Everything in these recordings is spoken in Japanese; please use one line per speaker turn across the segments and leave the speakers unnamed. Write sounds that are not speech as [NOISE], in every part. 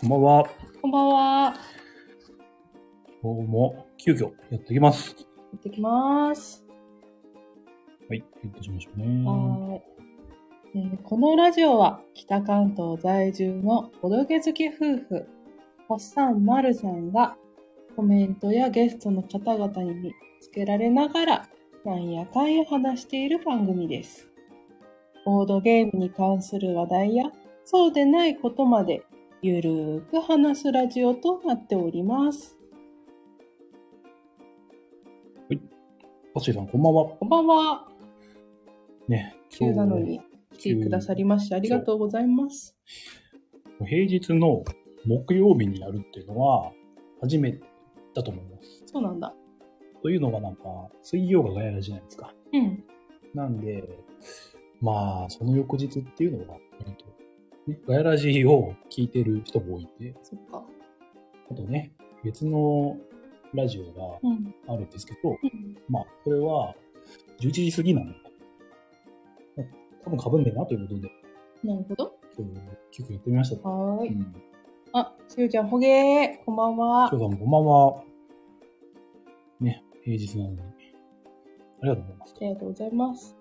こんばんは。
こんばんは。
今日も急遽やっていきます。
行ってきます。
はい。いたしましょうね。
はーいえーこのラジオは北関東在住のおどけ好き夫婦、おっさんまるさんがコメントやゲストの方々に見つけられながらなんやかんや話している番組です。ボードゲームに関する話題やそうでないことまでゆるーく話すラジオとなっております。
パッシーさん、こんばんは。
こんばんは。
ね。
急なのに来てくださりましてありがとうございます。
今日。平日の木曜日にやるっていうのは、初めてだと思います。
そうなんだ。
というのがなんか、水曜がガヤラじゃないですか。
うん。
なんで、まあ、その翌日っていうのは、割とね、ガヤラジを聞いてる人も多いんで、
そっか。
あとね、別のラジオ
うん。
があるんですけど、
うん。
まあ、これは、11時過ぎなので、多分かぶんねえなということで、
なるほど。
今日、結構やってみました。
はー
う
い。
ん。
あ、しゅうちゃん、ほげー。こんばんは
翔。さんもこんばんは。ね、平日なのに。ありがとうございます
あ。りがとうございます。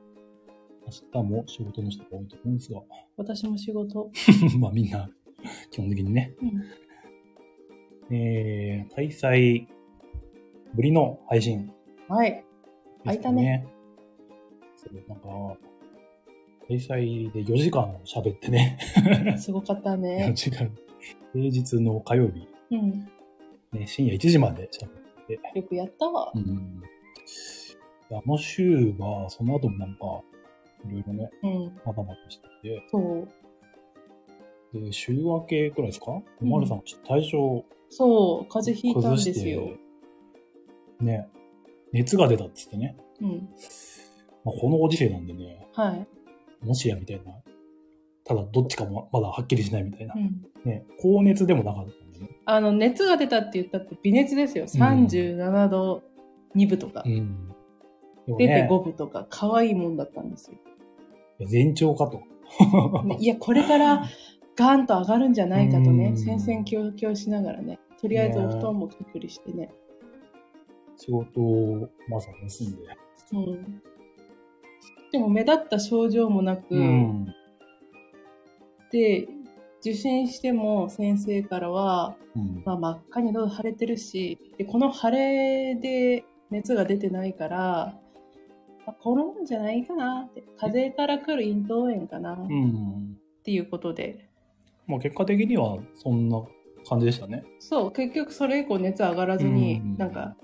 明日も仕事の人が多いと思うんですが、 [LAUGHS]
私も仕事。
まあみんな、基本的にね。
うん。
えー、開催ぶりの配信
はい。
ですかね。そう、なんか、開催で4時間喋ってね。
すごかった
4 [LAUGHS]
ね。
時間。平日の火曜日、
うん。
ね、深夜1時まで喋って。
よくやったわ
う。ん。であの週は、その後もなんか、いろいろね、
うん。
またまたしてて、
そう。
で、週明けくらいですか
うん
マルさん、ちょっと体調
そう。風邪ひいたん
崩して、
ですよ。
ね、熱が出たっつってね、
うん。
まあ、このご時世なんでね、
はい。
もしやみたいな、ただどっちかもまだはっきりしないみたいな、
うん。
ね、高熱でもなかったんでね。
あの、熱が出たって言ったって微熱ですよ。37度2分とか。
ん。でも
出て
ね
5、分とか、可愛いもんだったんですよ。
いや前兆かと。
[LAUGHS] ねいや、これからガーンと上がるんじゃないかと
う
ね、
ん
戦々恐々しながらね、とりあえずお布団も隔離してね。
仕事をまさに休んで。
うん、でも目立った症状もなく、
うん。
で、受診しても先生からは、
うん。
まあ、真っ赤にどう腫れてるしで、この腫れで熱が出てないから、まあ、このまんじゃないかなって、風邪から来る咽頭炎かなっ
うん。
ていうことで、
まあ結果的にはそんな感じでしたね。
そう、結局それ以降熱上がらずに、
うん
なんか、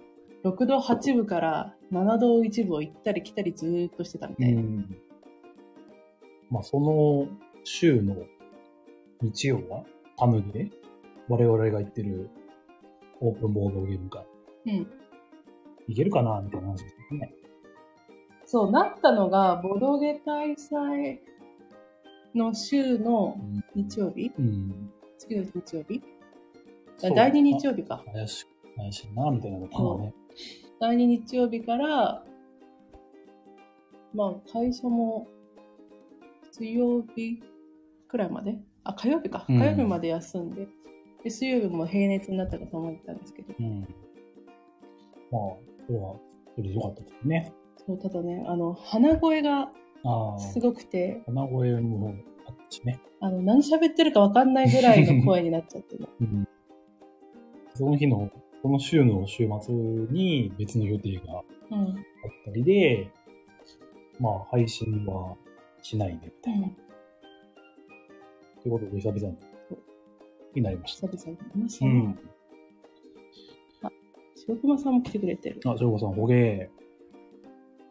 6度8分から7度1分を行ったり来たりずーっとしてたみたいな。
ん。まあその週の日曜はタヌで我々が行ってるオープンボードゲーム会
うん。
行けるかなみたいな話ですね。
そう、なったのが、ボドゲ開催の週の日曜日
うん。
次の日曜日
そう
第2日曜日か。
怪しい、怪しいな、みたいなのがね。
第2日曜日から、まあ、会社も、水曜日くらいまであ、火曜日か。火
うん
曜日まで休んで。で水曜日も平熱になったかと思ってたんですけど。
うん。まあ、これは、それで良かったですね。
そうただねあの鼻声が
ああ。
すごくて
鼻声もあったしね。
あの何喋ってるか分かんないぐらい
[LAUGHS]
の声になっちゃってね
うん。その日の、この週の週末に別の予定があっ
うん、うん、
たりで、まあ、配信はしないで、みたいな。ということで、久々にになりまし
久
た。
々に見ました
う
ね、
ん。
白熊さんも来てくれてる
あ、翔子さん、ほげ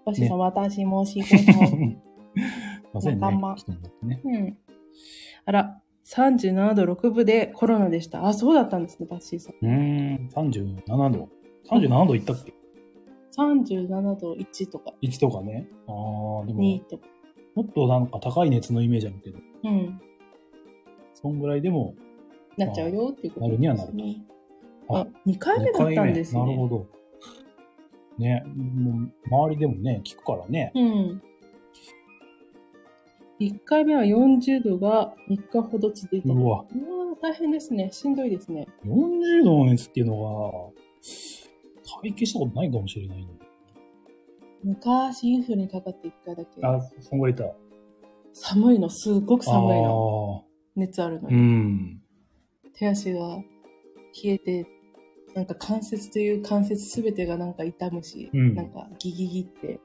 バシさん、私もしこさ
[LAUGHS] ー。まさ
ん、
にね
仲間、
来てもらってね。
うん、あら37度6分でコロナでしたあそうだったんですねバッシーさ
うーん、37度。37度いったっけ
ん37度1とか
?1 とかね。ああ、でも
2、とか
もっとなんか高い熱のイメージあるけど、
うん
そんぐらいでも、
なっちゃうよっていうこと
なるにはなると
とあ2回目だったんですね
なるほど。ね、もう周りでもね、聞くからね、
うん1回目は40度が3日ほど続いたと。
うわ
うわー大変ですね。しんどいですね。
40度の熱っていうのは、体験したことないかもしれないね。
昔インフルにかかって1回だけ。
あ、そんぐらいいた。
寒いの、すっごく寒いの。
あ
熱あるの
ーう
に。
ん。
手足が冷えて、なんか関節という関節すべてがなんか痛むし、
うん
なんかギギギって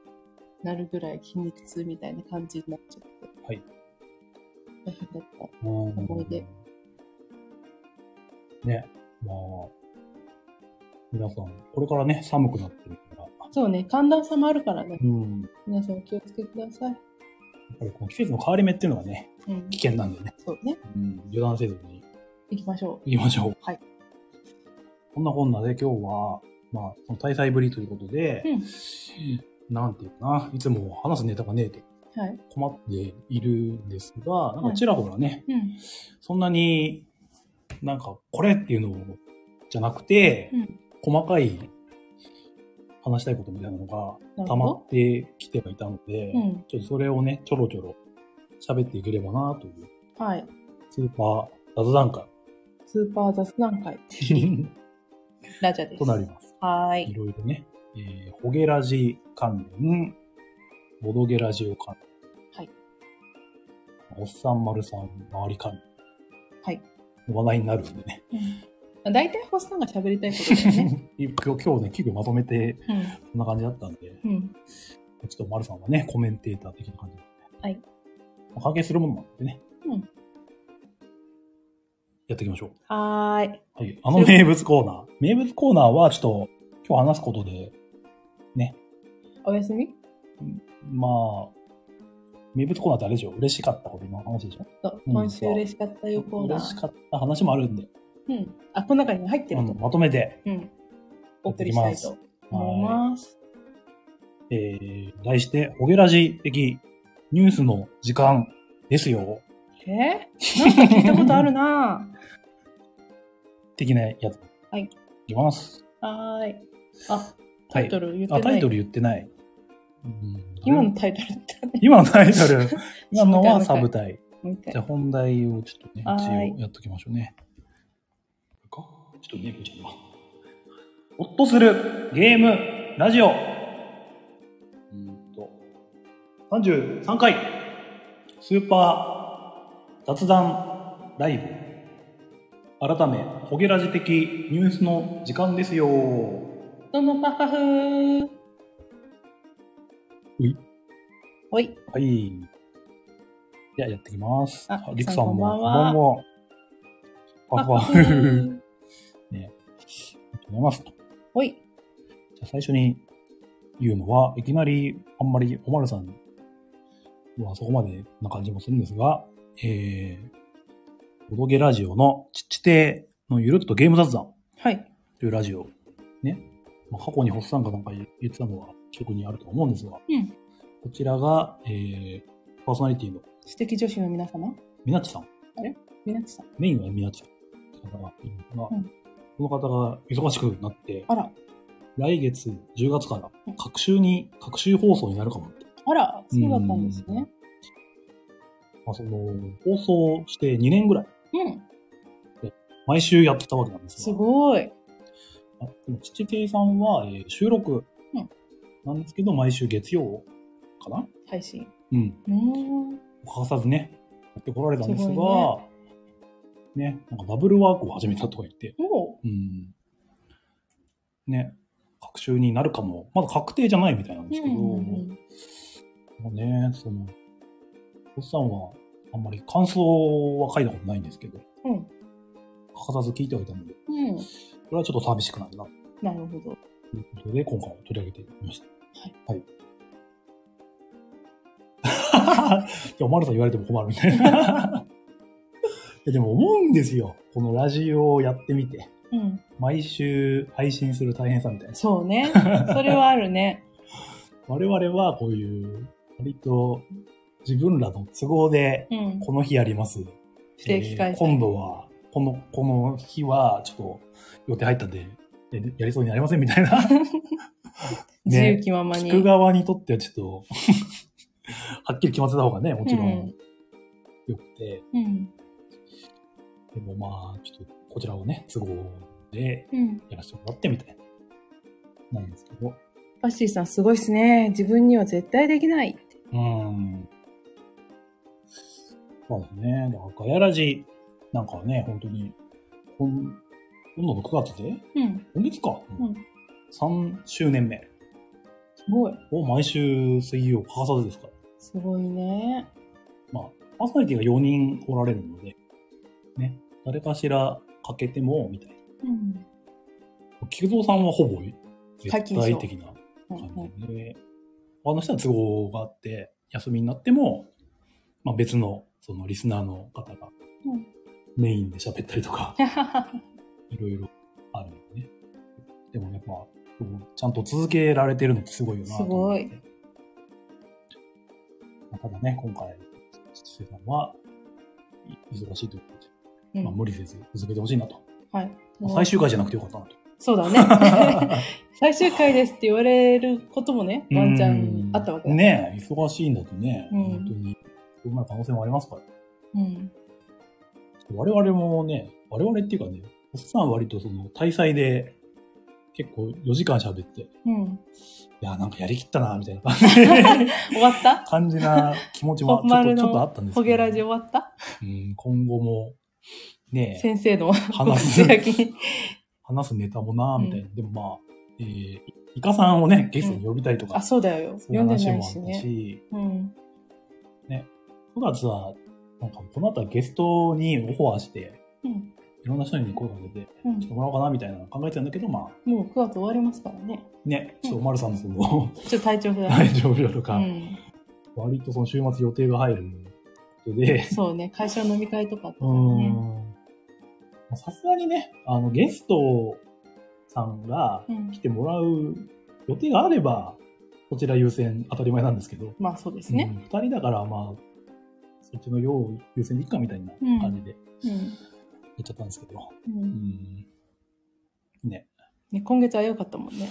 なるぐらい筋肉痛みたいな感じになっちゃって。
はい。
大変だった。
思
思い出。
ね、まあ、皆さん、これからね、寒くなってるから、
そうね、寒暖差もあるからね。
うん。や
皆さんお気をつけください。
っぱりこの季節の変わり目っていうのがね、
うん
危。険なんでね、
そうね。
うん、油断せずに
行きましょう。
行きましょう。
はい。
こんなこんなで今日は、まあ、その大祭ぶりということで、
うん
なんていうかな、いつも話すネタがねえと
はい。
困っているんですが、なんかちらほらね、
うん。
そんなになんかこれっていうのをじゃなくて、
うん
細かい話したいことみたいなのが
な
溜
るほ
ま
ど
っ。てきてはいたので、
うん。
ちょっとそれをね、ちょろちょろ喋っていければなという、
はい。
スーパー雑談
[LAUGHS]
会
スーパー雑談会、ラジャです。
となります。
はー
い
い。
ろいろね、えー、ホゲラジ関連、ボドゲラジオ関連、
はい
おっさん丸さん周り関連、
はい
話題になるんで
[LAUGHS]
ね。
うん大体、星さんが喋りたいことだよね。
今日今日ね、急遽まとめて、
[LAUGHS] う
こんな感じだったんで、
ん。うん。
ちょっと丸さんはね、コメンテーター的な感じで。
はい。
まあ、関係するものなんでね。
うん
やっていきましょ
はーい。
う。はい。あの名物コーナー。名物コーナーはちょっと、今日話すことで、
おやすみ
まあ、名物コーナーってあれでしょ嬉しかったことの話でしょ
そう
うん
今週嬉しかったよ、コーナー。
嬉しかった話もあるんで、
うん。あ、この中に入って
う
る
ん
と。
まとめて、
うん。お送りしたいと思います。
えー、題して、ホゲラジ的ニュースの時間ですよ、
えーなんか聞いたことあるな [LAUGHS]
的なやつ。
はい。
いきます。
ぁはーい。あ、
は
タ
い
イトル言ってな
あ、
い。
タイトル言ってない。うん
今のタイトルってね。
今のタイト
[LAUGHS]
ル。今のはサブタイ。
もう一回
じゃあ。本題をちょっとね、
はーい
一応やっときましょうね。これかちょっとね、こちゃんが。ほっとするゲームラジオ。うーんと、33回スーパー雑談ライブ。改め、ホゲラジ的ニュースの時間ですよ。
どんどんパフパフー。
うい
おい。
はい。じゃあやってきます。
あ
りくさんも、
こんばん
こんば
は
んは。パフパフ。 [LAUGHS] ありがとう。ございます。じゃ
おい。
あ最初に言うのは、いきなりあんまりおまるさんはそこまでな感じもするんですが、えー、おどげラジオのちっちてのゆるっとゲーム雑談
はい。
というラジオ、ね。まあ、過去にホッサンがなんか言ってたのは記憶にあると思うんですが、
うん。
こちらが、えー、パーソナリティの
素敵女子の皆様。
みなっちさん。
みなちさん。
メインは宮地さんって方がいるんですが、
うん
この方が忙しくなって、
あら。
来月10月から
うん、
各週に、各週放送になるかもって。
あら、そうだったんですね。
まあ、その、放送して2年ぐらい、
うん。
毎週やってたわけなんですが
すごい。
あでも、父系さんは、えー収録
うん
なんですけど、毎週月曜かな
配信。
うん。
うーん。
欠かさずね、やってこられたんですが、
すご
ねなんかダブルワークを始めたとか言って、
おう。
うん。ね、学習になるかも。まだ確定じゃないみたいなんですけど、
うんうん
もうね、その、おっさんはあんまり感想は書いたことないんですけど、
うん。うん。
欠かさず聞いてはいたので、
うん。
これはちょっと寂しくなるな、と
なるほど。
いうことで、今回は取り上げてみました。はい。はい。 [LAUGHS] いや、おまるさん言われても困るみたいな。 [LAUGHS] いやでも思うんですよ。このラジオをやってみて。
うん。
毎週配信する大変さみたいな。
そう
[LAUGHS]
ね。それはあるね。
我々はこういう、割と自分らの都合で、
うん。
この日やります。
不定期開
えー
催。
今度は、この、この日は、ちょっと予定入ったんで、やりやりそうになりませんみたいな。
自由気ままに。 [LAUGHS]
聞く側にとってはちょっと、はっきり決まってた方がね、もちろ
うんん
良くて、
うん。
でもまあ、ちょっとこちらをね、都合で
うん。
やらせてもらってみたいな、なんですけど、
パッシーさんすごいですね。自分には絶対できない。
うん。そうですね。だからガヤラジなんかはね、本当に、今今度の9月で
うん。
今月か、
うん。
3周年目
すごい。
を毎週水曜欠かさずですから。
すごいね。
まあ、パーソナリティが4人おられるので、ね、誰かしら欠けても、みたいな。
うん。
菊蔵さんはほぼ
解
絶
禁賞
対的な
は
感
いはい。
じで、他の人は都合があって、休みになっても、まあ別の、そのリスナーの方が
うん
メインで喋ったりとか、
う
いろいろあるのでね。でもやっぱ、ちゃんと続けられてるのってすごいよなと思って。
す
まあただね、今回、父さんは、い忙しいということで、
ん
まあ無理せず続けてほしいなと。
はい。
まあ最終回じゃなくてよかったなと。
そう
[LAUGHS]
だね。最終回ですって言われることもね、 [LAUGHS] ワンちゃんあったわけだ。。
ねえ、忙しいんだとね、
うん
本当に、そんな可能性もありますから。
うん。
我々もね、我々っていうかね、おっさんは割とその、大祭で、結構4時間喋って、い
うん。
や、なんかやりきったな、みたいな感じ
終わった
感じな気持ちも
[LAUGHS] ほん
ちょ
ま
っ
る
と
の
ちょっとあったんです
ホ
け
ゲ
ど、
ラジ終わった
うん、今後も、ね
[LAUGHS]
え、
先生の
話す
口焼
[LAUGHS]
き。
話すネタもな、みたいな。でもまあ、えー、イカさんをね、ゲストに呼びたいとか、
あ、そうだよ。
そうい
読
うん
で
話
な
も
い
あっ
したね。
し、
うん。
9月は、なんか、この後はゲストにオファーして、
うん。
いろんな人に声をかけて、
う
ちょっ
ん
ともらおうかな、みたいなの考えてたんだけど、まあ、
もう9月終わりますからね。
ね、ちょっとおまるさんの
[LAUGHS]
その、
ちょっと体調不
大
良。
丈夫だとか、
うん。
割とその週末予定が入ることで、
そうね。会社飲み会とかあったか
う
ら
ー
ね。
ん。さすがにね、あの、ゲストさんが
うん
来。てもらう予定があれば、こちら優先当たり前なんですけど、
まあそうですね。
うん二人だから、まあ、そっちの用を優先でいいかみたいな感じで
うん。
やっちゃったんですけど、
う
うんんね、
ね今月は良かったもんね。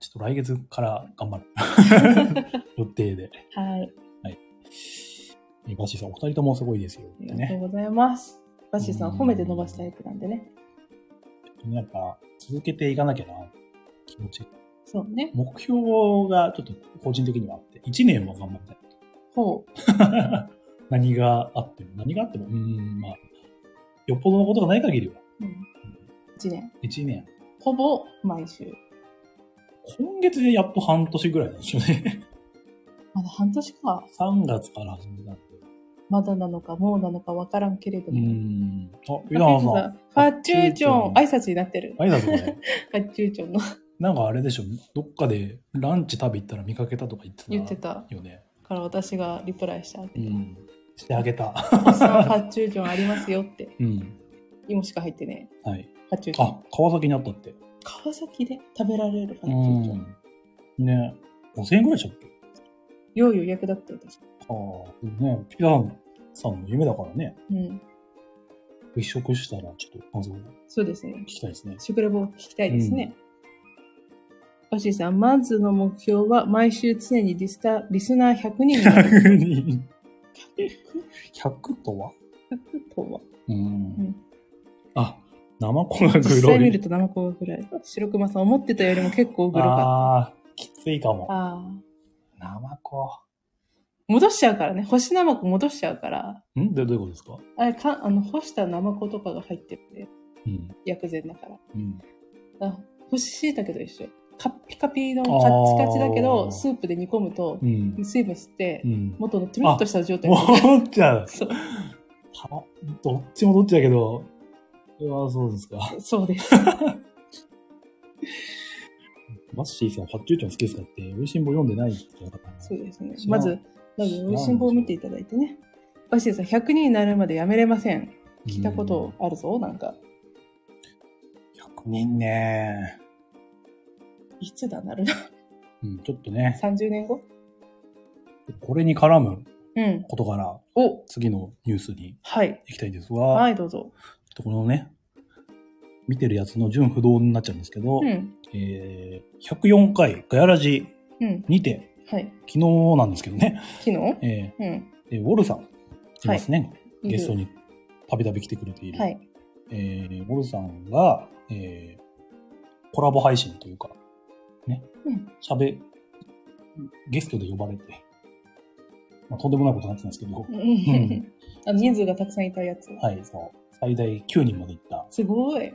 ちょっと来月から頑張る。 [LAUGHS] 予定で。
はい。
えバッシーさん、お二人ともすごいですよ。
ありがとう
ね。
ございます。バッシーさん、
うん
褒めて伸ばすタイプなんでね。
やっぱ、続けていかなきゃな、気持ち。
そうね。
目標がちょっと個人的にはあって、一年は頑張りたい。
ほう。
何があっても、何があっても、うーん、まあ、よっぽどのことがない限りは、
うん。1年。
一年。
ほぼ毎週。
今月でやっと半年ぐらいなんですよね。 [LAUGHS]
まだ半年か。
3月から始めたんで。
まだなのか、もうなのかわからんけれど
うー
も。
ん。あ、
フ
ゆだまさん。
ァッチューチョン、挨拶になってる。
あれだぞ、これ。
ファッチューチョンの
なんかあれでしょ、どっかでランチ食べ行ったら見かけたとか言ってた。
言ってた
よね。
から私がリプライした。お
うん。してあげた。
っさんファッチューチョンありますよって。
うん。
芋しか入ってね。
はい。
ファッチューチョン。
あ、川崎にあったって。
川崎で食べられるファ
う
ッチューチョン。
ん。ね。5000円ぐらいでしたっけ
よう予約だったよ、私。
ああ、ね、ピザさんの夢だからね、
うん。
一食したらちょっと感想を
そうですね
聞。きたいですね。 [LAUGHS]
食レポを聞きたいですね。バッシーさん、マンズの目標は毎週常にリスタリスナー100人になる。
100人。100とは
とは
うん。
ん
あ、生コラグロ
実際見る
と
と7個ぐらい。白熊さん、思ってたよりも結構グロかっ
ああ、きついか
た。
も。
ああ。
生コ。
戻しちゃうからね。干しナマコ戻しちゃうから。
んどどういうことですか
あれか、あの、干したナマコとかが入ってるんで、
うん。
薬膳だから。
うん。
あ干し椎茸と一緒。カッピカピのカッチカチだけ
あー
ど、スープで煮込むと
う、ん。
水分吸って
う、ん。
元のトゥルッとした状態になる
思っちゃう。
そう
たどっちもどっちだけど、うわ、そうですか。
[LAUGHS] そうです。
マッシーさん、発注長好きですかって、美味しんぼ読んでないって言ってなかったな
そうですね。
知ら
ま
ん
ず、まず、美味しんぼを見ていただいてね。バシエさん、100人になるまでやめれません。聞いたことあるぞ、なんか。
100人ね。
いつだなる
[LAUGHS] うん、ちょっとね、
?30 年後
これに絡む
うん。
ことから、
お
次のニュースに
はい。
行きたいんですが、
はい、どうぞ。
ちょっとこのね、見てるやつの順不動になっちゃうんですけど、
うん。
えー、104回ガヤラジ
うん。
にて、
はい。
昨日なんですけどね、
昨日
え
うん。
ー、でウォルさん、いますね。
いる
ゲストにたびたび来てくれている。
はい。
えー、モルさんが、えー、コラボ配信というか、ね
うん、
喋、ゲストで呼ばれて、まあ、とんでもないことになってたんですけど、ん
[LAUGHS] あの人数がたくさんいたやつ。
はい、そう、最大9人まで行った
すごい。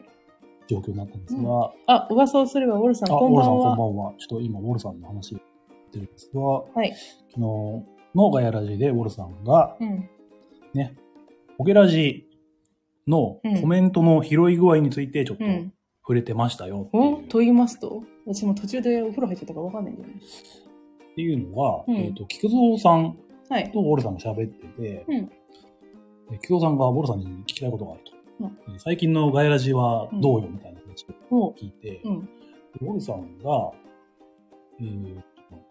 状況になったんですが、
うん
あ、
あ、噂をすれば、ウォルさん、
ウ
こ
ォ
ん
ル
ば
さん
ん
こ
は。
んばんは。ちょっと今、ウォルさんの話をしてるんですが、
い
昨日のガヤラジでウォルさんが、
うん。
ね、オゲラジのコメントの拾い具合についてちょっと
うん。
触れてましたよっていう,、
おと言いますと私も途中でお風呂入っちゃったからわかんないんだよね。
っていうのが、
うん
えっ、と、菊蔵さん
はい。
とウォルさんが喋ってて、
うん
で菊蔵さんがウォルさんに聞きたいことがあると。
う
で最近のガヤラジはどうよみたいな話
お
を聞いて、
うん。
でウォルさんが、えーっと、なんか、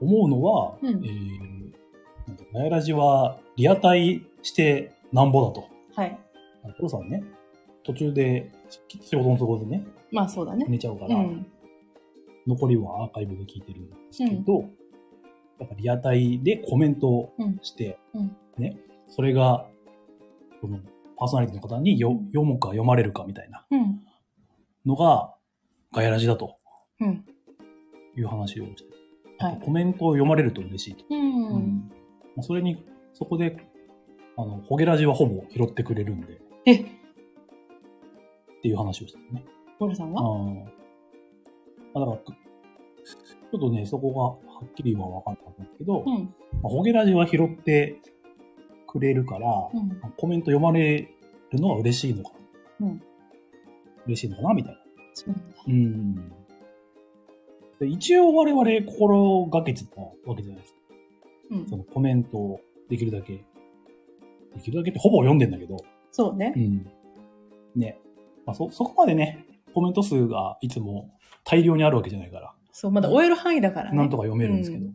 思うのは、
うん
えーなんかガヤラジはリアタイしてなんぼだと。
はい。
あのコロさんね、途中で仕事の都合でね、
まあそうだね。
寝ちゃうか
う
ら、
ん。
残りはアーカイブで聞いてるんですけど、やっぱリアタイでコメントして、
うん
ね、それが、このパーソナリティの方によ読むか読まれるかみたいな
うん。
のが、ガヤラジだと
うん。
いう話をして、
はい
やっぱコメントを読まれると嬉しいと。
うん。
うんまあそれに、そこで、あの、ホゲラジはほぼ拾ってくれるんで、
え、
っていう話をしてね。
ウォルさん
あ
は
あだから、ちょっとね、そこがはっきりは分かんなかったんですけど、
う
ま
ん。
あ、ホゲラジは拾ってくれるから、
うん。
コメント読まれるのが嬉しいのかな。
うん
嬉しいのかなみたいな。
そうなんだ。
うん。で一応我々心がけてたわけじゃないですか。
うん
そ。のコメントをできるだけ。できるだけってほぼ読んでんだけど、
そうね。
うん。ね。まあ、そ、そこまでね、コメント数がいつも大量にあるわけじゃないから、
そう、まだ終える範囲だからね。
なんとか読めるんですけど。
う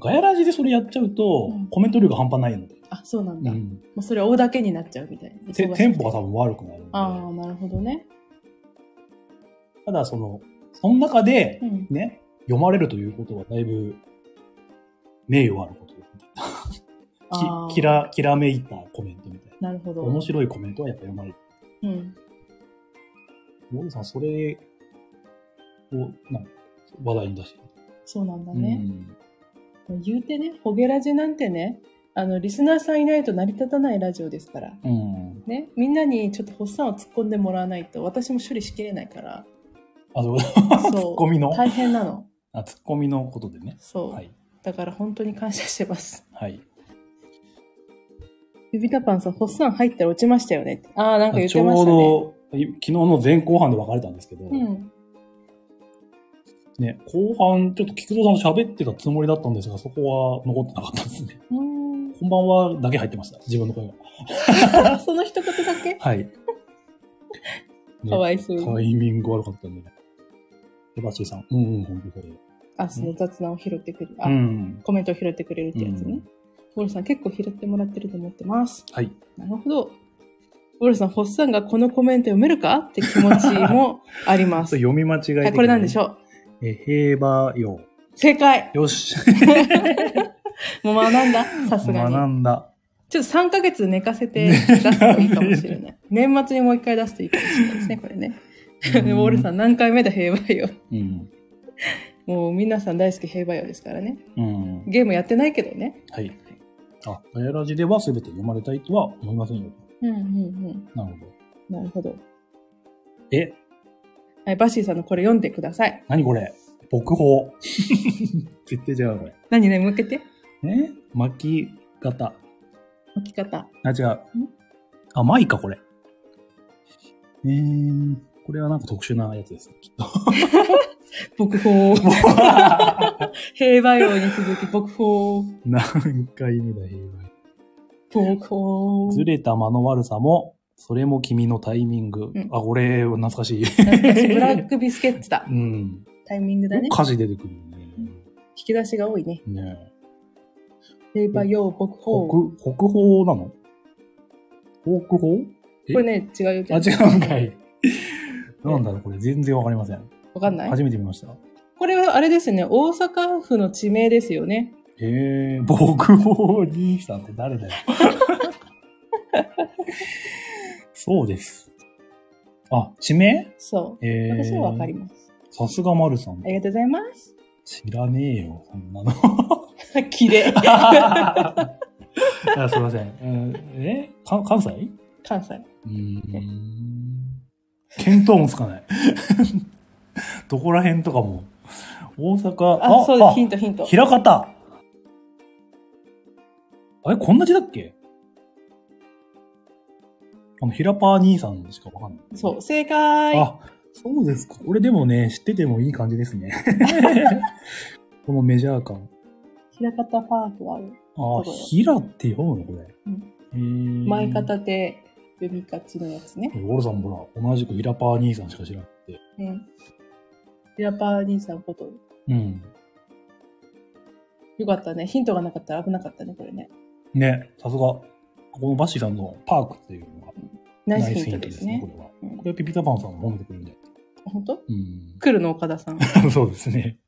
ガヤラジでそれやっちゃうと、
うん
コメント量が半端ないので、
あ、そうなんだ。
う
も
ん
うそれは追うだけになっちゃうみたいな。
て
忙しくて
テンポが多分悪くなる
ああ、
ので、
なるほどね。
ただその、その中で
うん。
ね、読まれるということはだいぶ名誉あること
あー
ききら、きらめいたコメントみたいな。
なるほど。
面白いコメントはやっぱ読まれる。
うん。
森さん、それを、なんか話題に出してる。
そうなんだ
う
ね。
ん
言うてね、ホゲラジなんてね、あの、リスナーさんいないと成り立たないラジオですから。
うん。
ね、みんなにちょっと発散を突っ込んでもらわないと、私も処理しきれな
[LAUGHS]
いから。
あ、
[LAUGHS]
そう、ツ
そ
ッコミの
う。、大変なの。
あ、ツッコミのことでね。
そう。
はい。
だから本当に感謝してます。
はい。
指タパンさん、ホッサン入ったら落ちましたよねって。ああ、なんか言っ
ち
て
ょ
ましたね。
うど、い昨日の前後半で別れたんですけど、
うん。
ね、後半、ちょっと菊蔵さんと喋ってたつもりだったんですが、そこは残ってなかったですね。
う
こんばんはだけ入ってました。自分の声が。
ーん [LAUGHS] その一言だけ
はい。ね
かわいそうに
タイミング悪かったんでね。エバシーさん、うんうん、本当それ。
あ、その雑談を拾ってくる。あ、
うん。
コメントを拾ってくれるってやつね。ウォルさん結構拾ってもらってると思ってます。
はい。
なるほど。ウォルさん、ホッサンがこのコメント読めるかって気持ちもあり
[LAUGHS]
ます。
読み間違い的に
は
ね
い、これなんでしょう
え、ヘーバー用。
正解
よし。
もう学ん
[LAUGHS]
ださすがに。
学んだ。
ちょっと3ヶ月寝かせて出すといいかもしれない。 [LAUGHS] 年末にもう一回出すといいかもしれないですね、これね。 [LAUGHS] ウ
うん
ォルさん何回目だ平和よ。
うん。
もう皆さん大好き平和よですからね。
うん。
ゲームやってないけどね。
はい。あ、ガヤラジでは全て読まれたいとは思いませんよ。
うんうんうん。
なるほど。
なるほど。
え、
はい、バッシーさんのこれ読んでください。
何これ牧宝。 [LAUGHS] 絶対違うこれ。
何ね、向けて。
え巻き方。
置き方。
あ、違う。あ、マイか、これ。えー、これはなんか特殊なやつですね、きっ [LAUGHS] と。
牧宝。平和よに続き、牧宝。
何回目だ、平和。
牧宝。
ずれた間の悪さも、それも君のタイミング。
うん
あ、これ、懐かしい。
ブラックビスケッツだ
う。ん。
タイミングだね。
火事出てくる
引き出しが多いね。
ね。ねえ。
平和よ、牧
北
宝。こ、
北宝なの北宝え
れね、違うよ。 [LAUGHS]
あ、違うんかい。なんだろう、これ。全然わかりません。
わかんない
初めて見ました。
これはあれですね、大阪府の地名ですよね。
えへえ、僕をお兄さんって誰
[LAUGHS]
だよ。そうです。あ、地名
そ
え
う。
ー、
私はわかります。
さすが丸さん
あ。りがとうございます。 [LAUGHS]
知らねえよ、そんなの。
綺麗。
あすいません。うんえか関西
関西。
うーん。見当もつかない。 [LAUGHS] どこら辺とかも。大阪、
あ、そうです。ヒントヒント。
平方。あれ、こんな字だっけあの、平パー兄さんしかわかんない。
そう、正解。 [LAUGHS]
あ、そうですか。俺でもね、知っててもいい感じですね。このメジャー感。
平方パークはある。
あ
そう
あ、
だよ
平って読むのこれ。
うん
えー
前方で読みがちのやつね。
ウォルさんもほら、同じく平パー兄さんしか知らなくて。
うん。平パー兄さんこと。
うん。
よかったね。ヒントがなかったら危なかったね、これね。
ね、さすが。このバッシーさんのパークっていうのが
ナイ
ナ
ス
イスヒ
ヒント
ント
で
ですすね、
ね
こ。れは。
うん
これはピピタパンさんも褒めてくれるんで。
本当
うん。
来るの岡
[LAUGHS]
田さん。
そうですね。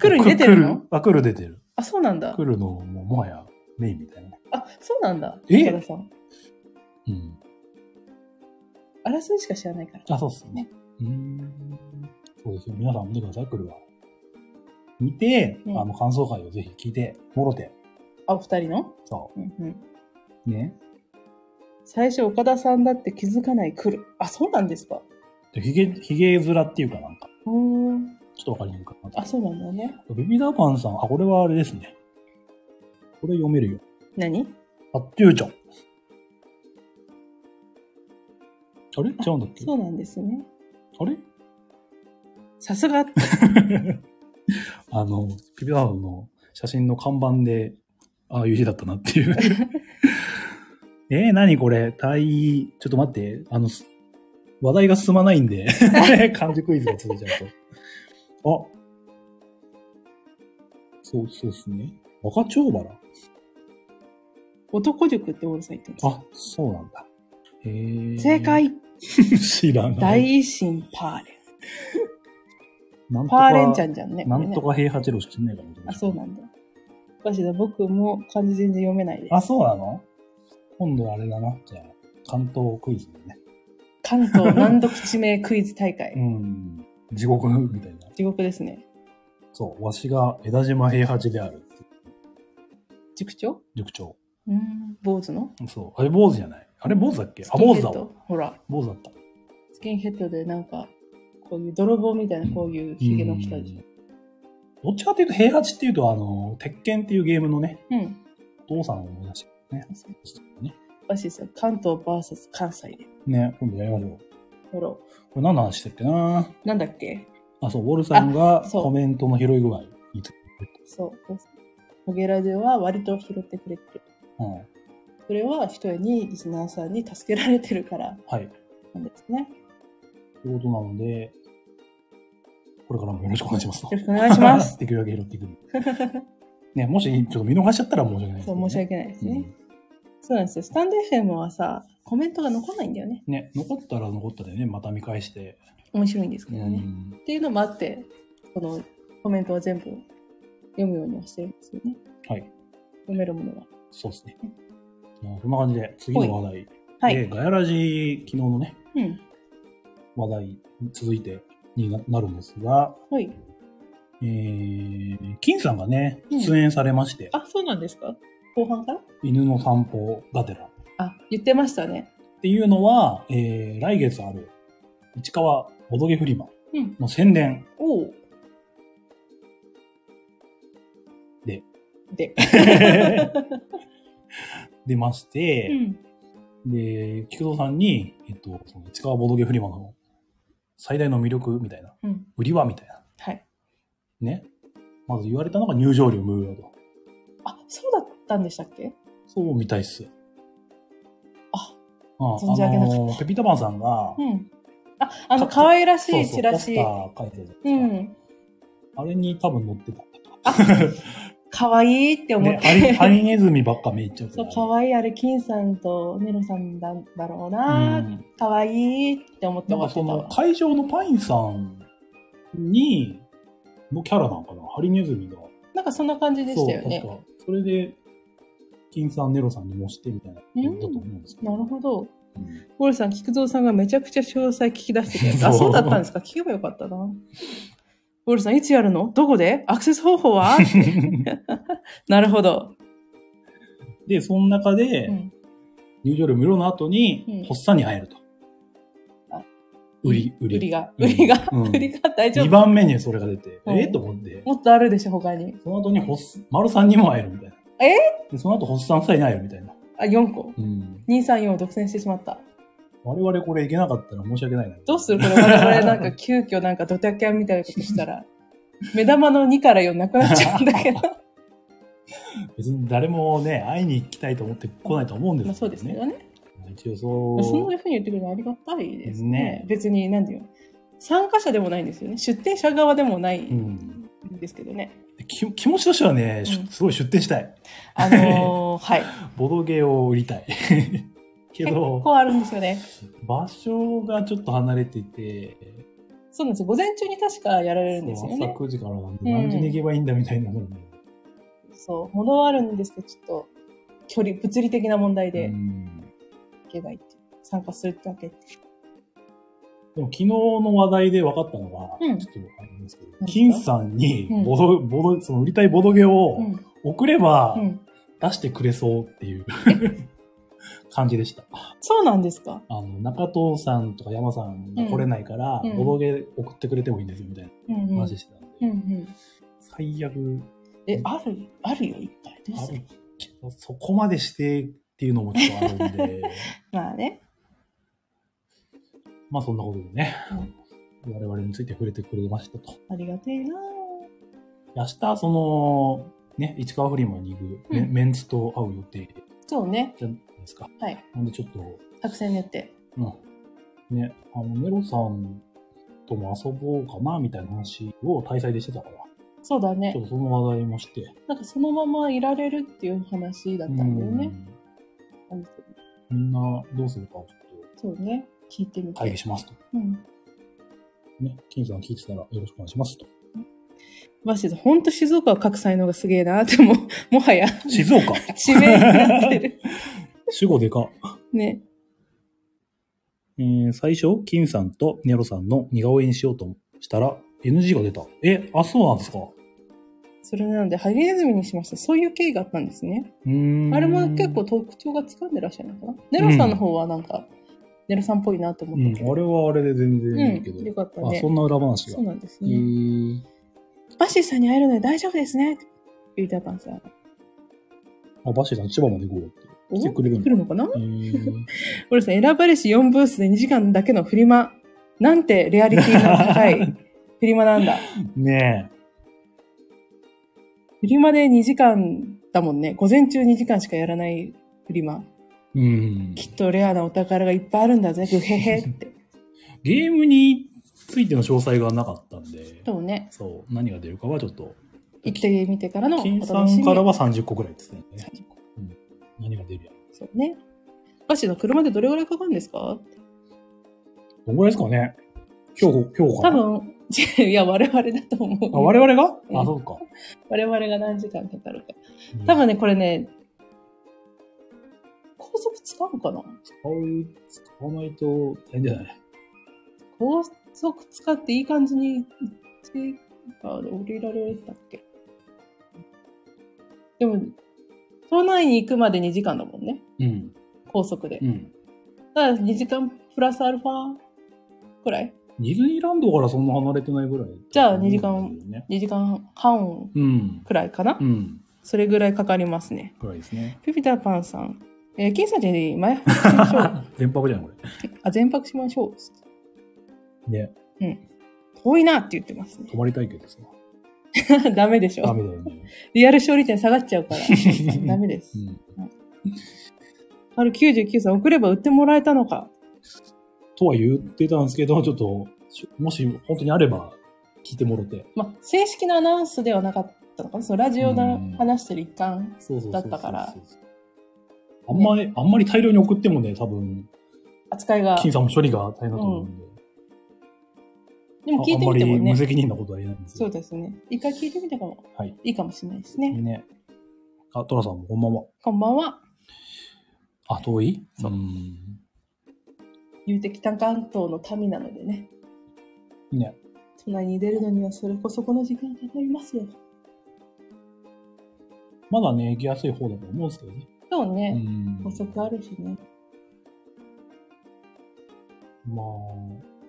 来るに出てるの
くあ、来る出てる。
あ、そうなんだ
来。るのももはやメインみたいな。
あ、そうなんだ。
え
岡田さん。
うん。
あらすじしか知らないから。
あ、そうっすね。うーん。そうですよ。皆さん見てください、来るは。見て、
うん
あの、感想会をぜひ聞いて、もろて。
あ、お二人の
そ
うんうん。
う。ね。
最初、岡田さんだって気づかない来る。あ、そうなんですか。
でひげ、ひげ面っていうかなんか、
うーん。
ちょっとわかりにくいかな。
あ、そうなんだね。
ビビダーパンさん、あ、これはあれですね。これ読めるよ。
何
あっちゅうちょ。あれ違うんだっけ
そうなんですね。
あれ
さすが。
あの、ビビダーパンの写真の看板で、ああいう字だったなっていう。 [LAUGHS] えー、何これタイ、ちょっと待って、あの、す話題が進まないん
[LAUGHS]
で、漢字クイズが続いちゃうと。あそう、そうですね。若丁原
男塾ってオールさん言ってます。
あ、そうなんだ。へー
正解。
[LAUGHS] 知らな
大
い。
維新パーレン。
なんと
パ
か
ーレンちゃんじゃんね。
な
これ
ん
ね
とか平八郎知ってんないかな。
あ、そうなんだ。おかしいな。僕も漢字全然読めないです。
あ、そうなの今度あれだな。じゃあ、関東クイズでね。
関東難読地名クイズ大会。
ん。地獄みたいな。
地獄ですね。
そう、わしが江田島平八である。
塾長
塾長。
うーん。坊主の
そう。あれ、坊主じゃない。あれ、坊主だっけ
ス
あ、
キン
坊
ヘ
主
ッ
だ
ド
わ。
ほら、
坊主だった。
スキンヘッドでなんか、こういう泥棒みたいなこういうヒゲの人たち。
どっちかっていうと、平八っていうと、あの、鉄拳っていうゲームのね、
うん。
お父さんを思い出してね。ね。
おかしいですよ。関東 VS 関西で。
ね、今度やりましょう。
ほら、
これ何の話してっけな
なんだっけ
あ、そう、ウォルさんが
あそう
コメントの拾い具合について。
そう。ホゲラジオは割と拾ってくれてる。
うん。
それは一重にリスナーさんに助けられてるから
はい。
なんですね。
ということなので、これからもよろしくお願いしますと。
よろしくお願いします。
できるだけ拾ってくる。ね、もし、ちょっと見逃しちゃったら申し訳ないですけ
そ
ど
う、
ね、
申し訳ないですね。
うん
そうなんですよ。スタンド FM はさ、コメントが残んないんだよね。
ね、残ったら残ったでね、また見返して。
面白いんですけ
う
どね。
ん。
っていうのもあって、このコメントは全部読むようにはしてるんですよね。
はい。
読めるものは。
そうですね。じゃあそんな感じで、次の話題。
はい。
でガヤラジ、昨日のね、
うん。
話題に続いてにななるんですが、
はい。
えー、金さんがね、
うん
出演されまして、
あ、そうなんですか後半から
犬の散歩がてら。
あ、言ってましたね。
っていうのは、えー、来月ある、市川ボドゲフリマ
うん。
の宣
[LAUGHS]
伝。
おう。
で。
で。
出まし
う
て、
ん。
で、菊蔵さんに、えっと、その市川ボドゲフリマの最大の魅力みたいな、
うん。
売りはみたいな、
はい。
ね。まず言われたのが入場料無料と。
あ、そうだったんでしたっけ
そうみたいっす。
あ、
ああ
存じ上げなかった
のーペピタパンさんが、
うん。あ、あの、
か
可愛らし
そう
い
そう
チラ
ポス
シ
タ。ー書いてるじ
う
ゃないですか。
ん。
あれに多分載ってた。
可愛いって思
ね
っ、
ハリ
[LAUGHS]
ハ
て。
リネズミばっかめっちゃう
そう、
わ
可愛いあれ、金さんとネロさんだだろうな。
うん
可愛いって思って
なん
終わ
か
っ
その
てたわ。
会場のパインさんに、のキャラなんかなハリネズミが
なんかそんな感じでしたよね
そう、。確か。それで、金さん、ネロさんにもしてみたいなことだと思うんですけど。
なるほど。
うん
ゴールさん、菊蔵さんがめちゃくちゃ詳細聞き出してくれた。あ、
そう
そうだったんですか聞けばよかったな。ゴールさん、いつやるのどこでアクセス方法
[LAUGHS]
は [LAUGHS] なるほど。
で、その中で、
うん
入場料無料の後
うん
に、発作に入ると
あ。
売り、売
売り
り。
が、
うん
売りが、
うん
売りが大丈
2
夫。
番目にそれが出て、
うん
えーと思って、
もっとあるでしょ、他に。
その後にホス、丸さんにも会えるみたいな。で、その後、ホスさんさえに会えるみたいな。
あ、4個。
うん。
234を独占してしまった。
我々これいけなかったら申し訳ないな。
どうするこれ我々なんか急遽なんかドタキャンみたいなことし
[LAUGHS]
たら、目玉の2から4なくなっちゃうんだけど。
別に誰もね、会いに行きたいと思って来ないと思うんです
まあ
け
そう
ど
ですけどね。
一応そう。
そんなふうに言ってくれるのありがたいですね。
ね
別に、なんていうの参加者でもないんですよね。出展者側でもない
うんん、
ですけ
[LAUGHS]
どね。
でき気持ちとしてはね、しゅ
うん
すごい出店したい。
あのーはい。
ボドゲを売り
[LAUGHS]
たい。け
結
ど、
構あるんですよね。
場所がちょっと離れていて、
そうなんですよ。午前中に確かやられるんです
そう
よ
朝
ね。
9時からなんで何時に行けばいいんだみたいなので、
そう。ものはあるんですけど、ちょっと、距離、物理的な問題
う
で
ん
行けないっていう。参加するだけ。
でも昨日の話題で分かったのは、
うん
ちょっとあれなんですけど、
か
金さんに
うん
ボド、ボド、その売りたいボドゲを
うん。
送れば
うん。
出してくれそうって
[LAUGHS]
いう、感じでした。
そうなんですか
あの、中藤さんとか山さんが来れないから、
うんうん
ボドゲ送ってくれてもいいんですよみたいな
うんうん。
話してたんで、
うんうん。
最悪
え、ある、あるよ、いっぱい。どう
あ
する
るけど、そこまでしてっていうのもちょっとあるん
[LAUGHS]
で、
まあね。
まあそんなことでね、我々について触れてくれましたと。
ありがてえな
明日、その、ね、市川フリマに行く、ね
うん
メンツと会う予定
そうね。
じゃないですか。
はい。
なんでちょっと、
作戦練って。
うん。ね、あの、ネロさんとも遊ぼうかな、みたいな話を大祭でしてたから、
そうだ
ちょっ
ね。
とその話題もして。
なんかそのままいられるっていう話だったんだよね。なんか
うん。みんな、どうするかをちょっ
そうね。聞いてみ
と会議
て。
しますと。
うん。
ね、金さん聞いてたらよろしくお願いしますと。
マジで、ほんと静岡は各才能がすげえなって、もう、 [LAUGHS] もはや、
静岡
地名になってる。 [LAUGHS]
主語でか。
ね。
えー最初、金さんとネロさんの似顔絵にしようとしたら、NG が出た。え、あ、そうなんですかう
それなので、ハリネズミにしました。そういう経緯があったんですね。
ーん。
あれも結構特徴がつかんでらっしゃるのかな。ネロさんの方はなんか、ネロさんっぽいなと思
うん、
ったけど。
あれはあれで全然いいけど。
うんよかった
あ、
ね
そ。んな裏話
そ
が
う。なんです
え
ね。
ー
バシーさんに会えるので大丈夫ですね。って言いたかったんですよ。
あ、バッシーさん千葉まで行こうって。
お
来てくれるん
来
だ
る。のかな
えー
俺さん、選ばれし4ブースで2時間だけのフリマ。なんてレアリティの
[LAUGHS]
高いフリマなんだ。
[LAUGHS] ね
フリマで2時間だもんね。午前中2時間しかやらないフリマ。
え。うん。
きっとレアなお宝がいっぱいあるんだぜ。グヘヘって。
ゲームについての詳細がなかったんで、
そうね。
そう、何が出るかはちょっと、
行ってみてからのお
金
楽
さ
し
ん
み。
からは30個ぐらいですね。
30個
何が出るや
そうね。バシーの車でどれぐらいかかるんですか
どんぐらいですかね今日、今日かな
多分、 [LAUGHS] いや、我々だと思う。
あ、我々が、
うん
あ、そうか。
我々が何時間かかるか。多分ね、これね、高速使うかな
うん、使う、使わないと大変じゃない
高速使っていい感じに、一あ降りられたっけでも、都内に行くまで2時間だもんね。
うん。
高速で
う。ん。
だから2時間プラスアルファくらい
ディズニーランドからそんな離れてないぐらい。
じゃあ2時間
ね。
?2 時間半
うん。
くらいかな、
うん。
それぐらいかかりますね。
ぐらいですね。
ピピタパンさん。えー、金さんに前泊しまし
[LAUGHS]
ょう。
全泊じゃん、こ
あ、全泊しましょう。
れ。ね。
遠いなって言ってますね。 [LAUGHS]
泊まりたいけどさ。
ダメでし
ダ
ょ。
メだよね。
リアル勝利点下がっちゃ
[LAUGHS]
うから。ダメです
う。ん。
ある99さん、送れば売ってもらえたのか。
とは言ってたんですけど、ちょっと、しもし本当にあれば、聞いてもろて。
まあ、正式なアナウンスではなかったのかな。そのラジオで
うん
話してる一環。
そうそうそうそう
だったから。
あんまり、あんまり大量に送ってもね、多分、
扱いが。
金さんも処理が大変だと思うんで。
でも聞いてみても
あんまり無
ね、
責任なことは言えないんです
そう
よ。
ですね。一回聞いてみても
はい
いいかもしれないですね。
ね。あ、トラさんもこんばんは。
こんばんは。
あ、遠い
そう
うん。
言うて北関東の民なのでね、
ね。
都内に出るのにはそれこそこの時間かかりますよ。
まだね、行きやすい方だと思うんですけどね。
そう
う
ね、
ん。
高速あるしね。
まあ、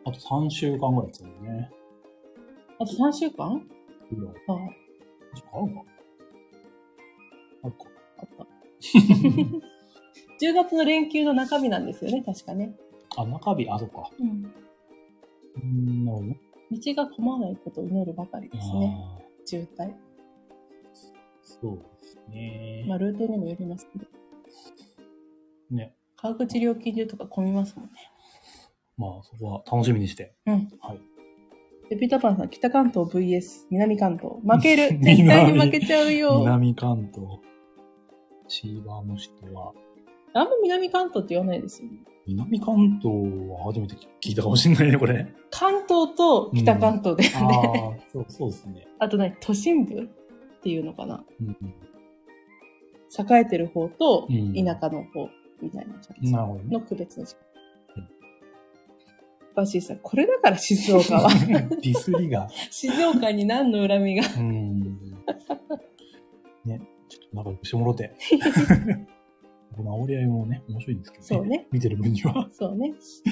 あと3週間ぐらいですよね。
あと3週間
ぐらい。
ああ、
時間あるかあるか。
あった。10月の連休の中身なんですよね、確かね。
あ、中日、あ、そっか。
うん。
うん、なるほどね。
道が混まないことを祈るばかりですね。
あ
渋滞。
ーそうですね。
まあ、ルートにもよりますけど。
ね。
川口料金所とか混みますもんね。
まあ、そこは楽しみにして。
で、ピーターパンさん、北関東 VS 南関東。負ける
[LAUGHS] 南
絶対に負けちゃうよ。
南関東、シーバーの人は、
あんま南関東って言わないですよね。
南関東は初めて聞いたかもしれない
[LAUGHS]
ね、これ。
関東と北関東で、
ああ、そうそうですね。
あと何都心部っていうのかな
うん
栄えてる方と
うん
田舎の方みたいな感
う
じ
ん、なるほど
[LAUGHS]
ね
の。区別の違い
うん。
バッシーさん、これだから静岡
[LAUGHS]
は。
ディスりが。
静岡に何の恨みが。
うん。ね、ちょっと仲良くしてもろ
[LAUGHS]
て。この煽り合いもね、面白いんですけどね。
そうね
見てる分には。
そうね。
ち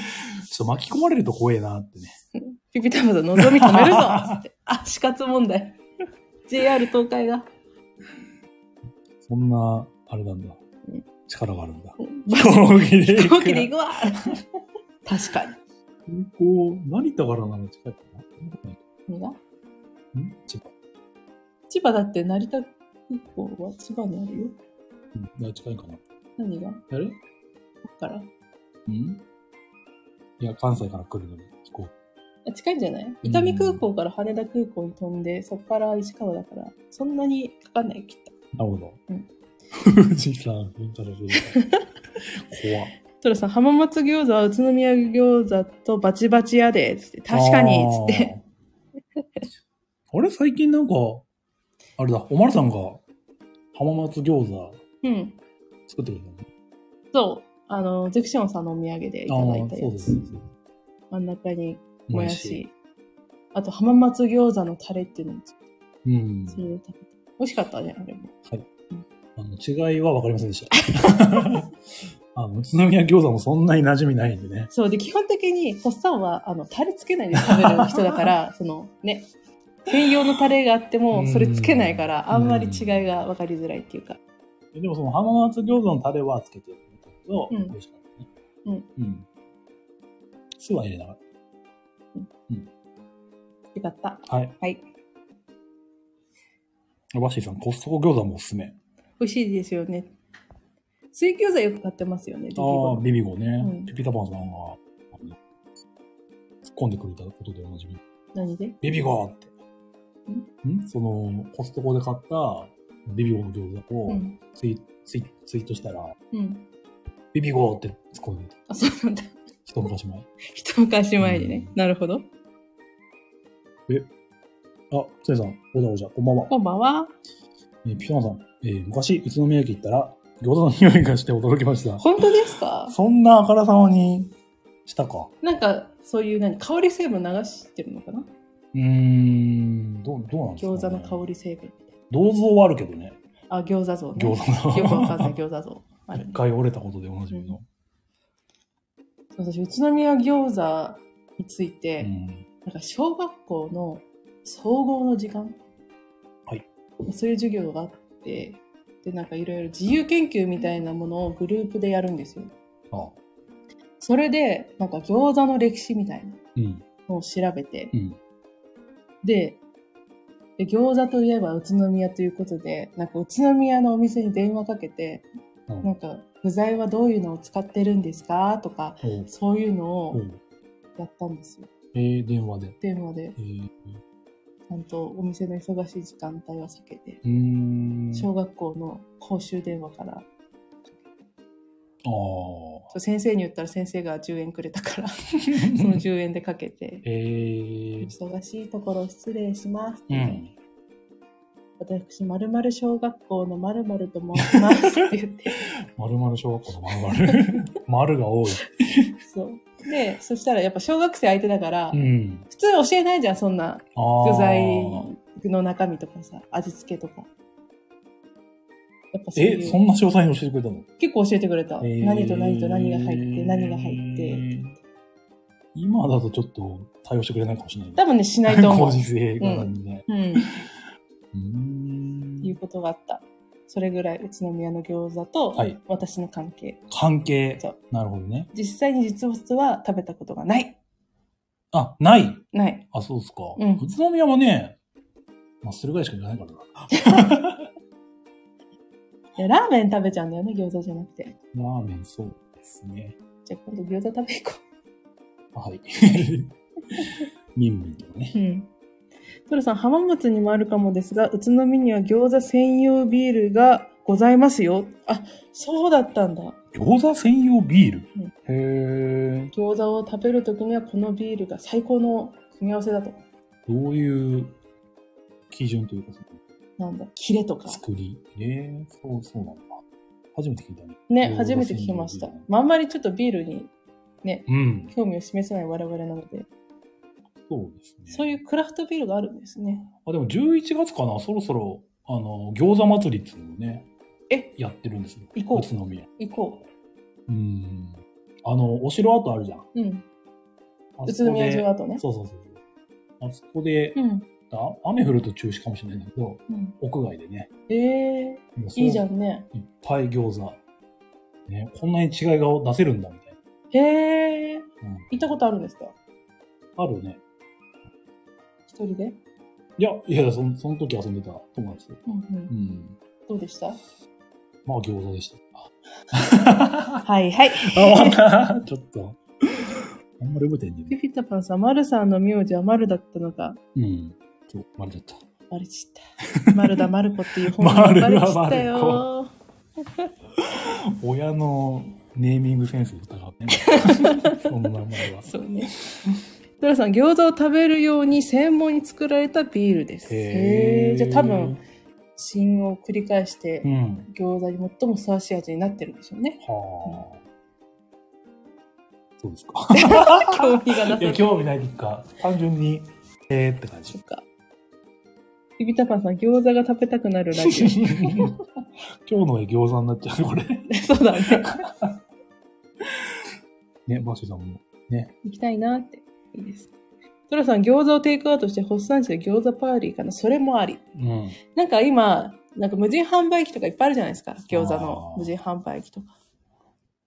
ょっと巻き込まれると怖えなってね。
ピピタマさん、望み止め [LAUGHS] るぞつって。あ、死活問題。JR 東海が。
そんな、あれなんだ
うん。
力があるんだ。
バ
飛行機で
飛
行
行
く
機で行くわ確かに。
空港、成田からなの近いかな
何が
うん千葉。
千葉だって成田空港は千葉にあるよ。
うん、あ近いかな。
何がだ
あれ
から。
うんいや、関西から来るのに飛行
あ近いんじゃない伊丹空港から羽田空港に飛んで、そこから石川だから、そんなにかかんない、きっと。
なるほど。
うん
富士山、うん [LAUGHS] たら富士山。怖
トラさん、浜松餃子は宇都宮餃子とバチバチやで、つって。確かに、つって。
て。 [LAUGHS] あれ最近なんか、あれだ、おまるさんが浜松餃子
うん。
作ってくれたのね
そう。あの、ゼクシオンさんのお土産でいただいた
あーそう
や
で
つ。
す。
真ん中にもやし
い。。
あと、浜松餃子のタレっていうのも作っ
うん
て、。それを食べて。美味しかったね、あれも。
あの違いは分かりませんでした。 [LAUGHS] あの宇都宮餃子もそんなに馴染みないんでね。
そう。で、基本的に、ホッサンは、あの、タレつけないで食べる人
[LAUGHS]
だから、その、ね、専用のタレがあって
う
も、
ん
それつけないから、あんまり違いが分かりづらいっていうか。
でもその浜松餃子のタレはつけてるけど、
うん
美味しかったね。うん。うん。酢は入れなかっ
よかった。
た。はい。
はい。
バッシーさん、コストコ餃子もおすすめ。
美味しいですよね。水餃子よく買ってますよね、ビビ
あ
ゴ
あ、ビビゴね。
うん
ピピタパンさんが、あの突っ込んでくれたことでおなじみ。
何で
ビビゴって。んその、コストコで買ったビビゴの餃子
う
を
ん。
ツイ,、ツイツイートしたら、
うん。
ビビゴって突っ込んでた。
あ、そうなんだ。 [LAUGHS]
一昔前。
一昔前にね。
うん
なるほど。
あ、つねさん、おじゃおじゃ、こんばんは。
こんばんは。
えーピカナさん、えー昔、宇都宮駅行ったら、餃子の匂いがして驚きました。 [LAUGHS]
本当ですか
そんなあからさまにしたか。
なんか、そういう何、香り成分流してるのかな
うーん、どう、どうなんですか、ね、
餃子の香。り成分。
銅像はあるけどね。
あ、餃子像ね。
餃子の。
よくわかんない餃子像。ある
一
ね
回折れたことでおなじみの。
私、宇都宮餃子について、
うん。
なんか小学校の総合の時間、
はい、
そういう授業があってでなんかいろいろ自由研究みたいなものをグループでやるんですよ
あ、
それでなんか餃子の歴史みたいな
うん。
のを調べて
うん。
でで餃子といえば宇都宮ということでなんか宇都宮のお店に電話かけて
うん
なんか具材はどういうのを使ってるんですかとか
おう
そういうの
お
を
う
やったんですよ
えー、電話で。
電話で
えー、
ちゃんとお店の忙しい時間帯は避けて
うーん。
小学校の公衆電話から
ああ。
そう先生に言ったら先生が10円くれたからその10円でかけて
[LAUGHS] え
「
ー。
忙しいところ失礼します」
うん。
私、まるまる小学校のまるまると申しますって言って、
まるまる小学校のまるま
[LAUGHS]
る。丸が多い。
そう。で、そしたらやっぱ小学生相手だから、
うん。
普通教えないじゃん、そんな
ああ。
具材の中身とかさ、味付けとか。やっぱそう
え、
い
そ
うん
な詳細に教えてくれたの
結構教えてくれた。
えー
何と何と何が入って、何が入って。
今だとちょっと対応してくれないかもしれないね。
多分ね、しないと思
工
う。
事性がなんでね。
うん。
うーん
いうことがあった。それぐらい宇都宮の餃子と
はい
私の関係。
関係
そう。
なるほどね。
実際に実物は食べたことがない。
あ、ない。
ない。
あ、そうっすか。
うん
宇都宮はね、まあ、するぐらいしか言わないからな。
いやラーメン食べちゃうんだよね、餃子じゃなくて。
ラーメン、そうですね。
じゃあ今度餃子食べ行こ
あ
[LAUGHS]
はい。ミンミンとかね
う。。うん。トラさん、浜松にもあるかもですが、宇都宮には餃子専用ビールがございますよ。あ、そうだったんだ。
餃子専用ビール。へえ。
餃子を食べるときにはこのビールが最高の組み合わせだと。
どういう基準というか、その
なんだ、キレとか。
作り。えー、そうそうなんだ。初めて聞いたね。
ね、
餃子
初めて聞きました
専用ビール。
まあ、あんまりちょっとビールに
うん。
興味を示せない我々なので、
そうですね。
そういうクラフトビールがあるんですね。
あ、でも11月かな、そろそろ、あの、餃子祭りっていうのをね、
え
やってるんですよ。
行こう
宇都宮。
行こ
うん。あの、お城跡あるじゃん。
う。うん。
あ
宇
そこ
都
で
宮城跡ね。
そうそうそう。あそこで、
うん。
あ雨降ると中止かもしれないんだけど、
うん。
屋外でね、
ええ
もうそう
いいじゃんね。
いっぱい餃子。ね、こんなに違いが出せるんだ、みたい
へえ
な。うん
行ったことあるんですか
あるね。
一人で、
いや、いや、そのその時遊んでた友達で。
うんうん
うん。
どうでした
まあ、餃子でした。 [LAUGHS]
はいはい。
あ、また、 [LAUGHS] ちょっと。あんまり覚えてないんだ
ピ
よね。
ピタパンさん、マルさんの名字はマルだったのか、
うん。そう、まれちゃった。
バレ
[LAUGHS]
ちった。マルだマルコっていう本名がバ
丸は
レちった
丸
よ。
親のネーミングセンスを疑ってね。 [LAUGHS] その名前は。
そうね。ドラさん、餃子を食べるように専門に作られたビールです。へえ。じゃあ多分、。信を繰り返して
う、ん。
餃子に最もふさわしい味になってるんでしょ
[LAUGHS]
うね。
はあ。そうですか。
興味がなさ
いや、
そ
興味ないというか、単純に、えーって感
[LAUGHS]
じ
う。か。ピピタパンさん、餃子が食べたくなるラジオ。
[LAUGHS] 今日の絵餃子になっちゃう、これ。
そうだね。
ね、マーシーさんも。
行きたいなって。いいです。トラさん、餃子をテイクアウトして、ホッサン市で餃子パーリーかなそれもあり。
うん。
なんか今、なんか無人販売機とかいっぱいあるじゃないですか。餃子の
あー
無人販売機とか。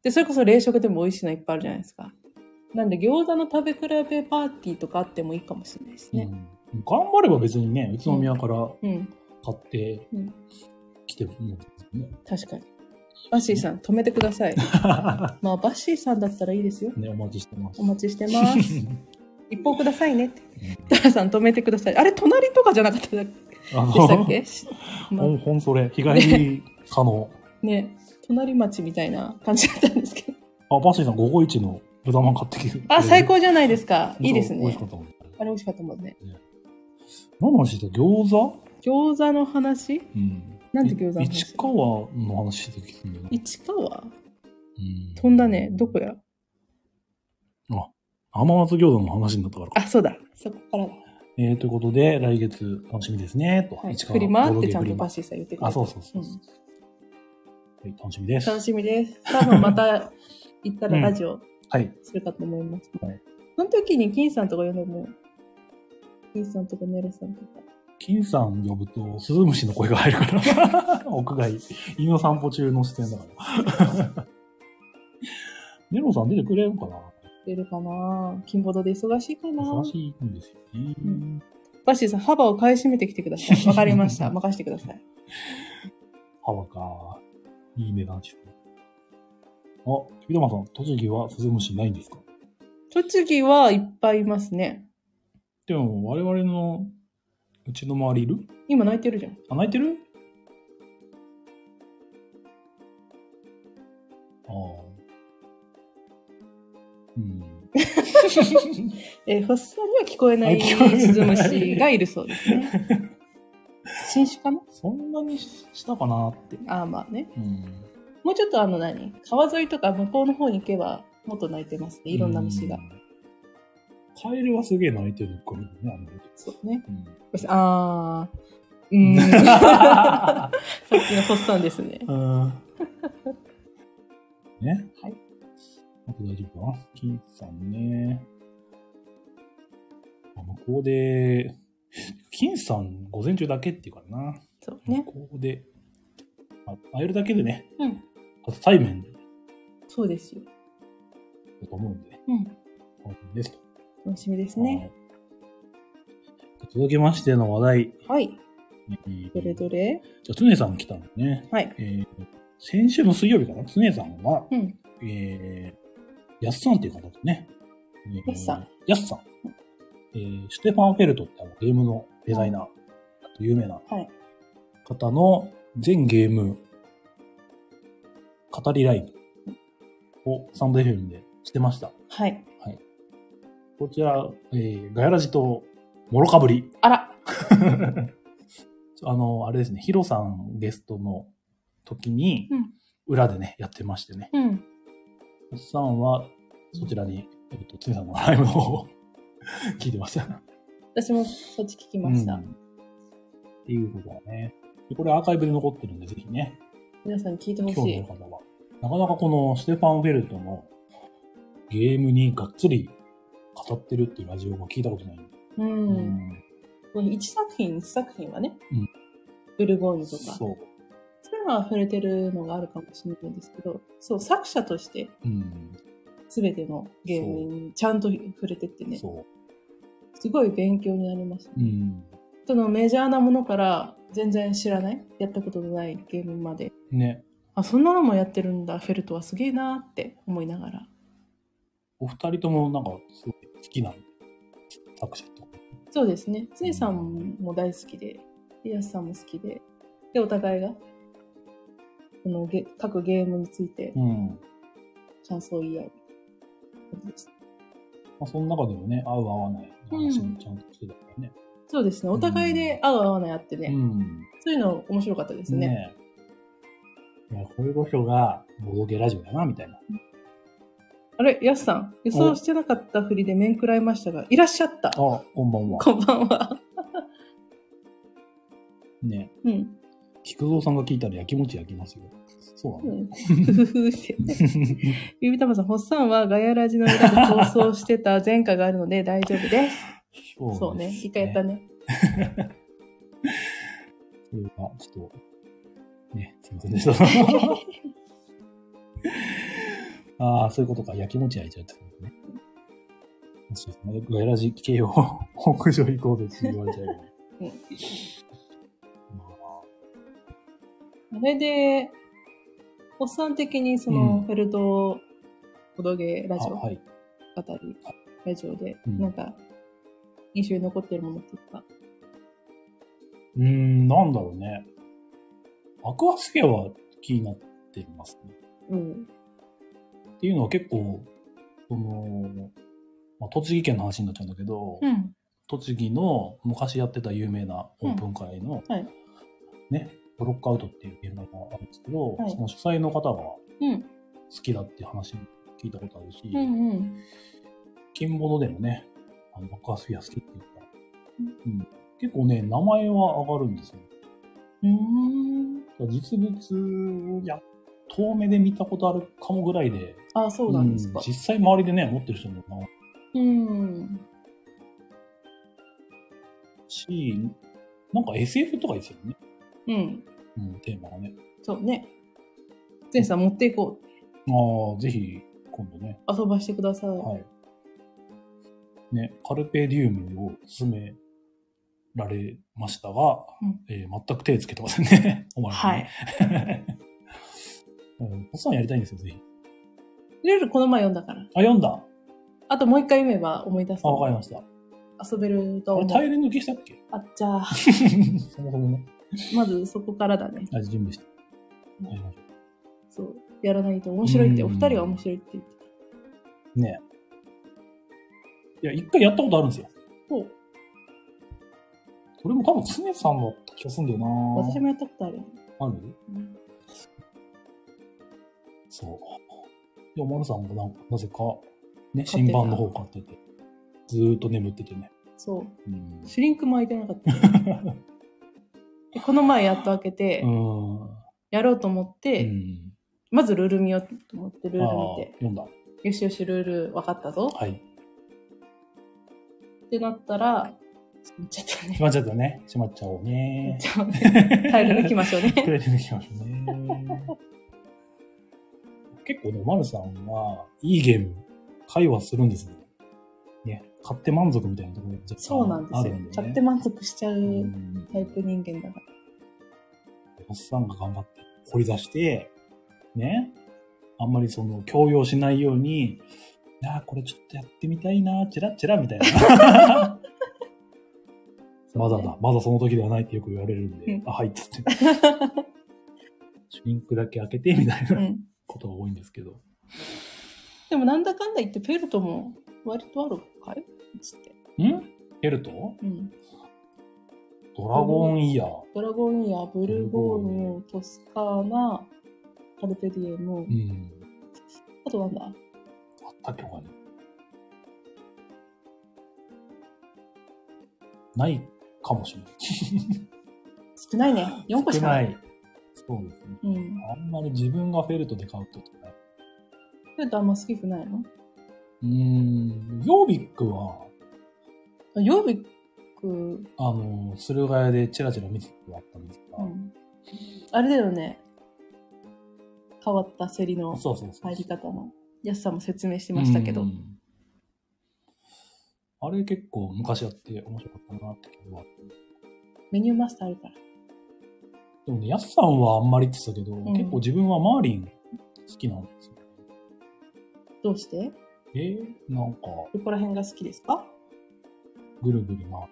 で、それこそ冷食でも美味しいのいっぱいあるじゃないですか。なんで餃子の食べ比べパーティーとかあってもいいかもしれないです
う
ね。
ん頑張れば別にね、宇都宮から
うん、
買って
うん
きても
[LAUGHS]
いいんですよね。
確かに。バッシーさん、止めてく
[LAUGHS]
ださい。まあ、バッシーさんだったらいいですよ。
ね、お待ちしてます
お。待ちしてます。一報くださいねって
うん。
トラさん、止めてください。あれ、隣とかじゃなかったで
あ
したっ
の、 [LAUGHS]
けま
ほん、ほんそれ、日帰り可
[LAUGHS]
能。
ね、隣町みたいな感じだったんですけど。
あ、バッシーさん、551の豚まん買ってきて。
あ、最高じゃないですか。
うん
いいです
美味しか
ね。
ったもん。
あれ美味しかったもんね。
何の話してた餃子
餃子の話
うん。
なんで餃子の話
い市川の話してきてんだよな。
市川
うん
飛んだね。どこや
浜松餃子の話になったからか。
あ、そうだ。そこからだ。
えー、ということで、来月楽しみですね、と。
はい。
市川
フリマっ
ボロ
て
ゲ
ちゃん
フ
と
リマ
バッシーさん言ってくれた
あ、そうそうそうそう、はい。楽しみです。
楽しみです。多分また行ったらラジオ
はい。
するかと思います。
はい
その時に金さんとか呼んでも、金さんとかネルさんとか。
金さん呼ぶと、スズムシの声が入るから。 [LAUGHS] 屋外。犬の散歩中の視点だから。 [LAUGHS] ネロさん出てくれるかな
出るかな金ボードで忙しいかな
忙しいんですよね。
うんバッシーさん、幅を買い占めてきてくださ
[LAUGHS]
い。わかりました。任せてください。
幅か。いい値段してる。あ、ひだまさん、栃木はスズムシないんですか
栃木はいっぱいいますね。
でも、我々の、うちの周りいる
今泣いてるじゃん。
あ、泣いてるああ。
[LAUGHS]
うん。
えー、ホッサンには聞こえない
あ聞こえない
スズムシがいるそうですね。新種かな
そんなにししたかなって。
ああ、まあね。
うん。
もうちょっとあの何川沿いとか向こうの方に行けば、もっと鳴いてますね。いろんな虫が
う。ん。カエルはすげえ泣いてるからね、あの
[LAUGHS]
時
そうね。
うん。
あー。うーん。 [LAUGHS] さっきのホッサンですね。 [LAUGHS]
ね。
はい。
あと大丈夫かな金さんね。あ向こうで、金さん午前中だけっていうからな。
そうね。
向こうで、あ会えるだけでね、
うん。
初対面
そうですよ。
だと思うんで、
うん。
楽しみですと。
楽しみですね。
はい。続きましての話題。
はい。
えー
どれどれ
じゃあ、つねさん来たのね。
はい。
えー先週の水曜日からつねさんが、
うん。
えー、やっさんっていう方とね。えー
やっさん。
やっさん。えー、シュテファン・フェルトってあのゲームのデザイナー、有名な
はい
方の全ゲーム語りライブをサンド FM でしてました。
はい。
こちら、えー、ガヤラジともろかぶり。
あら。
[LAUGHS] あの、あれですね、ヒロさんゲストの時に
うん、
裏でね、やってましてね。
うん。
おっさんは、そちらに、えっと、つねさんのライブの方を聞いてました。
私もそっち聞きました。
うんっていうことだね。でこれアーカイブで残ってるんで、ぜひね、
皆さんに聞いてほ
興
し
味あ
い
る。方は。なかなかこのステファン・フェルトのゲームにがっつり語ってるっていうラジオが聞いたことない。
う。
うん
この一作品、一作品はね、
うん
ブルゴーニュとか、そう
そう。
いうのは触れてるのがあるかもしれないんですけど、そう、作者として
うん。
全てのゲームにちゃんと触れてってね、
そ
すごい勉強になりました。
う。うん。
そのメジャーなものから全然知らない、やったことのないゲームまで、
ね。
あ、そんなのもやってるんだ、フェルトはすげえなーって思いながら。
お二人ともなんか、すごい好きな作者とか。
そうですね。つねさんも大好きで、でやすさんも好きで、で、お互いが、このゲ各ゲームについて
うん。
感想を言い合う感じです。
まあ、その中でもね、合う合わない話もちゃんとしてたからね。
そうですね。お互いで合う合わないあってね、
うん。
そういうの面白かったですね。
ねえ。いや、こういうことが、ボドゲラジオだな、みたいな。
あれ、やすさん、予想してなかったふりで面食らいましたが、いらっしゃった。
あ、こんばんは。
こんばんは。
ね
うん。
え、菊蔵さんが聞いたらやきもち焼きますよ。そうなの、
ふふふって。 [LAUGHS] ゆびたまさん、ほっさんはガヤラジの裏で放送してた前科があるので大丈夫です。そうね。一回やった
ね。
[LAUGHS] ね。
それは、ちょっと、ね、すいませんでした。 [LAUGHS] ああ、そういうことか。やきもち焼いちゃったんですね。そうですね。ガヤラジ系を北上行こうぜって言われちゃうよね。
うん
ま
あれで、おっさん的にそうの
ん
フェルトボドゲラ
あ、
ジ
あ
オ、
はい。
あたり、ラジオで、
うん
なんか、印象に残ってるものっていうか、
うーん、なんだろうね。アクアスケは気になってますね。
うん。
っていうのは結構、その、まあ、栃木県の話になっちゃうんだけど、
うん。
栃木の昔やってた有名なオープン会の、
うんはい
ね、ブロックアウトっていうゲームがあるんですけど、
はい
その主催の方が好
うん。
きだっていう話も聞いたことあるし、
うんうん。
金ボドでもね、あのアクアスフィア好きっていうか、
う
うん結構ね、名前は上がるんですよ。
うーん。
実物をや遠目で見たことあるかもぐらいで、
あ、そうなんですか
うん。実際周りでね、持ってる人もいる
うん。
し、なんか SF とかですよね、
うん。
うん、テーマがね。
そうね。全さん持っていこう。
ああ、ぜひ今度ね、
遊ばしてください。
はい。ね、カルペディウムを勧められましたが、
うん
えー全く手つけてませんね。 [LAUGHS] お前
は
ら
い
ね。うん、おっさんやりたいんですよ、ぜひ。
ルールこの前読んだから。
あ、読んだ。あ、
あともう一回読めば思い出すの。
わかりました。
遊べると
あれ、
思う。
大連抜きしたっけ [LAUGHS]
あ、じゃあ、
そもそもね。
まずそこからだね。
あ、準備して。やりましょう
そう。やらないと面白いって、
うん
お二人は面白いって言ってた。
ねえ。いや、一回やったことあるんですよ。
そう。
これも多分、常さんだった気がするんだよな
私もやったことある。
ある
うん
そう。いや、丸さんもなんか、なぜか、ね、
買ってた
新版の方買ってて、ずーっと眠っててね。
そう。
うん。
シュリンクも開いてな
[LAUGHS]
かった。でこの前やっと開けて、
うん。
やろうと思っ
う
て、
ん
まずルール見ようと思って、ルール
あ
見
ー読んだ。
て、よしよしルール分かったぞ
はい。
ってなったら、しまっちゃったね
決。まっちゃったね。しまっちゃおうね。
ちょっとねタイル抜きましょう
く [LAUGHS]
ね。
れてきましたね。結構ね、マルさんは、いいゲーム、会話するんですね。ね、買って満足みたいなところが若干
そうなんですよ。
あ
買
るん
っ
で
て
ね。
満足しちゃ
う
うんタイプ人間だから。
おっさんが頑張って、掘り出して、ね、あんまりその、強要しないように、なあ、これちょっとやってみたいな、チラッチラみたいな。 [LAUGHS] まだだ、まだその時ではないってよく言われるんで、
うん
あ、はいっつ [LAUGHS] って。シュリンクだけ開けて、みたいな。
うん。
ことが多いんですけど。
でもなんだかんだ言ってペルトも割とあるかいつって。
んエルト
うん。
ドラゴンイヤー。
ドラゴンイヤー、ブルゴーニュ、トスカーナ、カルペディエム、
うん。
あとなんだ
あったっけ他に。ないかもしれない。
少ないね。4個しかない。
少そうですね。
うん。
あんまり自分がフェルトで買うってことない。
ペルトあんま好きくないの
うーん。ヨービックは、
あヨービック、
あの、駿河屋でチラチラ見てたことがあったんですが、
うん。あれだよね。変わったセリの
そうそうそう。
入り方の。安さんも説明してましたけど。
うんあれ結構昔やって面白かったなってことは
メニューマスターあるから。
でもね、ヤスさんはあんまりって言ってたけど、
ん
結構自分はマーリン好きなんですよ。
どうして
えー、なんか、
どこら辺が好きですか
ぐるぐるな。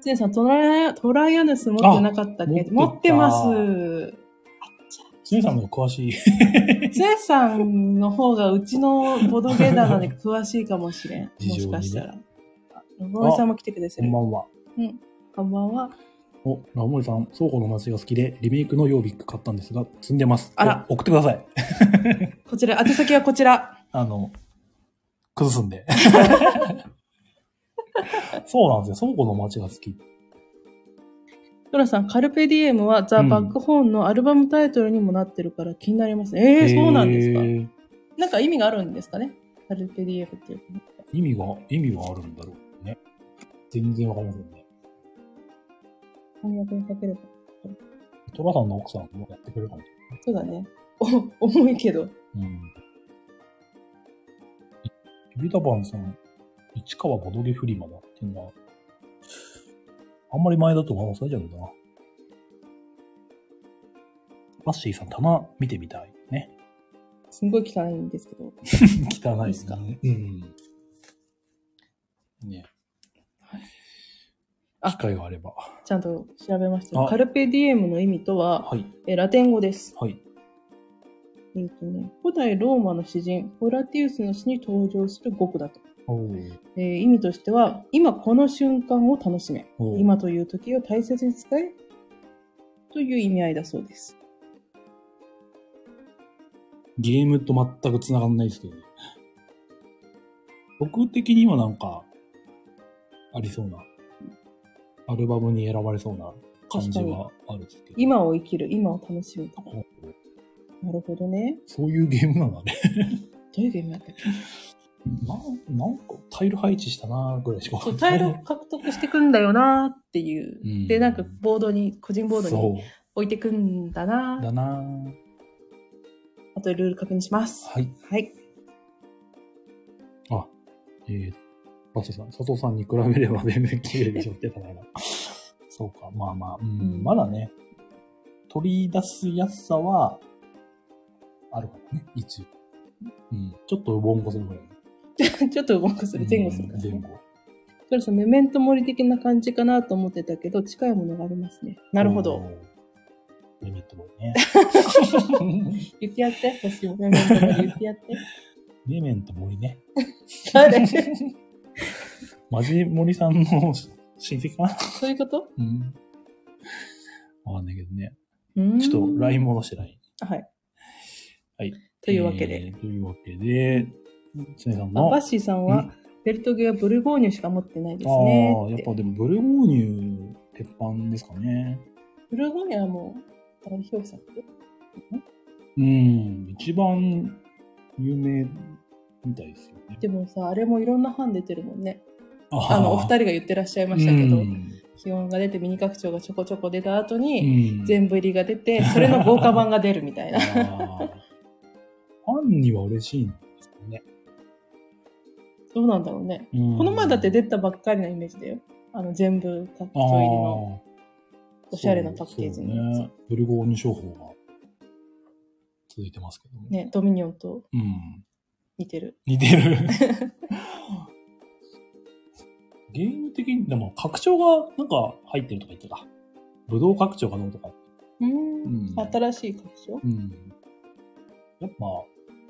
つねさん、トライア、トライアネス持ってなかったっけ
あ持
持
ってた
ってます。
つねさんの方が詳しい。
つねさんの方がうちのボドゲーな
[LAUGHS]
ので詳しいかもしれん。
事情に
もし
ね
かしたら。ロボイさんも来てくださ
こん
る
ば。んは。
こんばんは。
お、ラモリさん、倉庫の街が好きで、リメイクのヨービック買ったんですが、積んでます。
あら
お送ってください。
こちら、宛先はこちら。
あの、崩すんで。 [LAUGHS] そうなんですよ。倉庫の街が好き。
ドラさん、カルペディエムはザ・
うん
バックホーンのアルバムタイトルにもなってるから気になりますね。えー、そうなんですか
え。ー
なんか意味があるんですかねカルペディエムっていう。
意味が、意味はあるんだろうね。全然わかりませんね。
翻訳にかければ。
トラさんの奥さんもやってくれるかも。
そうだね。 [LAUGHS] お、重いけど。
うん。ビタバンさん、市川ボドゲフリマだっていうのは、あんまり前だとは忘れちゃうんだな。バッシーさん、棚見てみたい。ね。
すんごい汚いんですけど。
汚い
い
で
ですす
か。
か
うん。ね。
あ
機会があれば。
ちゃんと調べましたよ
あ
カルペディエムの意味とは、
はい。
えラテン語です。
はい。
えっとね、古代ローマの詩人、ホラティウスの詩に登場する語句だと。
おー
えー意味としては、今この瞬間を楽しめ。
おー。
今という時を大切に使え。という意味合いだそうです。
ゲームと全く繋がんないですけどね。僕的にはなんか、ありそうな、アルバムに選ばれそうな感じはあるんですけど。
今を生きる、今を楽しむと。
こう
なるほどね。
そういうゲームなんだね。 [LAUGHS]
どういうゲームだったっけ
ななんかタイル配置したなーぐらいしかわか
そ
んな
う、タ
い。
イル獲得してくんだよなーっていう。
うん
で、なんかボードに、個人ボードに
そ
置いてくんだな
う。
ー
だなー
あとでルール確認します。
はい。
はい。 [LAUGHS]
あ、えー、バシさん、佐藤さんに比べれば全然綺麗でしょってた
[LAUGHS]
から。そうか、まあまあ、うん、
うん
まだね、取り出すやすさは、あるからね、一応。うん、ちょっとウボンゴするぐらい。
ちょっと動かする、前後するから、ね。
うん前後。
それさ、メメントモリ的な感じかなと思ってたけど、近いものがありますね。なるほ
お
ど。
ー。ってもいいね。
言ってやって、私もメモのとこに言って [LAUGHS] やって。
メメンと森ね。
誰
マジ森さんの親戚かな
[LAUGHS] そういうこと
うん。わかんないけどね。
うーん
ちょっと LINE 戻して LINE。
はい。
はい。
というわけで。
えーというわけで、つねさん
あ
の。
バッシーさん
う
は、ベルトゲはブルゴーニュしか持ってないですね
ああ、や
っ。
ってぱでもブルゴーニュ鉄板ですかね。
ブルゴーニュはもう、代表作
うん、一番有名みたいですよね。
でもさ、あれもいろんな班出てるもんね。
あ
あの、お二人が言ってらっしゃいましたけど、
うん
気温が出て、ミニ拡張がちょこちょこ出た後
う
に、
ん、
全部入りが出
[LAUGHS]
て、それの豪華版が出るみたい
あ
な。
ー [LAUGHS] ファンには嬉しいんですよね。
どうなんだろうね。
こ
この前だって出たばっかりなイメージだよ。あの、全部拡張入りの
の
おしゃれなパッケージのやつ。
ね。ブルゴーニュ商法が続いてますけども。
ね、ドミニオンと
うん。
似てる。
似てる。ゲーム的に、でも拡張がなんか入ってるとか言ってた。武道拡張がどうとか。
うん
ん
新しい拡張
うん。やっぱ、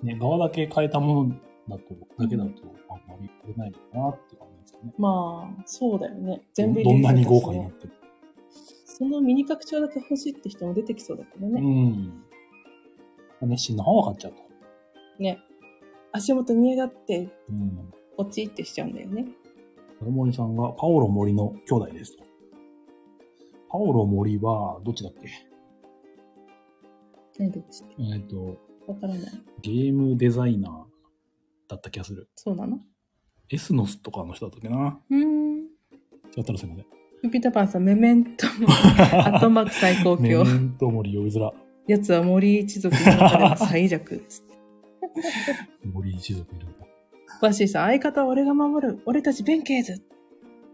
ね、側だけ変えたものだと、だけだと、あんまり売れないのかなって感じですかね。
まあ、そうだよね。全部
どんなに
リリー
豪
スさ
華
れ
に
た
な
し
っ
ね
ても。
そのミニ拡張だけ欲しいって人も出てきそうだけど
う
ね。
ん。熱心の方が買っちゃうと。
ね。足元見上がって、
うん。
ポチってしちゃうんだよね。
丸森さんが、パオロ森の兄弟ですと。パオロ森は、どっちだっけ
何どっちって。
えっ、と、
わからない。
ゲームデザイナーだった気がする。
そうなの
エスノスとかの人だったっけな。
うーん。
違ったらすいません。
ピピタパンさん、メメント
[LAUGHS]
も、アットマーク最高
メメ
級。
ント森呼びづら。
やつは森一族の中でも最弱。
森一族いるんだ。
バッシーさん、相方は俺が守る。俺たち弁慶ズ。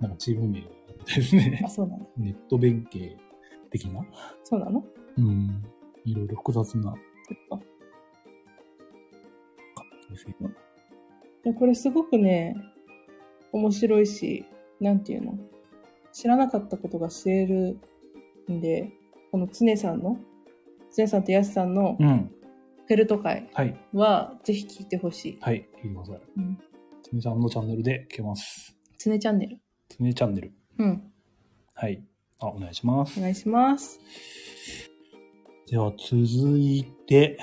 なんかチーム名があってですね
あ、。そうなの
ネット弁慶的な。
そうなの
うん。いろいろ複雑な。
そっか
ですよ
いやこれすごくね、面白いし、なんていうの知らなかったことが知れるんで、この常さんの、常さんとやすさんの
うん。
フェルト会
はい。
は、ぜひ聞いてほしい。
はい。聞いてください。
うん
つねちゃんのチャンネルで聞けます。
常チャンネル。
つねチャンネル。
うん。
はい。あ、お願いします
お。願いします。
では続いて、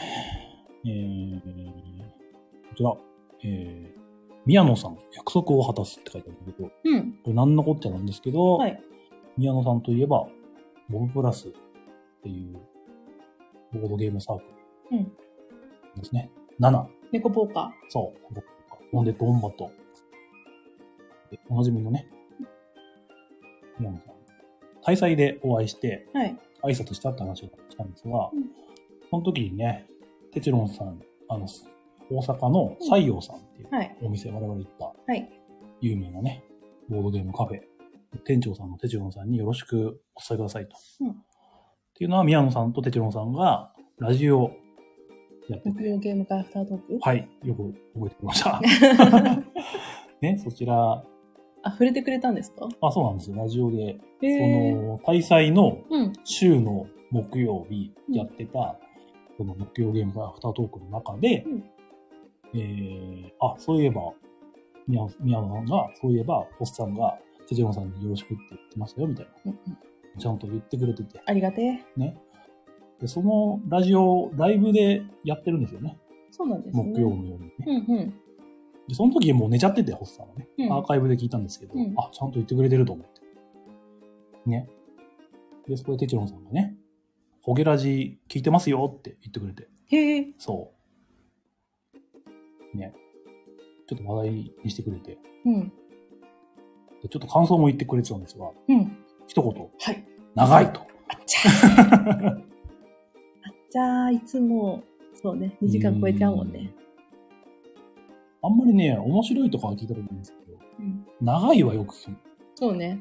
えー、こちら、えー、宮野さん、約束を果たすって書いてあるんだけど、こ
うん。
れ何のこっちゃなんですけど、
はい。
宮野さんといえば、ボブプラスっていうボードゲームサークル
うん
ですね。7、
猫ポーカ
そう、僕モンデッド・オンバット。でおなじみのね、宮野さん。大祭でお会いして、
ー。はい。
挨拶したって話をしたんですが、
うん
その時にね、テチロンさん、あの、大阪の西洋さんっていう
はい。
お店、我々行った
はい。
有名なね、ボードゲームカフェ、店長さんのテチロンさんによろしくお伝えくださいと。
うん
っていうのは、宮野さんとテチロンさんがラジオやって
木
て、
曜ゲーム会アフタートーク
はい、よく覚えてきま
[LAUGHS]
した。ね、そちら、
あ、触れてくれたんですか
あ、そうなんですよ、ラジオで、
へ
そ
え。
の、大祭の
うん。
週の木曜日やってた、その木曜ゲームがアフタートークの中で、
うん
えー、あ、そういえば、宮宮野さんが、そういえば、おっさんが、手順さんによろしくって言ってましたよ、みたい
うんうん
な。ちゃんと言ってくれてて、
ありがてえ。
ね。で、そのラジオ、ライブでやってるんですよね。
そうなんですね。
木曜のようにね。
うんうん。
で、その時もう寝ちゃってて、ホッサンはね、
うん
アーカイブで聞いたんですけど、
うん
あ、ちゃんと言ってくれてると思って。ね。で、そこでテチロンさんがね、ホゲラジ聞いてますよって言ってくれて、
へえ。
そう。ね。ちょっと話題にしてくれて、
うん。
でちょっと感想も言ってくれてたんですが、
うん。
一言、
はい。
長いと。
あっちゃ [LAUGHS] ー。あっちゃー、いつも、そうね、2時間超えちゃうもんね。
うん。あんまりね、面白いとかは聞いたことないんですけど、
うん。
長いはよく聞く。
そうね。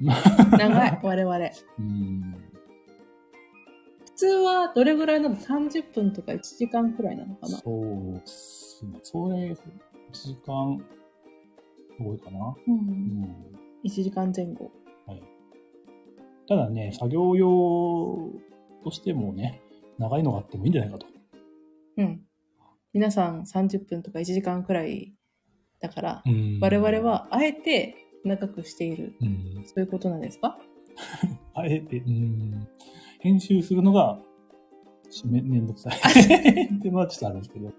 長 [LAUGHS] い、我々。
うん。
普通はどれぐらいなの ?30 分とか1時間くらいなのかな
そうっすね。それ、1時間、多いかな。
う。
うんん。
1時間前後。
ただね、作業用としてもね、長いのがあってもいいんじゃないかと。
うん。皆さん30分とか1時間くらいだから、
うん
我々、はあえて長くしている。
うん、
そういうことなんですか
あえて、うん、編集するのが、しめ、めんどくさい。っていうのはちょっとあるんですけど。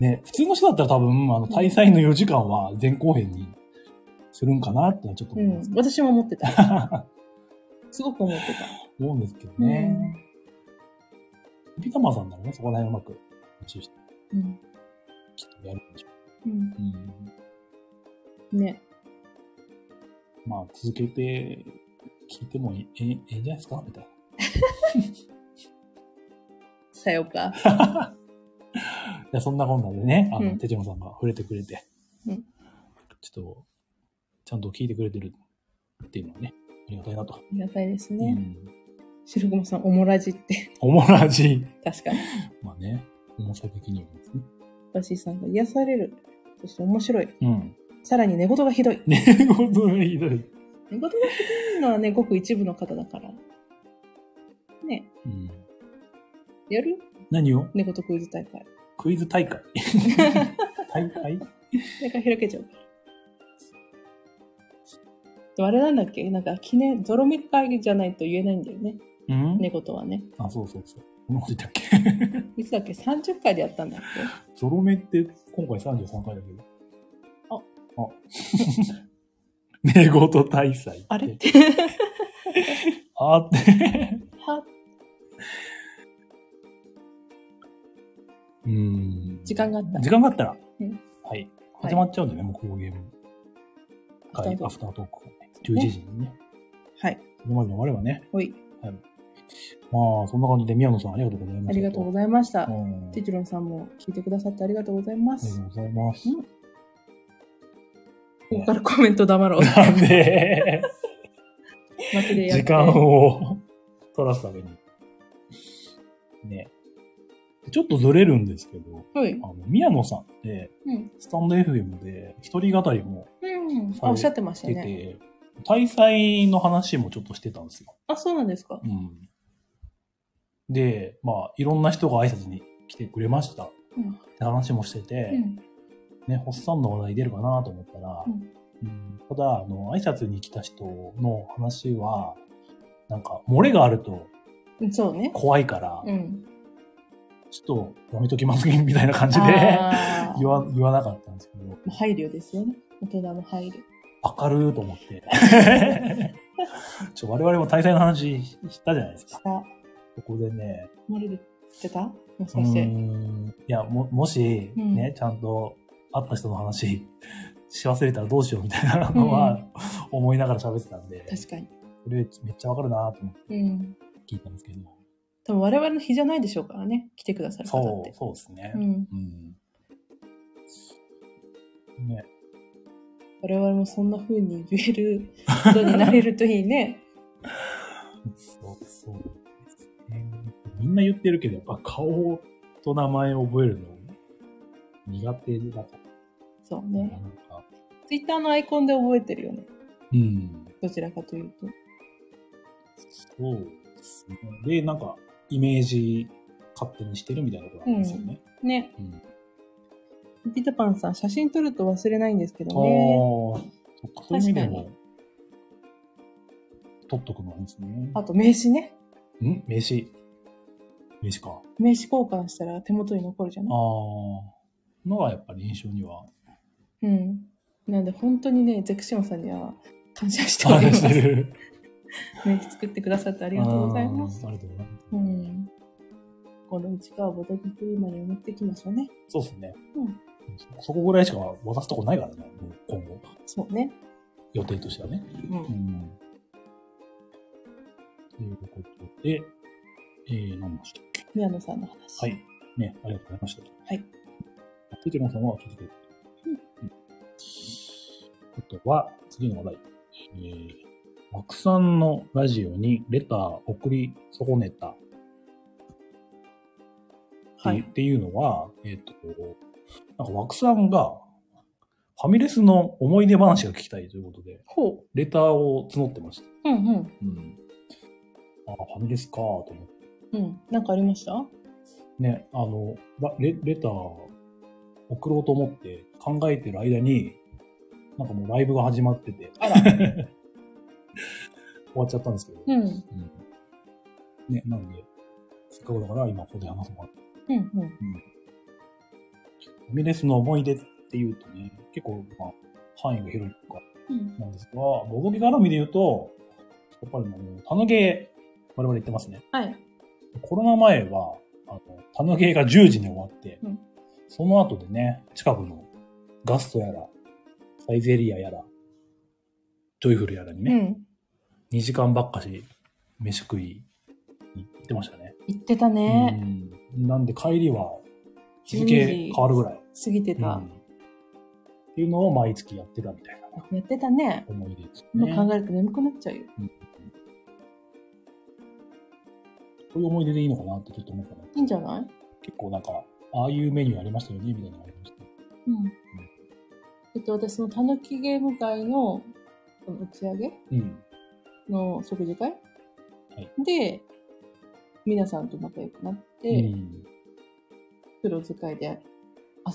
ね、普通の人だったら多分、あの、大祭の4時間は前後編にするんかなってのはちょっと
う
思います。
ん。私も思ってた。すごく思って
[LAUGHS]
た。
思うんですけどね。ピタマーさんならね、そこら辺うまく編集して、
うん。
きっとやるんでしょ
うん。
う。うん
ね。
まあ、続けて聞いてもいい、ええええんじゃないですかみたい
さようか。
な。いや、そんなこんなでね、あの、
うん
てちのさんが触れてくれて、
うん
ちょっと、ちゃんと聞いてくれてるっていうのはね、ありがたいなと。
ありがたいです
う
ね。
ん。
白駒さん、おもらじって。 [LAUGHS]
おもらじ。
確かに。
まあね、重さ的にはですね。
バシーさんが癒される。そして面白い。
うん。
さらに寝言がひどい。
ね、 [LAUGHS] 本当にひどい。
寝言がひどいのはね、ごく一部の方だから。ね。
うん。
やる
何を
寝言クイズ大会。
クイズ大
[LAUGHS]
会。大会
大会開けちゃうから。とあれなんだっけなんか記念、ゾロ目会じゃないと言えないんだよね。
うん、
寝言はね。
あ、そうそうそう。このこと言ったっけ
いつだっけ ?30 回でやったんだっ
ゾロ目って今回33回だけど。
あ。
あ。 [LAUGHS] 寝言大祭って。
あれ
って。あって。
けは、
うーん。
時間があった。
時間があったら。
うん
はい。始まっちゃうんでね、木曜ゲーム
アフタ
会
ー、トーク
アフタートークをね。11時にね。
はい。
それまでに終わればね。
おい。
まあ、そんな感じで宮野さんありがとうございました。
ありがとうご
ざい
ざいました。
うん。あ
てちろんさんも聞いてくださってありがとうございま
りが
す。
とうございます。
うんここからコメント黙ろう。
なんで
負けでやっ
時
て
間を取らすために。ね。ちょっとずれるんですけど、
はい
あ。の、宮野さんって、
うん。
スタンド FM で一人語りも
うん。あ、おっしゃってました
出
ね。
て、大祭の話もちょっとしてたんですよ。
あ、そうなんですか。
うん。で、まあ、いろんな人が挨拶に来てくれましたっ
うん。
て話もしてて、
うん。
ね、ホッサンの話題出るかなと思ったら、
うん
うんただ、あの、挨拶に来た人の話は、なんか、漏れがあると
うんそうね。
怖いから、
うん。
ちょっとやめときますみたいな感じで
あ
[LAUGHS]
ー
言わ、言わなかったんですけど、
配慮ですよね。大人の配慮。
明るいと思
[LAUGHS]
って。ちょ我々も大祭の話したじゃないですか。
下、
ここでね、
漏れてたもし
う
かし
ー
て。
ん、いや、も、もし、
うん
ね、ちゃんと会った人の話 [LAUGHS] し忘れたらどうしようみたいなのは、思いながら喋ってたんで、
確かに。
それめっちゃわかるなと思って
うん。
聞いたんですけど、
多分我々の日じゃないでしょうからね。来てくださる方っ
そ
て
う、。そうですね
う。ん。
うん。ね、
我々もそんな風に言えることになれるといいね。
[LAUGHS] そうそうですね。みんな言ってるけど、やっぱ顔と名前を覚えるの苦手だから、
そう
なん
ね。
か。
ツイッターのアイコンで覚えてるよね。
うん。
どちらかというと。
そうですね。で、なんか、イメージ勝手にしてるみたいなことなんですよね。
ね。
うん。
ピーターパンさん、写真撮ると忘れないんですけど
ああ
ね。
ー、そっか、そういう意味で
確
も、取っとくのはいいですね。
あと名刺ね。
ん名刺。名刺か。
名刺交換したら手元に残るじゃ
あ
ない
あ、のがやっぱり印象には、
うん。なんで本当にね、ゼクシオンさんには感謝しており
感
ま
じ
す。
て
ね、
る。
作ってくださってありがとうございます
あー。ありがとうございます。
うん。このうちかはボトルクリーマに持ってきましょうね。
そうですね。
うん
そそこぐらいしか渡すとこないからね、もう今後。
そうね。
予定としてはね。
う。
うんん。ということで、えー、何でしたっけ
宮野さんの話。
はい。ね、ありがとうございました。
はい。
ペテロンさんは続けて。うん。あとは、次の話題。えー、マクさんのラジオにレター送り損ねたって,、、
はいい。
っていうのは、えっ、と、なんか枠さんが、ファミレスの思い出話が聞きたいということで、
ほ
レターを募ってました。
う。うんうん。
うん。あ、ファミレスかと思って。
うん。なんかありました
ね、あの、らレレター送ろうと思って考えてる間に、なんかもうライブが始まってて、
あら。
終わっちゃったんですけど、
[LAUGHS] うん。うん
うんね、なんで、せっかくだから今ここで話そうかな
うん。
ファミレスの思い出っていうとね、結構、まあ、範囲が広いとか、
うん。
なんですが、ボドゲ絡みで言うと、やっぱりもう、タヌゲー、我々言ってますね。
はい。
コロナ前は、あの、タヌゲーが10時に終わって、
うん
その後でね、近くのガストやら、サイゼリアやら、ジョイフルやらに
う
ね、
ん。
2時間ばっかし、飯食いに行ってましたね。
言ってたね。
うんなんで帰りは、日付変わるぐらい。
過ぎて
うん
た
っ。ていうのを毎月やってたみたいな
やってたね。
思い出です
今
ね。
考えると眠くなっちゃうよ。
こういう思い出でいいのかなってちょっと思うかな。
いいんじゃない
結構なんか、ああいうメニューありましたよね、みたいなのがありました。
うん。えっと、私、そのたぬきゲーム会のその打ち上げ
うん。
の食事会、
はい
で、皆さんと仲良くなって、
うん。
黒使いで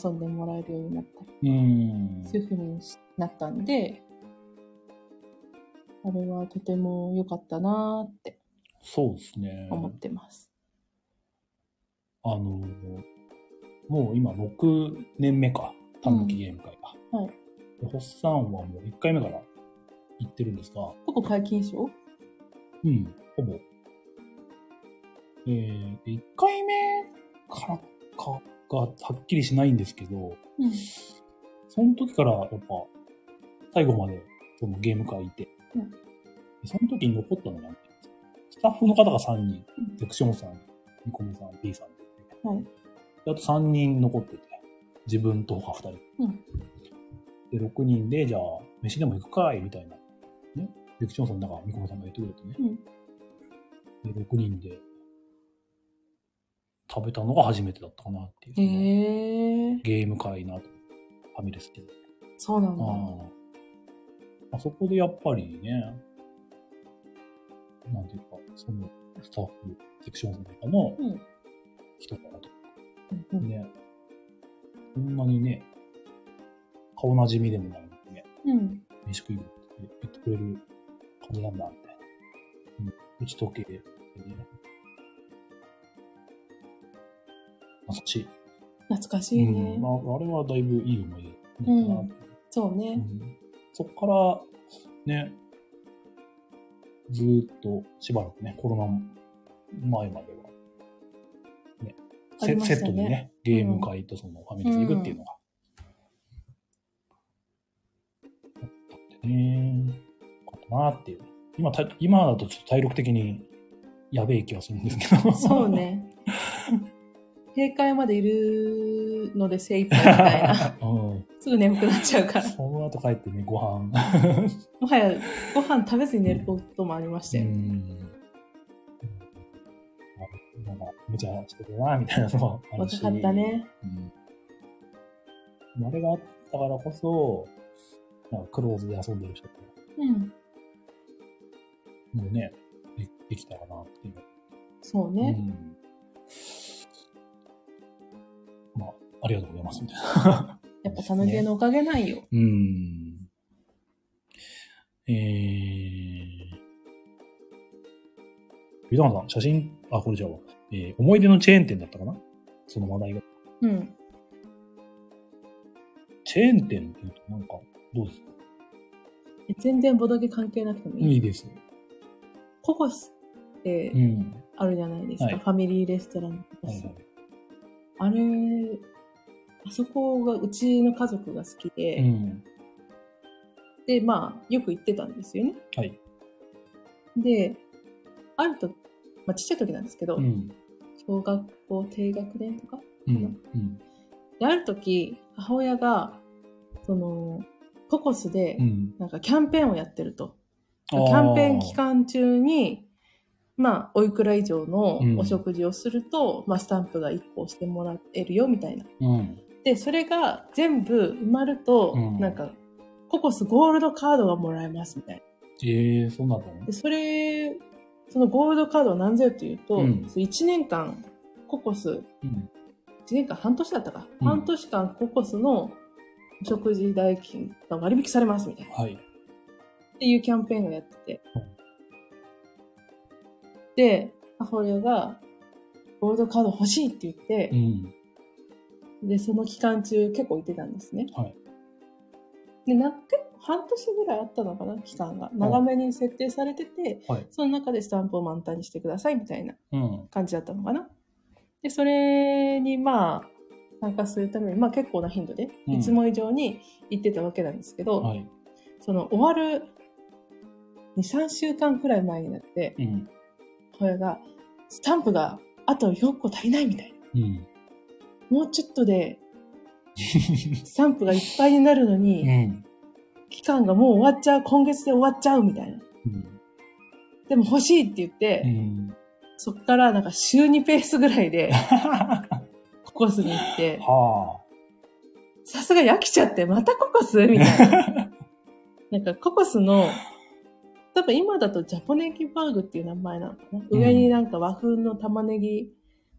遊んでもらえるようになったり、
うん。
そういうふうになったんで、あれはとても良かったなーって
そうですね。
思ってます。
あの、もう今6年目か、たぬきゲーム会が。
うんはい
で。ホッサンはもう1回目から行ってるんですが、
ほぼ解禁賞
うん、ほぼ。えー、1回目からかがはっきりしないんですけど、
うん。
その時からやっぱ、最後までそのゲーム会いて、
うん
その時に残ったのが、スタッフの方が3人
うん、
ゼクションさん、ニコミさん、B さんって言
はい
って、であと3人残ってて、自分と他2人。
うん
で、6人で、じゃあ、飯でも行くかいみたいな。ね。ゼクションさんだから、ニコミさんが言ってくれてね。で、6人で、食べたのが初めてだったかなっていう。
へえー、
ゲーム会なと。ファミレスで。
そうなんだ。
あああそこでやっぱりね、なんていうか、そのスタッフ、セクションさんとかの
うん
人からとか
うんうん
ね、こんなにね、顔なじみでもないのにね、
うん。
飯食いって言ってくれる感じなんだ、みたいな。うん、打ち解けてね。懐かしい。
懐かしいね。
うん、ああれはだいぶいい思い出だったなって
そうね。
そこから、ね、ずーっとしばらくね、コロナ前までは、ね
あ
セ
りま
セッ
したね
トでね、ゲーム会とそのファミレス行くっていうのが。あったね、かったなっていう。今、た今だとちょっと体力的にやべえ気がするんですけど。
そう。ね。閉会までいるので精一杯みたい
[LAUGHS]
な。
[LAUGHS] うん。
すぐ眠くなっちゃうから。
その後帰ってね、ご飯。
もはやご飯食べずに寝ることもありました
う
よ。
ん。あなんか、無茶してるな、みたいなのもある
若
し。
かった。ね。
うん。あれがあったからこそ、なんかクローズで遊んでる人とか
うん。
もうね、でできたかなっていう。
そうね。
うん。まあ、ありがとうございます、みたいな。
やっぱ讃岐のおかげなんよ。
うん。えー。ビダンさん、写真、あ、これじゃあ、えー思い出のチェーン店だったかなその話題が。
うん。
チェーン店っていうと、なんか、どうですか
え全然ボドゲ関係なくてもいい。
いいですね。
ココスって
うん。
あるじゃないですか。
はい
ファミリーレストランのココ
は
ス
いはい。
あれ、あそこがうちの家族が好きで、
うん。
で、まあ、よく行ってたんですよね。
はい。
で、あると、まあ、ちっちゃい時なんですけど、
うん。
小学校低学年とか。
うん。うん。
で、ある時、母親が、その、ココスで
う、ん。
なんかキャンペーンをやってると。
キ
キャンペーン期。間中に、まあ、おいくら以上の
うん
お食事をすると、まあ、スタンプが1個押してもらえるよ、みたいな。
うん。
で、それが全部埋まると、
うん
なんか、ココスゴールドカードがもらえます、みたいな。
えー、そうなったの
で、それそのゴールドカードは何ぞよっていうと、
うん
1年間ココス、
うん
1年間半年だったか、
うん
半年間ココスのお食事代金が割引されますみたいな、っ
はい。
ていうキャンペーンをやってて
うん。
で、母親が、ゴールドカード欲しいって言って、
うん。
で、その期間中結構行ってたんですね。
はい
で、な、結構半年ぐらいあったのかな、期間が。長めに設定されてて、
はい
その中でスタンプを満タンにしてくださいみたいな
うん。
感じだったのかな。で、それにまあ、参加するために、まあ結構な頻度で、
うん
いつも以上に行ってたわけなんですけど、
はい。
その終わる2、3週間くらい前になって、
うん。
母親が、スタンプがあと4個足りないみたいな。
うん。
もうちょっとで、スタンプがいっぱいになるのに、
うん。
期間がもう終わっちゃう、今月で終わっちゃうみたいな。
うん。
でも欲しいって言って、
うん。
そっからなんか週2ペースぐらいで
は
ココスに
[LAUGHS]
行って、
あ。
さすがに飽きちゃって、またココスみたいな。 [LAUGHS] なんかココスの、多分今だとジャポネギバーグっていう名前なのかな。
うん
上になんか和風の玉ねぎ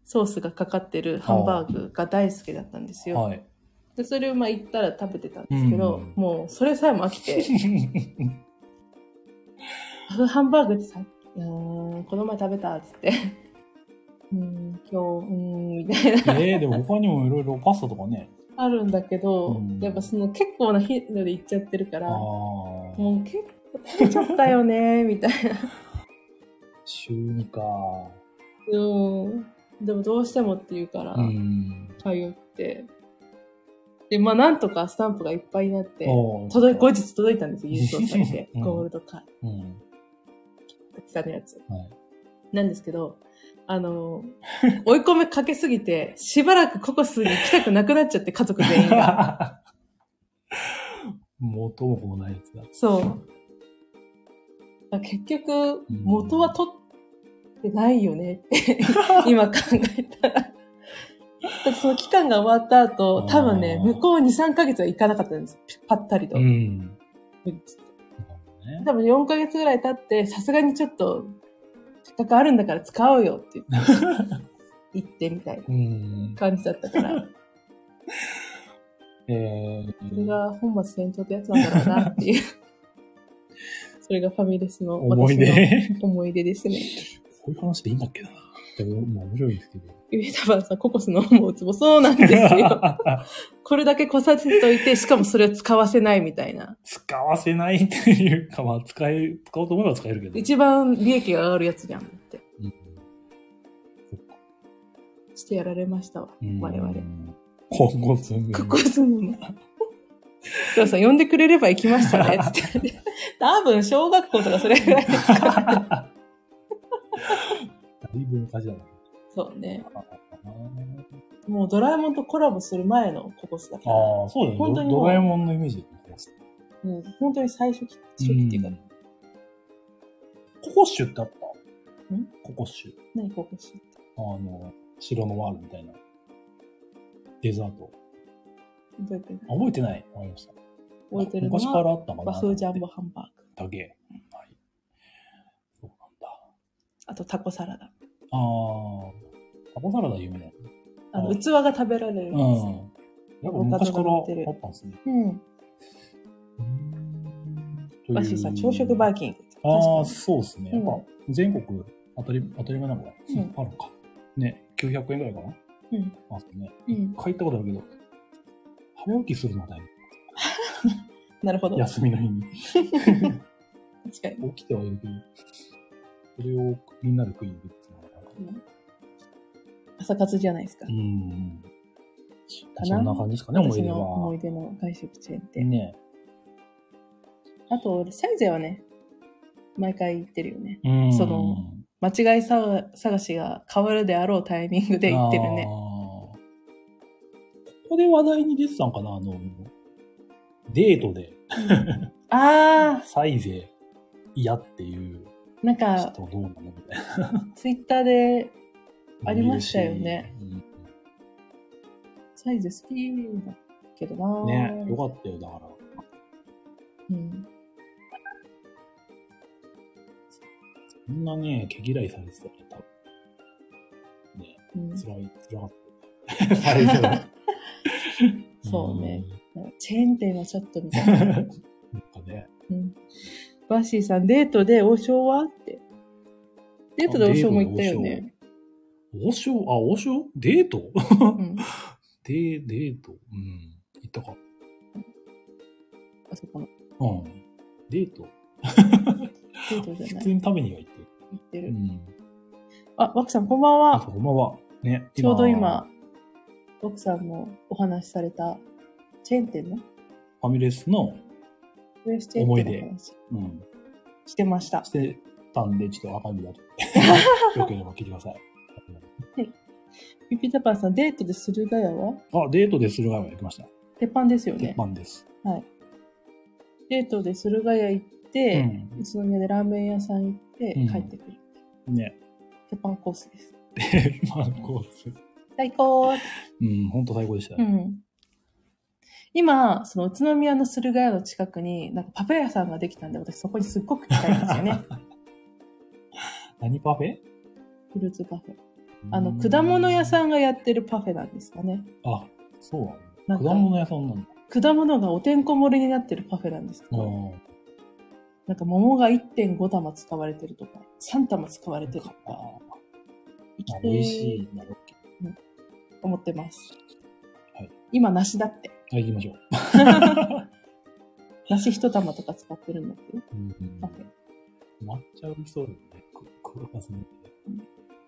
ソースがかかってるハンバーグが大好きだったんですよ。
はい。
で、それをまあ行ったら食べてたんですけど、
うん
もうそれさえも飽きて、ハンバーグってさ、うーん、この前食べたっつって。うーん、今日、うーん、みたいな。
[LAUGHS] ええ、でも他にもいろいろパスタとかね。
あるんだけど、
うん
やっぱその結構な頻度で行っちゃってるから、
あ
も
あ。
う結構食べちゃったよ
[LAUGHS]
ね、みたいな。
週2か。
うん。でもどうしてもって言うから、
ん。
通って。で、まあなんとかスタンプがいっぱいになって、
届。
届い、後日届いたんですよ、郵送されて
[LAUGHS] うん
ゴールドカー
うん。 [LAUGHS]
ド、期間のやつ。
はい。
なんですけど、あの、 [LAUGHS] 追い込めかけすぎて、しばらくココスに行きたくなくなっちゃって、家族全員が。
元も子もないやつだ。
そう。だから結局、
うん
元は取ってないよ
[LAUGHS]
ねって、今考えたら。だってその期間が終わった後、多分ね、
あー
向こう2、3ヶ月は行かなかったんです。ぱったりと。
ん。なるほどね。
多分4ヶ月ぐらい経って、さすがにちょっと、せっかくあるんだから使おうよって
[LAUGHS]
言って、行ってみたいな
うん。
感じだったから。
えー、
それが本末転倒ってやつなんだろうなっ
[LAUGHS]
ていう。それがファミレスの
思い出。
私の思い出ですね。
こういう話でいいんだっけな。でも、まあ面白いんですけど。
ゆえたばさん、ココスのもうつぼ。そうなんで
[LAUGHS]
すよ。これだけこさせといて、しかもそれを使わせないみたいな。
使わせないっていうか、まあ、使え、使おうと思えば使えるけど。
一番利益が上がるやつじゃんって。
うんそっか
してやられましたわ。
うん
我々。
今後すん
ココスのも。そうさん、呼んでくれれば行きました
[LAUGHS]
ね。つって。多分、小学校とかそれぐらいですか。
だいぶ昔だな。
そうね。
あ
もうドラえもんとコラボする前のココスだから。
あ、そうだよね。
本当に
ド
もう
ドラえもんのイメージだす
もう本当に最初期初期っていうか、
うんココッシュってあった
ん
ココッシュ。
何ココスって。
あの、城のワールみたいな。デザート。
どうやって
あ覚えてないわかりました。
覚えてるの
昔から
は
あったかな。
和風ジャンボハンバーグ。
だけ。はい。そうなんだ。
あとタコサラダ。
あー、タコサラダ有名だよね。
あの
うん
器が食べられ
うん
るですよ。。
やっぱ昔から
アボカドが乗ってる
あったんですね。
うん。
という
らしいさ、朝食バイキング。
ああ、
確か
そうですね。やっぱ全国当たり当たり前なのかな、あ
うん
るのか。ね、900円ぐらいかな
うん。
あそうね。
にうん。
買いたことあるけど、早起きするのは大
なるほど。
変。
確
休みの日
[LAUGHS]
に。
かに。
起きてはいるけど、それをみんなで食いに行くっていうのはなんか
朝活じゃないですか
う。ん。
な
そんな感じですかね、思い
私
出
の思
は。
い出の外食チェーンって。
ね。
あと、サイゼはね、毎回行ってるよね。
うん
その、間違いさわ探しが変わるであろうタイミングで行ってる
あー
ね。
ここで話題に出てたんかなあの、デートで
ああ
サイゼ嫌っていう
ー、なんか、
人どうなのみたいな。
ツイッターで、 [LAUGHS] ありましたよね
うん。
サイゼ好きだけどな
ね、よかったよ、だから。
うん。
こんなね、毛嫌いされてたら、多分。ね、
うん
辛い、辛かった。
[LAUGHS]
されてた。
そうね
ん。
チェーン店はちょっとみたい
[LAUGHS]
な。
なんかね。
うん。バッシーさん、デートで王将はって。デートで王将も行ったよね。
王将、あ、王将デート [LAUGHS]
うん。
デー、デートうん。行ったか。
あそこの。
うん。デート
デート
普
じゃない。
通に食べには行ってる。
行って
う
る。
ん。
あ、ワクさん、こんばん
あ、
は。
こんばんは。ね。
ちょうど今、奥さんもお話しされた、チェーン店の
ファミレスの、
ウエスチェーン店の話
うん。
してました
し。てたんで、ちょっと赤身だと。
[LAUGHS]
よければ聞いてください。
ピピタパンさん、デートで駿河屋は
あ、デートでする側は行きました。
鉄板ですよ
鉄
ね。
板です。
デートで駿河屋行っ
う
て、
ん。
宇都宮でラーメン屋さん行って
うん、
帰ってくる。
ね。
鉄板コースです。
まあ、こう
最高
うん、ほんと最高でした
う
ね。
ん。今、その宇都宮の駿河屋の近くに、なんかパフェ屋さんができたんで、私そこにすっごく行きたいんです
[LAUGHS]
よね。
何パフェ
フルーツパフェ。あの、果物屋さ
ん。
んがやってるパフェなんですかね。
あ、そうなだ。
なんんか
果物屋さんなんだ。
果物がおてんこ盛りになってるパフェなんですけ
う
ど、
ん。
なんか桃が1.5玉使われてるとか、3玉使われてると
あ
か、行
まあ
き
美味した
い
いんだろうけ
と思ってます。
はい
今、梨だって。
ど。はい、行きましょう。
梨1玉とか使ってるんだってよ
うん
パフェ。
抹茶売りそうだよね。く黒かすね。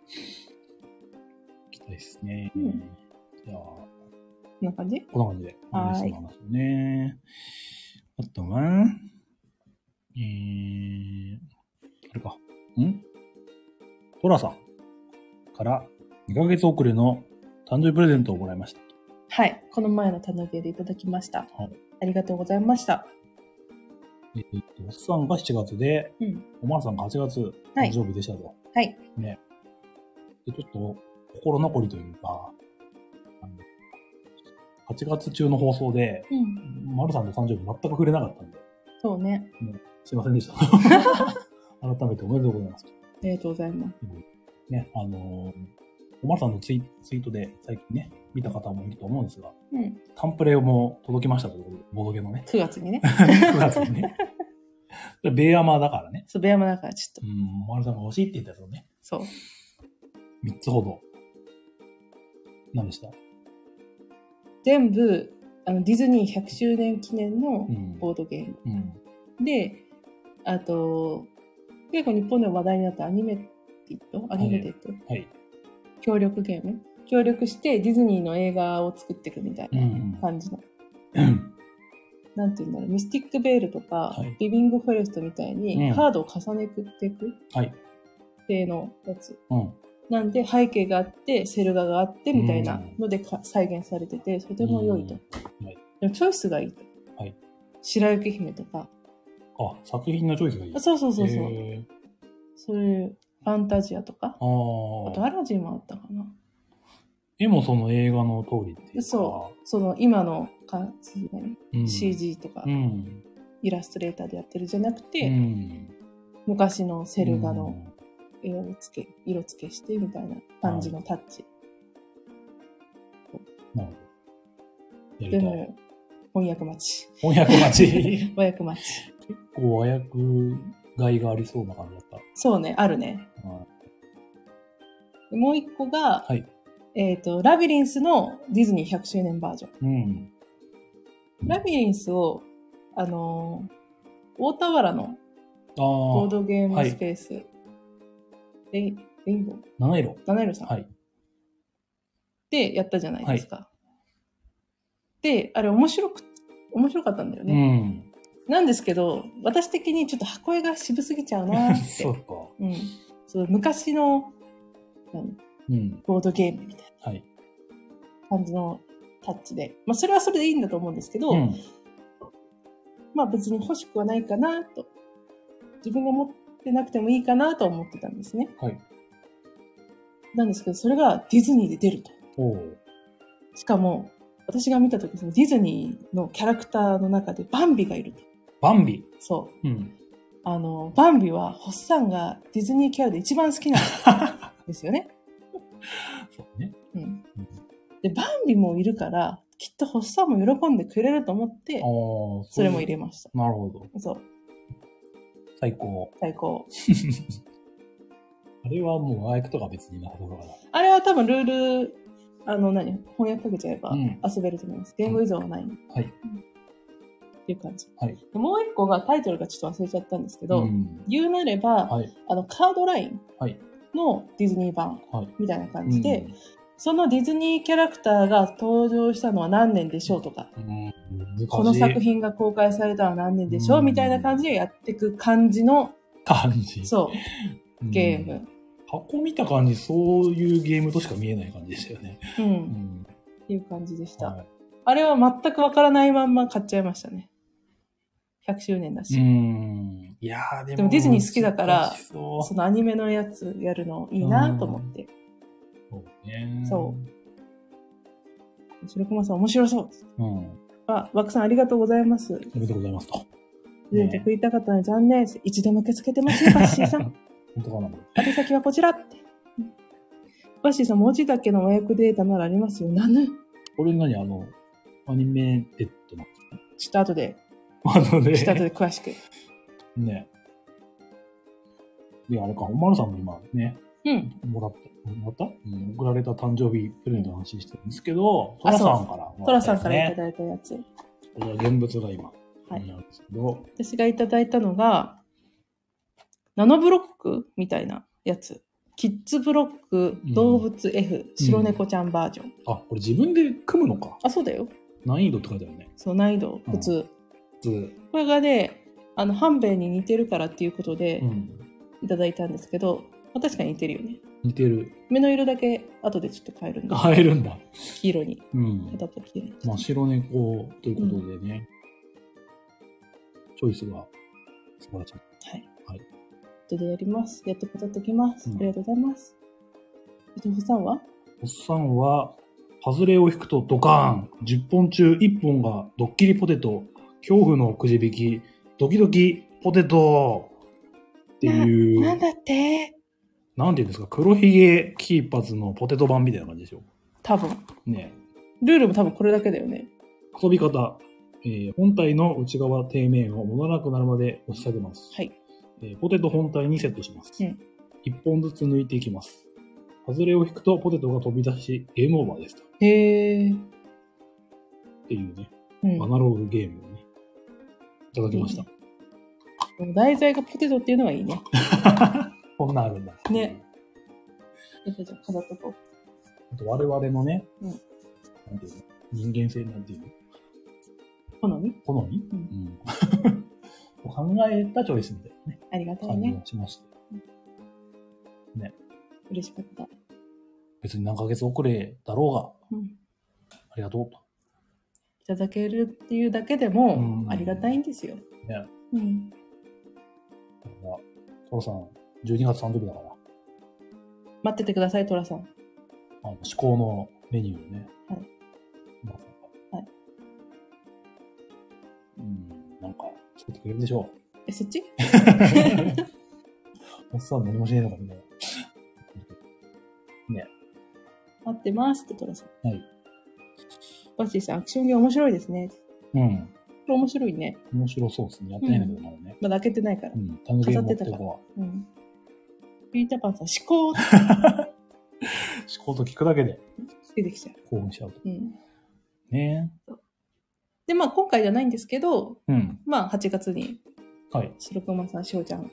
行きたいですね。
うん
じゃあ、
こんな感じ
こんな感じで、
はーい
の話をね。あとは、えー、あれか。んトラさんから2ヶ月遅れの誕生日プレゼントをもらいました。
はい。この前のたぬげでいただきました。
はい
ありがとうございました。
えーっと、おっさんが7月で、
うん。
おまるさんが8月、
はい
誕生日でしたと。
はい。
ね。で、ちょっと、心残りというか、あの8月中の放送で、
うん。
まるさんの誕生日全く触れなかったんで、
そうね。
[LAUGHS] すいませんでした。 [LAUGHS] 改めておめでとうございます。
ありがとうございます。
ね、あのーおまるさんのツイツイートで最近ね、見た方もいると思うんですが、
うん。、
タンプレも届きましたということで、ボドゲのね
9月 [LAUGHS] にね。
9月にね。それベーアマーだからね、
そう、ベアマだからちょっと。
うん、まるさんが欲しいって言ったやつをね、
そう。
3つほど。何でした
全部、あの、ディズニー100周年記念の
うん。
ボードゲーム。
うん。
で、あと、結構日本でも話題になったアニメティットアニメティット、
はい。
協力ゲーム協力してディズニーの映画を作っていくみたい
うんうん
な感じの。
うん
なんて言うんだろう、ミスティックベールとか、
はい
リビングフォレストみたい
うん
にカードを重ねくっていく
はい。
系のやつ。
うん。
なんで背景があって、セル画があってみたいな
うん
のでか、再現されてて、とても良いと。
うんはい
でもチョイスがいいと。
はい
白雪姫とか。
あ、作品のチョイスがいい。
あそうそうそうそう。
へー
そういうファンタジアとか。あと
あ
ア
あ。
ラジンもあったかな。
絵もその映画の通りっていうか。
そう。その今の感じ、何
うん。。
CG とか、
うん。
イラストレーターでやってるじゃなくて、
うん。
昔のセル画の、色につけ、色付けしてみたいな感じのタッチ。
うん。なるほど。や
で
りたい。
も、翻訳
[LAUGHS]
待ち。
翻訳待ち。 [LAUGHS]
[LAUGHS] 和訳待ち。
こう、和訳害がありそうな感じだっ
そうね、あるね。
た。うん
でもう一個が、
はい
えっ、と、ラビリンスのディズニー100周年バージョン。
うん。
ラビリンスを、あのー大田原の
あ
ボー
あ。
ドゲー
は
ム
い
スペース、レイレインボー、
七色。
七色さん、
はい。
でやったじゃないですか。で、あれ面白く、面白かったんだよ
う
ね。
ん。
なんですけど、私的にちょっと箱絵が渋すぎちゃうなーって。
[LAUGHS] そうか。
うん、そう昔の何
うん。
ボードゲームみたい
はい。
な感じのタッチで、まあ、それはそれでいいんだと思うんですけど、
うん。
まあ別に欲しくはないかなと自分が持ってなくてもいいかなと思ってたんですね
はい。
なんですけどそれがディズニーで出ると
おう。
しかも私が見た時そのディズニーのキャラクターの中でバンビがいると
バンビ。
そ
うん。
うあの、バンビは、ホッサンがディズニーキャラで一番好きなんで
[LAUGHS]
すよね。
そうね。
うん。で、バンビもいるから、きっとホッサンも喜んでくれると思っ
あ
て
あ、、そ
それも入
る。
れました。
なるほど。
そう、
最高。
最高。
あれはもう、アイクとか別になるほどから。
あれは多分ルール、あの何、翻訳かけちゃえば
うん
遊べると思います。言語依存はない。
はい
っていう感じ。
はい
でもう一個がタイトルがちょっと忘れちゃったんですけど、
ん。
言うなれば、
はい。
あのカードライン
はい
のディズニー版
はい。
みたいな感じで、そのディズニーキャラクターが登場したのは何年でしょうとか、
うん、難しい。
この作品が公開されたのは何年でしょ
う
うんみたいな感じでやっていく感じの、
感じ。
そう、
うん
ゲー。ム。
箱見た感じ、そういうゲームとしか見えない感じでしたよね。
う。
うんん。
っていう感じでした。
は
あれは全くわからないまんま買っちゃいましたね。100周年だ
い、
し。
うん。いやーでも。
でもディズニー好きだから
難しそう
そのアニメのやつやるのいいなと思って。
そうね。
そ白駒さん面白そう。
う。うん。
あ、枠さんありがとうございます。
おめでとうございますと。
プレゼント食いたかったのに残念です。いつでも受け付けてますよ、バッシーさ
[LAUGHS]
ん。
本当かなこ
宛先はこちらって。うんバッシーさん、文字だけの和訳データならありますよ。なぬ
れ。これ何あの、アニメテッドな
ちょっと後で、
の
[LAUGHS]
で。
ちょっと後で詳しく。
ね。で、あれか、おまるさんも今ね、
うん。
もらった、もらった、うん、送られた誕生日プレゼントの話してるんですけど、トラさんから、
トラさんからい
ね。
ただいたやつ。
これは現物が今、
はい
なんですけど、
私がいただいたのが、ナノブロックみたいなやつ。キッズブロック
うん
動物 F、白猫ちゃんバージョン。
あ、これ自分で組むのか。
あ、そうだよ。
難易度って書いてあるね。
そう、難易度、普通。
ず、
これがね、あの、半兵衛に似てるからっていうことで
うん。
いただいたんですけど、まあ確かに似てるよね。
似てる。
目の色だけ後でちょっと変えるんで、
入るんだ。
黄色に、
うん。
片っぽ黄色に。
まあ、白猫ということでね、チョイスが素晴らしい。
はい。
はい
後でやります。やってことってきます。
うん
ありがとうございます。伊藤さんは
おっさんは、ハズレを引くとドカーン !10 本中1本がドッキリポテト、恐怖のくじ引き、ドキドキポテトっていう、
な
なん
だって
んていうんですか、黒ひげ金髪のポテト版みたいな感じでしょ
多分。
う。ね
ルールも多分これだけだよね。
遊び方、えー本体の内側底面を戻らなくなるまで押し下げます。
はい。
えーポテト本体にセットします。
うん
一1本ずつ抜いていきます。ハズレを引くとポテトが飛び出し、ゲームオーバーです。っ
へえ。
ていうね、
うん
アナログゲームをね、いただきました。
でも題材がポテトっていうのはいいね。
こんなんあるんだ。
ね。やっぱじゃあ飾っとこ
あと我々のね、
うん
なんていうの人間性なんていうの
う。好み
好み、
うん
ん [LAUGHS] 考えたチョイスみたいなね、
ありがたい
感じ
ね。
がしまして。
嬉しかった。
別に何ヶ月遅れだろう
うん。
が、ありがとうと。
いただけるっていうだけで
う
も
ん
ありがたいんですよ。
ね
うん。
だから、トロさん、12月誕生日だから、
待っててください、トラさん。
あの至高のメニューをね。
はい
まさか。
はい
うん、なんか、作ってくれるでし [LAUGHS] ょ
え、そっち
う。おっさん何もしねえのかみたいな。
待ってますって、トラさん。
はい。
バッシーさん、アクションゲー面白いですね。
うん。
これ面白いね。
面白そうですね。やってないんだけど、まだね。
まだ開けてないから
う。ん。タヌゲーム持ってこは。
うん。ピーターパンさん、思考っ
思考と聞くだけで
て出てきちゃう。
興奮しちゃうと。
うん。
ね
で、まあ、今回じゃないんですけど、
うん。
まあ、8月に、
はい。
白熊さん、しおちゃんた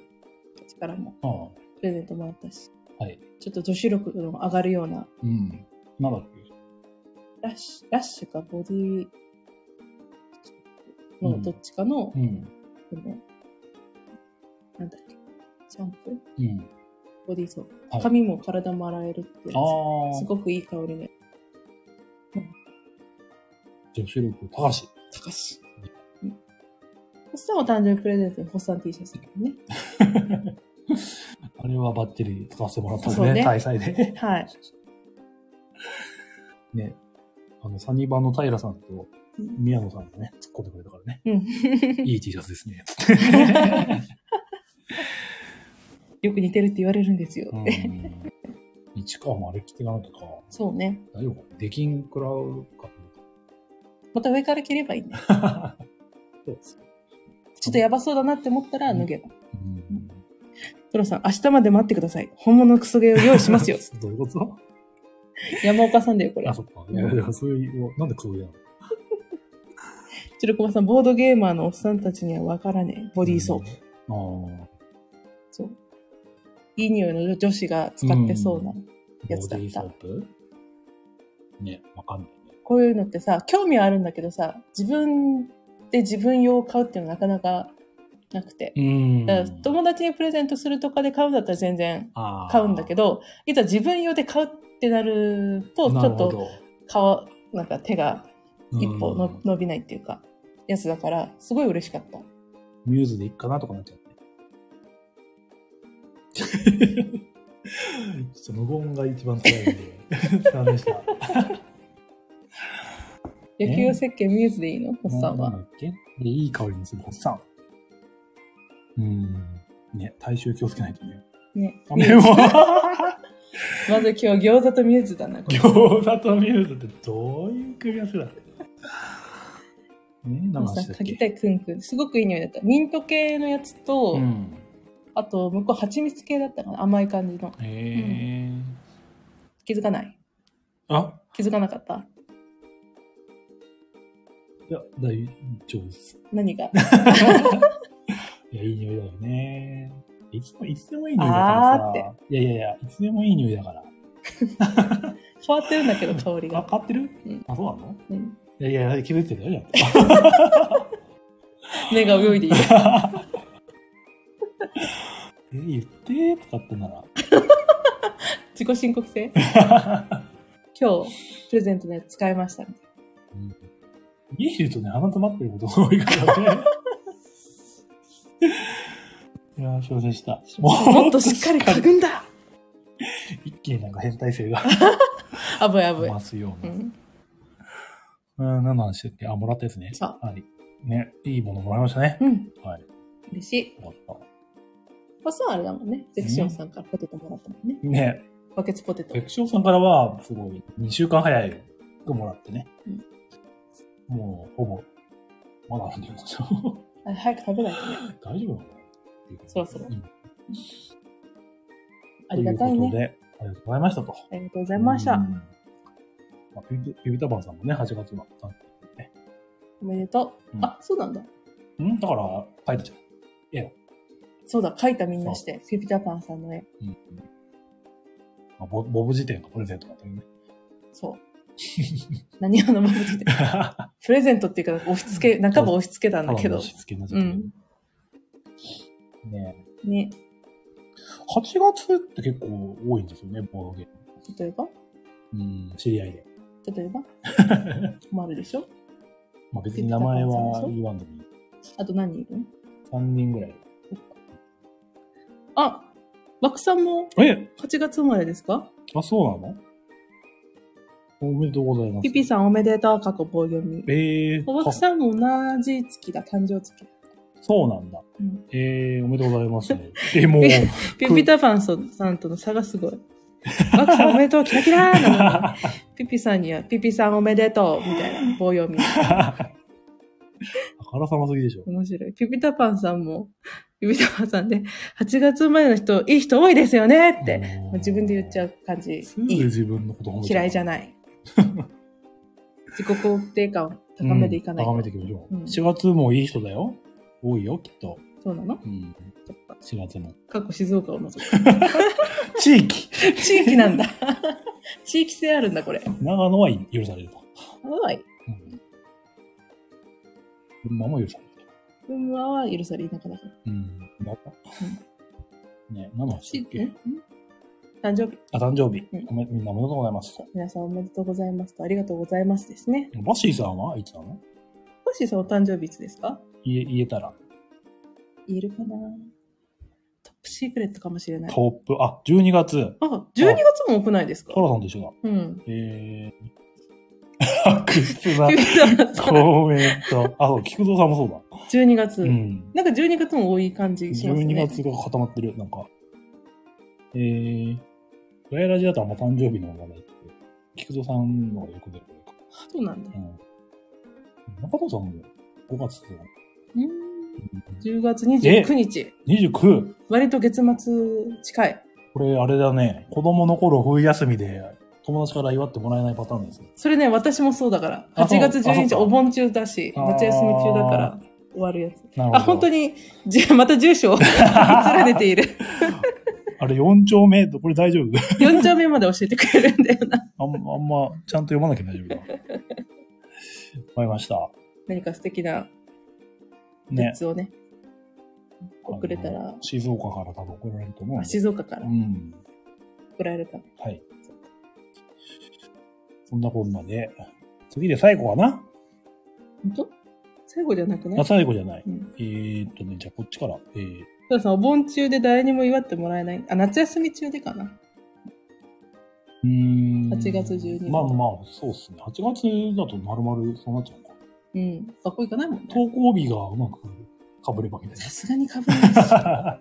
ちからも
ああ。
プレゼントもらったし、
はい。
ちょっと女子力の上がるような、
うん。なんだっけ
ラッシュ、ラッシュかボディのどっちかの、
うん。
このなんだっけ、シャンプー
うん。
ボディーソープ。
はい
髪も体も洗えるってやつ
ああ
す。ごくいい香りね。
女子力、高橋。
高し。うん。ホッサンは誕生日プレゼントにホッサン T シャツだね。
あれはバッテリー使わせてもらった
そう
の
ね
ね。大祭で。
はい。
ね。あの、サニバの平さんと
うん
宮野さんがね、突っ込んでくれたからね。
うん。 [LAUGHS]
いい T シャツですね。つって
よく似てるって言われるんですよ。
うん。市川もあれ着ていかなきゃか。
そうね。
大丈夫かできんくらうか。
また上から切ればいいね。
そうです。
ちょっとやばそうだなって思ったら脱げば。
うん。。
トロさん、明日まで待ってください。本物のクソゲーを用意しますよ。
[LAUGHS] どういうこと
山岡さんだよ、これ
あ、。そっか。いやいや、そういう、なんでクソゲーなの
白駒さん、ボードゲーマーのおっさんたちにはわからねえ。ボディーソープ。
プ。ああ。
そう。いい匂いの女子が使ってそうな。やつだ
ボディ
った
ーソープね、わかんないね。
こういうのってさ、興味はあるんだけどさ、自分で自分用を買うっていうのはなかなかなくて。
うん
だから友達にプレゼントするとかで買うんだったら全然買うんだけ
ど、
ど、いざ自分用で買うってなると、ちょっと買わ、なんか手が一歩の、
うん
伸びないっていうか、やつだから、すごい嬉しかった。
ミューズでいっかなとかなっ [LAUGHS] ちゃうね。ちょっと無言が一番辛いんで、残念でした。
野球設計ミューズでいいのホッサン
なん
は。
だっけでいい香りにする、ホッサン。うん。ね、体臭気をつけないとね。
ね。
あでも、
まず今日餃子とミューズだな、こ
[LAUGHS]
れ
餃子とミューズってどういう組み合 [LAUGHS] わせだね、何の話
さ
だっ
かぎ
け
たいクンクン。すごくいい匂いだった。ミント系のやつと、
うん。
あと、向こう蜂蜜系だったかな甘い感じの。
へえ
気づかない
あ、
気づかなかった
いや、大丈夫です。[LAUGHS]
何が
いや、いい匂いだよね。いつも、いつでもいい匂いだ
あ
から
ー
さ。いやいやいや、いつでもいい匂いだから。
変わってるんだけど、香り
わ
が。
かってる、
うん
あ、そうなの
うん
いやいやいや、気づいてるよ、やっぱ
目が泳いで
[LAUGHS]
いる。
え、言ってとかってな
自己申告制
ら。 [LAUGHS]
今日、プレゼントのやつ使いました。
うん家いるとね、鼻詰まってることが多いからね。 [LAUGHS] いやー、すいませんでした。
もっとしっかり嗅ぐんだ
一気になんか変態性が
危ない危ない。
増すよう
う
な。
ん。
うん、何の話だっけあ、もらったやつね。
そう
はい。ね、いいものもらいましたね。
うん。
はい。
嬉しい。
よかっ
まあ、そうあれだもんね。セクションさんからポテトもらったもんね。
た。ね、
バケツポテト
セ。クションさんからは、すごい、2週間早いともらってね。
うん
もう、ほぼ、まだあるん [LAUGHS] じゃないですか。
あれ早く食べないとね。
大丈夫なの
そろそろ
うん
ありがたい
ということ
ね。
で、ありがとうございましたと。あ
ありがとうござ
り
いました。
あ、ピピピピタパンさんもね、8月の。
おめでとう。
うん
あ、そうなんだ。
うんだから、書いたじゃん。
そうだ、書いたみんなして。ピピタパンさんの絵。
うんまあ、ボボブ辞典がプレゼントだったよね。
そう。何あのマ [LAUGHS] ジで。プレゼントっていうか、押し付け、半ば押し付けたんだけど
押。し付けになっちゃったけどねえ
ね。
8月って結構多いんですよね、ボードゲー
例えば
ム。うん、知り合いで。
例 [LAUGHS] えば困るでしょ
まあ別に名前は言わんでもいい。
あと何いる
3人ぐらい。
あ、バクさんも
え
8月生まれですか
あ、そうなのおめでとうございます。
ピピ
ん。
さんおめでとう、過去棒読み。
ええ
おばく
あ
さんも同じ月だ、誕生月。
そうなんだ。
うん
ええおめでとうござい
[LAUGHS]
ます。え、もう、
ピピピタパンさんとの差がすご [LAUGHS] い。バクさんおめでとう、キラキラ
[LAUGHS]
ーなのにピピさんには、ピピさんおめでとう、みたいな棒読み。
あからさますぎでしょ。
面白い。ピピタパンさんも、 [LAUGHS] ピピタパンさんで、8月生まれの人、いい人多いですよねって、
うん
自分で言っちゃう感じ。
すぐ
いい
自分のこと褒め
嫌いじゃ
い。 [LAUGHS]
ない。自己肯定感を高めていかないと。
うん高めていきましょう。
うん
4月もいい人だよ。多いよ、きっと。
そうなの
うん。
そっか
4月も。
過去静岡を除く。 [LAUGHS]
地域
地域なんだ。 [LAUGHS] 地域性あるんだ、これ。
長野は許されると。
はい。
うん。群馬も許されると。
群馬は許されなかった。
うん。だったね、何の話
地
だっ
域
け
ん誕生日、
あ、誕生日
うん。
ごめん、みんなおめでとうございます。
皆さんおめでとうございますと、ありがとうございますですね。
バッシーさんはいつなの
もしその誕生日いつですか
言え、言えたら。
言えるかなトップシークレットかもしれない。
トップ、あ、12月。
あ、12月も多くないですか
トラさんと一緒だ。
うん。 [LAUGHS]
えー。 [LAUGHS] 悪質な
ピピタさん
コメント。あ、そう、菊蔵さんもそうだ。
12月、
うん。
なんか12月も多い感じします
12
ね。
月が固まってる。なんか、えー、ガヤラジだとあんま誕生日の話題って、菊蔵さんのがよく出るからか。
そうなんだ。
うん。中藤さんも5月
うん。10月29日。
29。
割と月末近い。
これあれだね。子供の頃冬休みで友達から祝ってもらえないパターンですね。
それね、私もそうだから。
あそう
8月12
あ
日
そうか
お盆中だし、
あー
夏休み中だから終わるやつ。
なるほど。
あ、本当に、じまた住所を [LAUGHS] 連れて
[LAUGHS]
いる。
あれ4丁目、これ大丈夫 [LAUGHS]
4丁目まで教えてくれるんだよな。
あんま、あんま、ちゃんと読まなきゃ大丈夫だ。わかりました。
何か素敵なグ
ね
ッ。ズをね、送れた
あ
ら
の、静岡から多分送られると思うん
あ
で。
静岡から
うん。
送られるか。
はい。そんなこんなで、次で最後かな、
本当最後じゃなくな
あ、
い
最後じゃない。
うん。
えー、っとね、じゃあこっちから。えー、
たださん、お盆中で誰にも祝ってもらえない。あ、夏休み中でかな。
うーん。
8月12日
まあまあ、そうですね。8月だと丸々そうなっちゃうのか。
うん。学校行かないもんね。
投稿日がうまくかぶればみたい
さすがにかぶらないし。
な。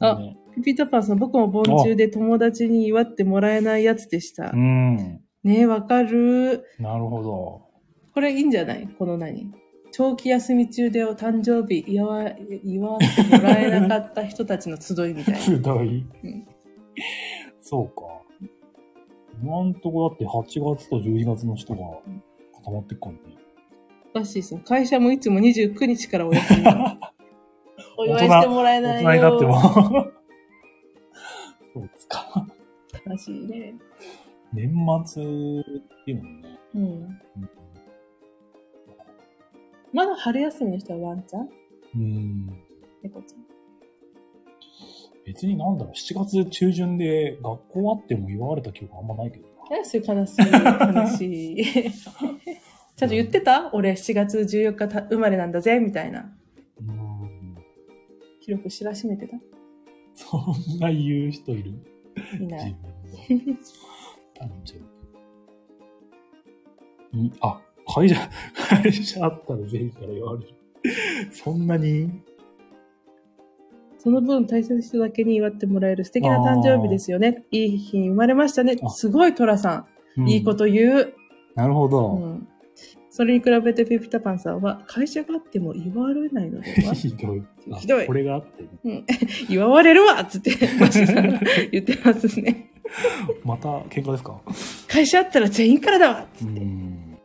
あ
ね、
[LAUGHS] ピピタパンさん、僕も盆中で友達に祝ってもらえないやつでした
う。ん。
ねえ、わかる。
なるほど。 [LAUGHS]
これいいんじゃないこの何長期休み中でお誕生日祝わ祝ってもらえなかった人たちの集いみたいな。
すごい
うん。
そうか。今んとこだって8月と12月の人が固まってっからね。 [LAUGHS]
らしいですね。会社もいつも29日からお休みなの。お祝いしてもらえ
大
ない
人になっても。 [LAUGHS]
よ。
そうですか。
らしいね。
年末っていうのもね。
うん。まだ春休みの人はワンちゃん
うん。
猫ちゃ
別になんだろう、7月中旬で学校あっても祝われた記憶あんまないけど
ん。何それ悲しい。悲しい。 [LAUGHS] ちゃんと言ってた俺7月14日た生まれなんだぜ、みたいな。
な。うん。
記録知らしめてた
そんな言う人いる
いな
自
い。
分の誕生日。んあ、会社、会社あったらぜひから言われる。そんなに
その分大切な人だけに祝ってもらえる素敵な誕生日ですよね。いい日に生まれましたね
あ。。
すごい、トラさん。いいことと言う。
なるほ
う
ど。
ん。それに比べてピピタパンさんは、会社があっても祝われないので [LAUGHS]
[LAUGHS]
は
ひどい。あ
ひどい
これがあってね、
祝われるわっつって、マシさんが言ってますね。
また喧嘩ですか
会社あったら全員からだわっつ
う
って。
ん。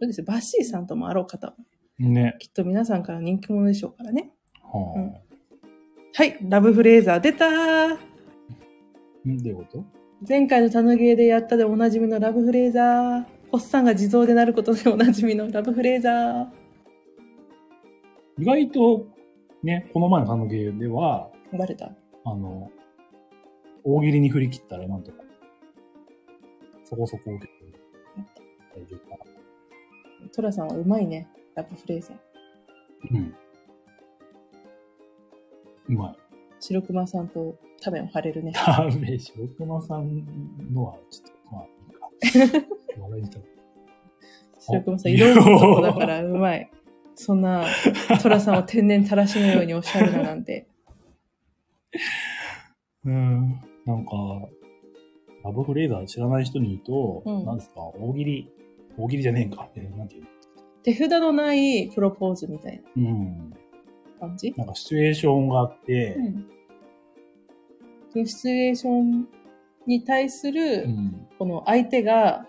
そうですよバッシーさんともあろう方は、
ね。
きっと皆さんから人気者でしょうからね。
は
はい、ラブフレーザー出たー
あ。んどういうこと
前回のタヌゲーでやったでおなじみのラブフレーザー。ホッサンが地蔵でなることでおなじみのラブフレーザー。
意外と、ね、この前のカのゲーでは、
バレた
あの、大喜利に振り切ったらなんとか、そこそこ大喜利大丈夫かな。
トラさんはうまいね。ラブフレーザー。
うん。うまい。
白熊さんと多面を張れるね。
[LAUGHS] ダメ、白熊さんのは、ちょっと、まあ、いいか。笑いにした
白熊さん、色男だからうまい。そんな、トラさんを天然たらしのようにおっしゃるななん [LAUGHS] て。
うん。なんか、ラブフレーザー知らない人に言うと、
うん
なんですか、大喜利、大喜利じゃねえんか。えーなんていうの
手札のないプロポーズみたい
うん。
な感じ、
なんかシチュエーションがあって、
うん、そのシチュエーションに対する、
うん。
この相手が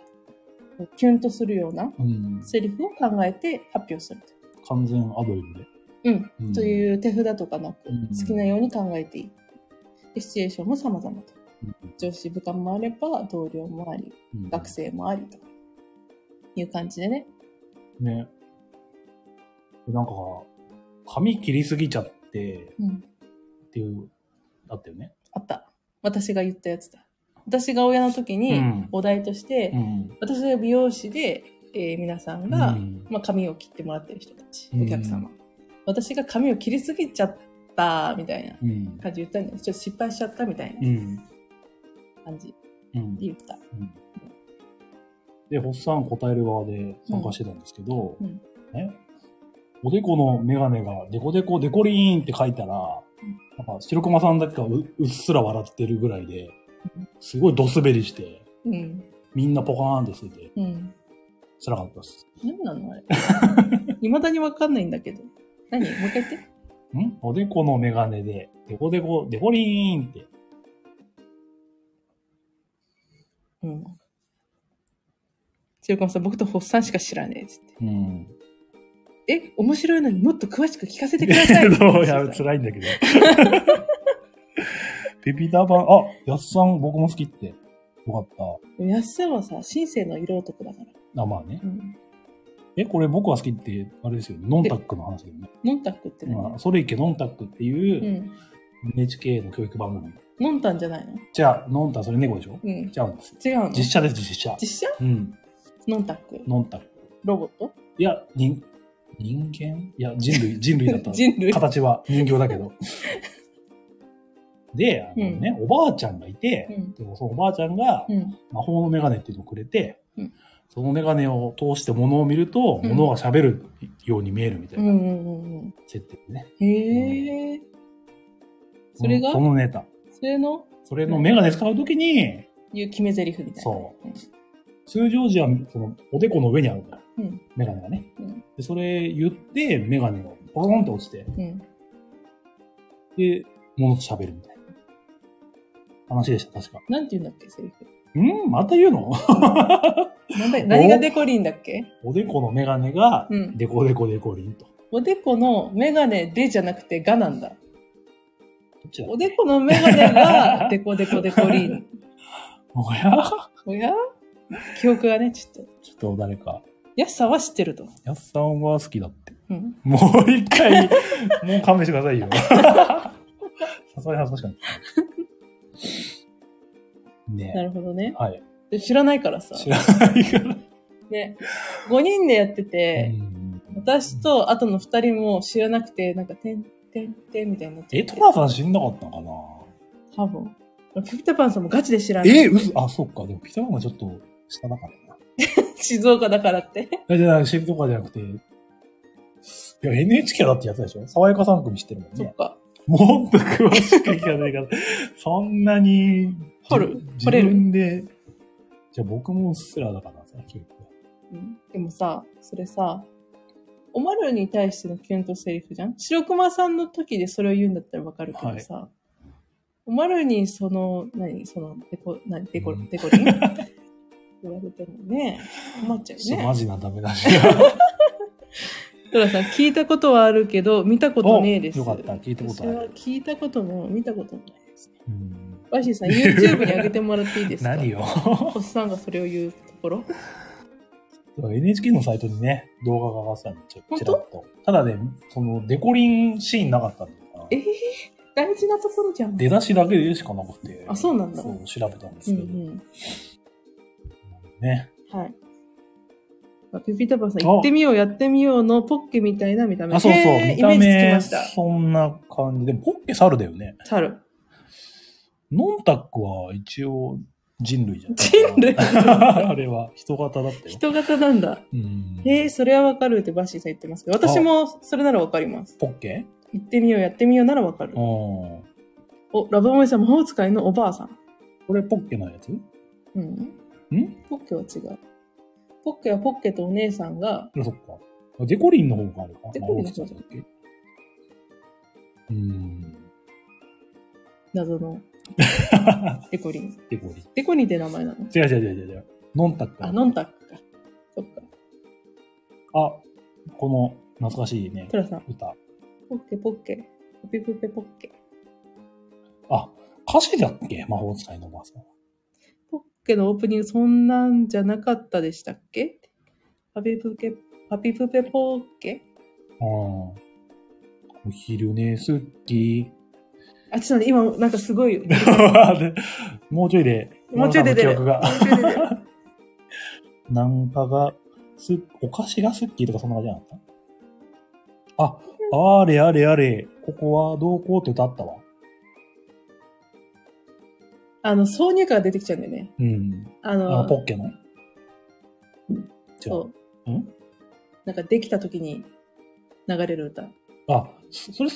キュンとするような
うん。
セリフを考えて発表すると。
完全アドリブで。
うん。
うん
という手札とかなく、
うん
好きなように考えていい。でシチュエーションも様々と。上司部下もあれば、同僚もあり、
うん
学生もありという感じでね。
ね。なんか、髪切りすぎちゃって、
うん。
っていう、あったよね。
あった。私が言ったやつだ。私が親の時
う
に
ん
お題として、
うん。
私が美容師で、えー皆さんが、
うん
まあ、髪を切ってもらってる人たち、
うん
お客様。私が髪を切りすぎちゃった、みたいな
うん。
感じで言ったんだよ。ちょっと失敗しちゃったみたいな
うん。
感じで
うん。
言った。
うんで、ホッサン答える側で参加してたんですけど、
うん
ね、おでこのメガネがデコデコデコリーンって書いたら、なんか白駒さんだけがううっすら笑ってるぐらいで
うん、
すごいドスベリして、
うん。
みんなポカーンってしてて、
うん。
辛かったです。
何な
[LAUGHS]
のあれ。いまだにわかんないんだけど。何もう一回言って。
んおでこのメガネで、デコデコ、デコリーンって。
うん。中間さん、僕とホッサンしか知らねえっつって。
うん。
え、面白いのにもっと詳しく聞かせてくださ
[LAUGHS]
い。
そう、いや、辛いんだけ
[LAUGHS]
ど。ペピーターパン、あ、やっさん僕も好きって。よかっ
安さんはさ、新世の色男だから。
た。あ、まあね。
うん。
え、これ僕は好きって、あれですよね。ノンタックの話だよね。
ノンタックって
ま
何。
あ、それいけノンタックっていうううん NHK の教育番組。
ノンタンじゃないの
じゃあ、ノンタそれ猫でしょ
うん。違
違
う
うんです。
の
実写です、実写。
実写
うん。
ノンタック。
ノンタック。
ロボット
いや、人、人間いや、人類、人類だった
人類
形は人形だけど。
[LAUGHS]
で、あのね、おばあちゃんがいて、
うん。
でもそのおばあちゃんが
うん。
魔法のメガネっていうのをくれて、
うん
そのメガネを通して物を見ると、
うん
物が喋るように見えるみた
う
い
んう
なん
うんうん。
設定でね。
へえ。それが、
そのネタ。
それの、
それのメガネ使うときに、
いう決め台詞みたいな。。
そう通常時はそのおでこの上にあるんだよ。
うん
メガネがね。
うん
で、それ言って、メガネがポコンって落ちて、
うん。
で、物と喋るみたいな。話でした、確か。
なんて言うんだっけ、セリフ。
うんまた言うの [LAUGHS]
なんだ何がデコリンだっけ
おでこのメガネが
う、ん
デコデコデコリンと。
おでこのメガネでじゃなくてがなんだ。
どっちだ
おでこのメガ
[LAUGHS]
ネがデコデコデコリン。
おや
おや記憶がね、ちょっと。
ちょっと誰か。
安さは知ってると。
やっさんは好きだって。
うん。
もう一回、もう勘弁してください
[LAUGHS]
よ。さすがに恥ずかしかった。
な
ね
るほどね
え。。はい。
で知らないからさ。
知らないから。
ね。5人でやってて、
うん
私とあとの2人も知らなくて、なんか、てんてんてんみたいになって
え、トラさん死んなかったのかな
多分。ピピタパンさんもガチで知らない。
え、うそ、あ、そっか。でも、ピタゴンがちょっと下だからな。
静岡だから
[LAUGHS]
って。
え、じゃあ、シェフとかじゃなくて、いや、NHK だってやつでしょ爽やか3組知ってるもん
そっ
ね。
か。
もっと詳しく聞かないから、そんなに、
掘る
自
掘れる
分で、じゃあ僕もうっすらだからさ、結構。
うんでもさ、それさ、おまるに対してのキュンとセリフじゃん白熊さんの時でそれを言うんだったらわかるけどさ、おまるにその、何その、デコ、何デコ、
うん
デコ
[LAUGHS]
リン言われてもね、困っちゃ
そうう、
よね。
マジなダメだし。
たださ、聞いたことはあるけど、見たことねえです。
よかった、聞いたこと
私
あ
は
る。
聞いたことも見たこともないですね。
うん
バッシーさん、YouTube に上げてもらっていいですか
何 [LAUGHS] よ。
おっさんがそれを言うところ
NHK のサイトにね、動画が上がってたんで、ちょっと
本
ち
当
らっと。ただね、その、デコリンシーンなかったんだよな
え。ー、大事なところじゃん。
出だしだけでしかなくて。
あそうなんだ
そう、調べたんで
う
す
ん
けど。
うん。
ね。
はい。あピピタパンさん、
あ
行ってみよう、やってみようのポッケみたいな見た目。
あ、そうそう、
へー
見た
イメー
目、
ジつきまし
そんな感じ。でも、ポッケ猿だよね。
た。猿。
ノンタックは一応人類じゃん。
人
[LAUGHS]
類
あれは人型だったよ。
人型なんだ。
うん。
へえ、それはわかるってバッシーさん言ってますけど、私もそれならわかります。
ポッケ
行ってみよう、やってみようならわかる
うん。。こ
お、ラブモイさん、魔法使いのおばあさん。
れポッケのやつん
うん。ポッケは違う。ポッケはポッケとお姉さんが、
そっか。デコリンの方があるか。
デコリンの方
魔法使いだっけうん。[LAUGHS]
謎のデコリン。
デコリン。
デコリンって名前なの
違う違う違う違う違う。ノンタック。
あ、ノンタックか。そっか。
あ、この懐かしいね
ト、ラさん、
歌。
ポッケポッケ。ポピプペポッケ。
あ、歌詞だっけ魔法使いのおばあさん。
ポッケのオープニングそんなんじゃなかったでしたっけパピプケ、パピプペポッケ
うん。お昼寝好
[LAUGHS]
き。
あ、ちょっとね、今なんかすごい。
[LAUGHS]
も
でもうちょいで、
もうちょいで出る
モナさんの記憶が、
うちょいで出る
なんかが、す、お菓子が好きとかそんな感じじゃなかったあ、あれあれあれ、ここはどうこうって歌ったわ。
あの、挿入歌が出てきちゃうんだよね。
うん。
あ
あ
の、
の、ポッケのじゃ
そう。
ん
なんかできた時に流れる歌。
あ、あ、そそれ、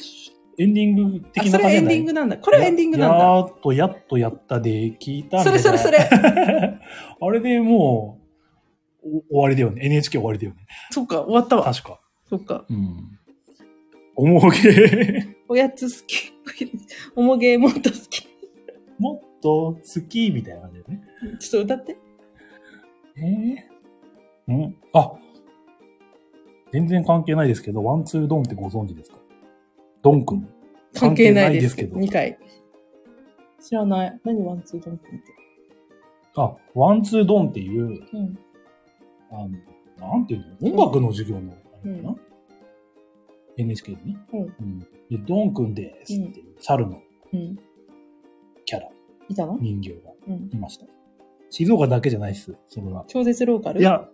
エンディング
あ、
的
そ
な感
れ
じじゃ
エン
な
デ
い
ィングなんだ。これエンディングなんだ。
やーっとやっとやったで聞いた
それそれそれ。
れ。 [LAUGHS] あれでもう、お終わりだよね。NHK 終わりだよね。
そっか、終わったわ。
確か。
そっか。
うん。重げ。
おやつ好き。おもげもっと好き。ち
もっと好きみたいな感じだよ
ょっと歌って。
ね。えー、うんあ全然関係ないですけど、ワンツードンってご存知ですかドンくん。
関係ないですけど。
関係
2回。知らない。何ワンツードンキンって。
あ、ワンツードンっていう、
うん。
あの、なんていうの音楽の授業の、あれかな、
う
?NHK でね。
うん
で、ドンくんですっていう、猿の
うん。
キャラ、
いたの
人形が
うん。
いました。静岡だけじゃないっす、それは。
超絶ローカル
いや、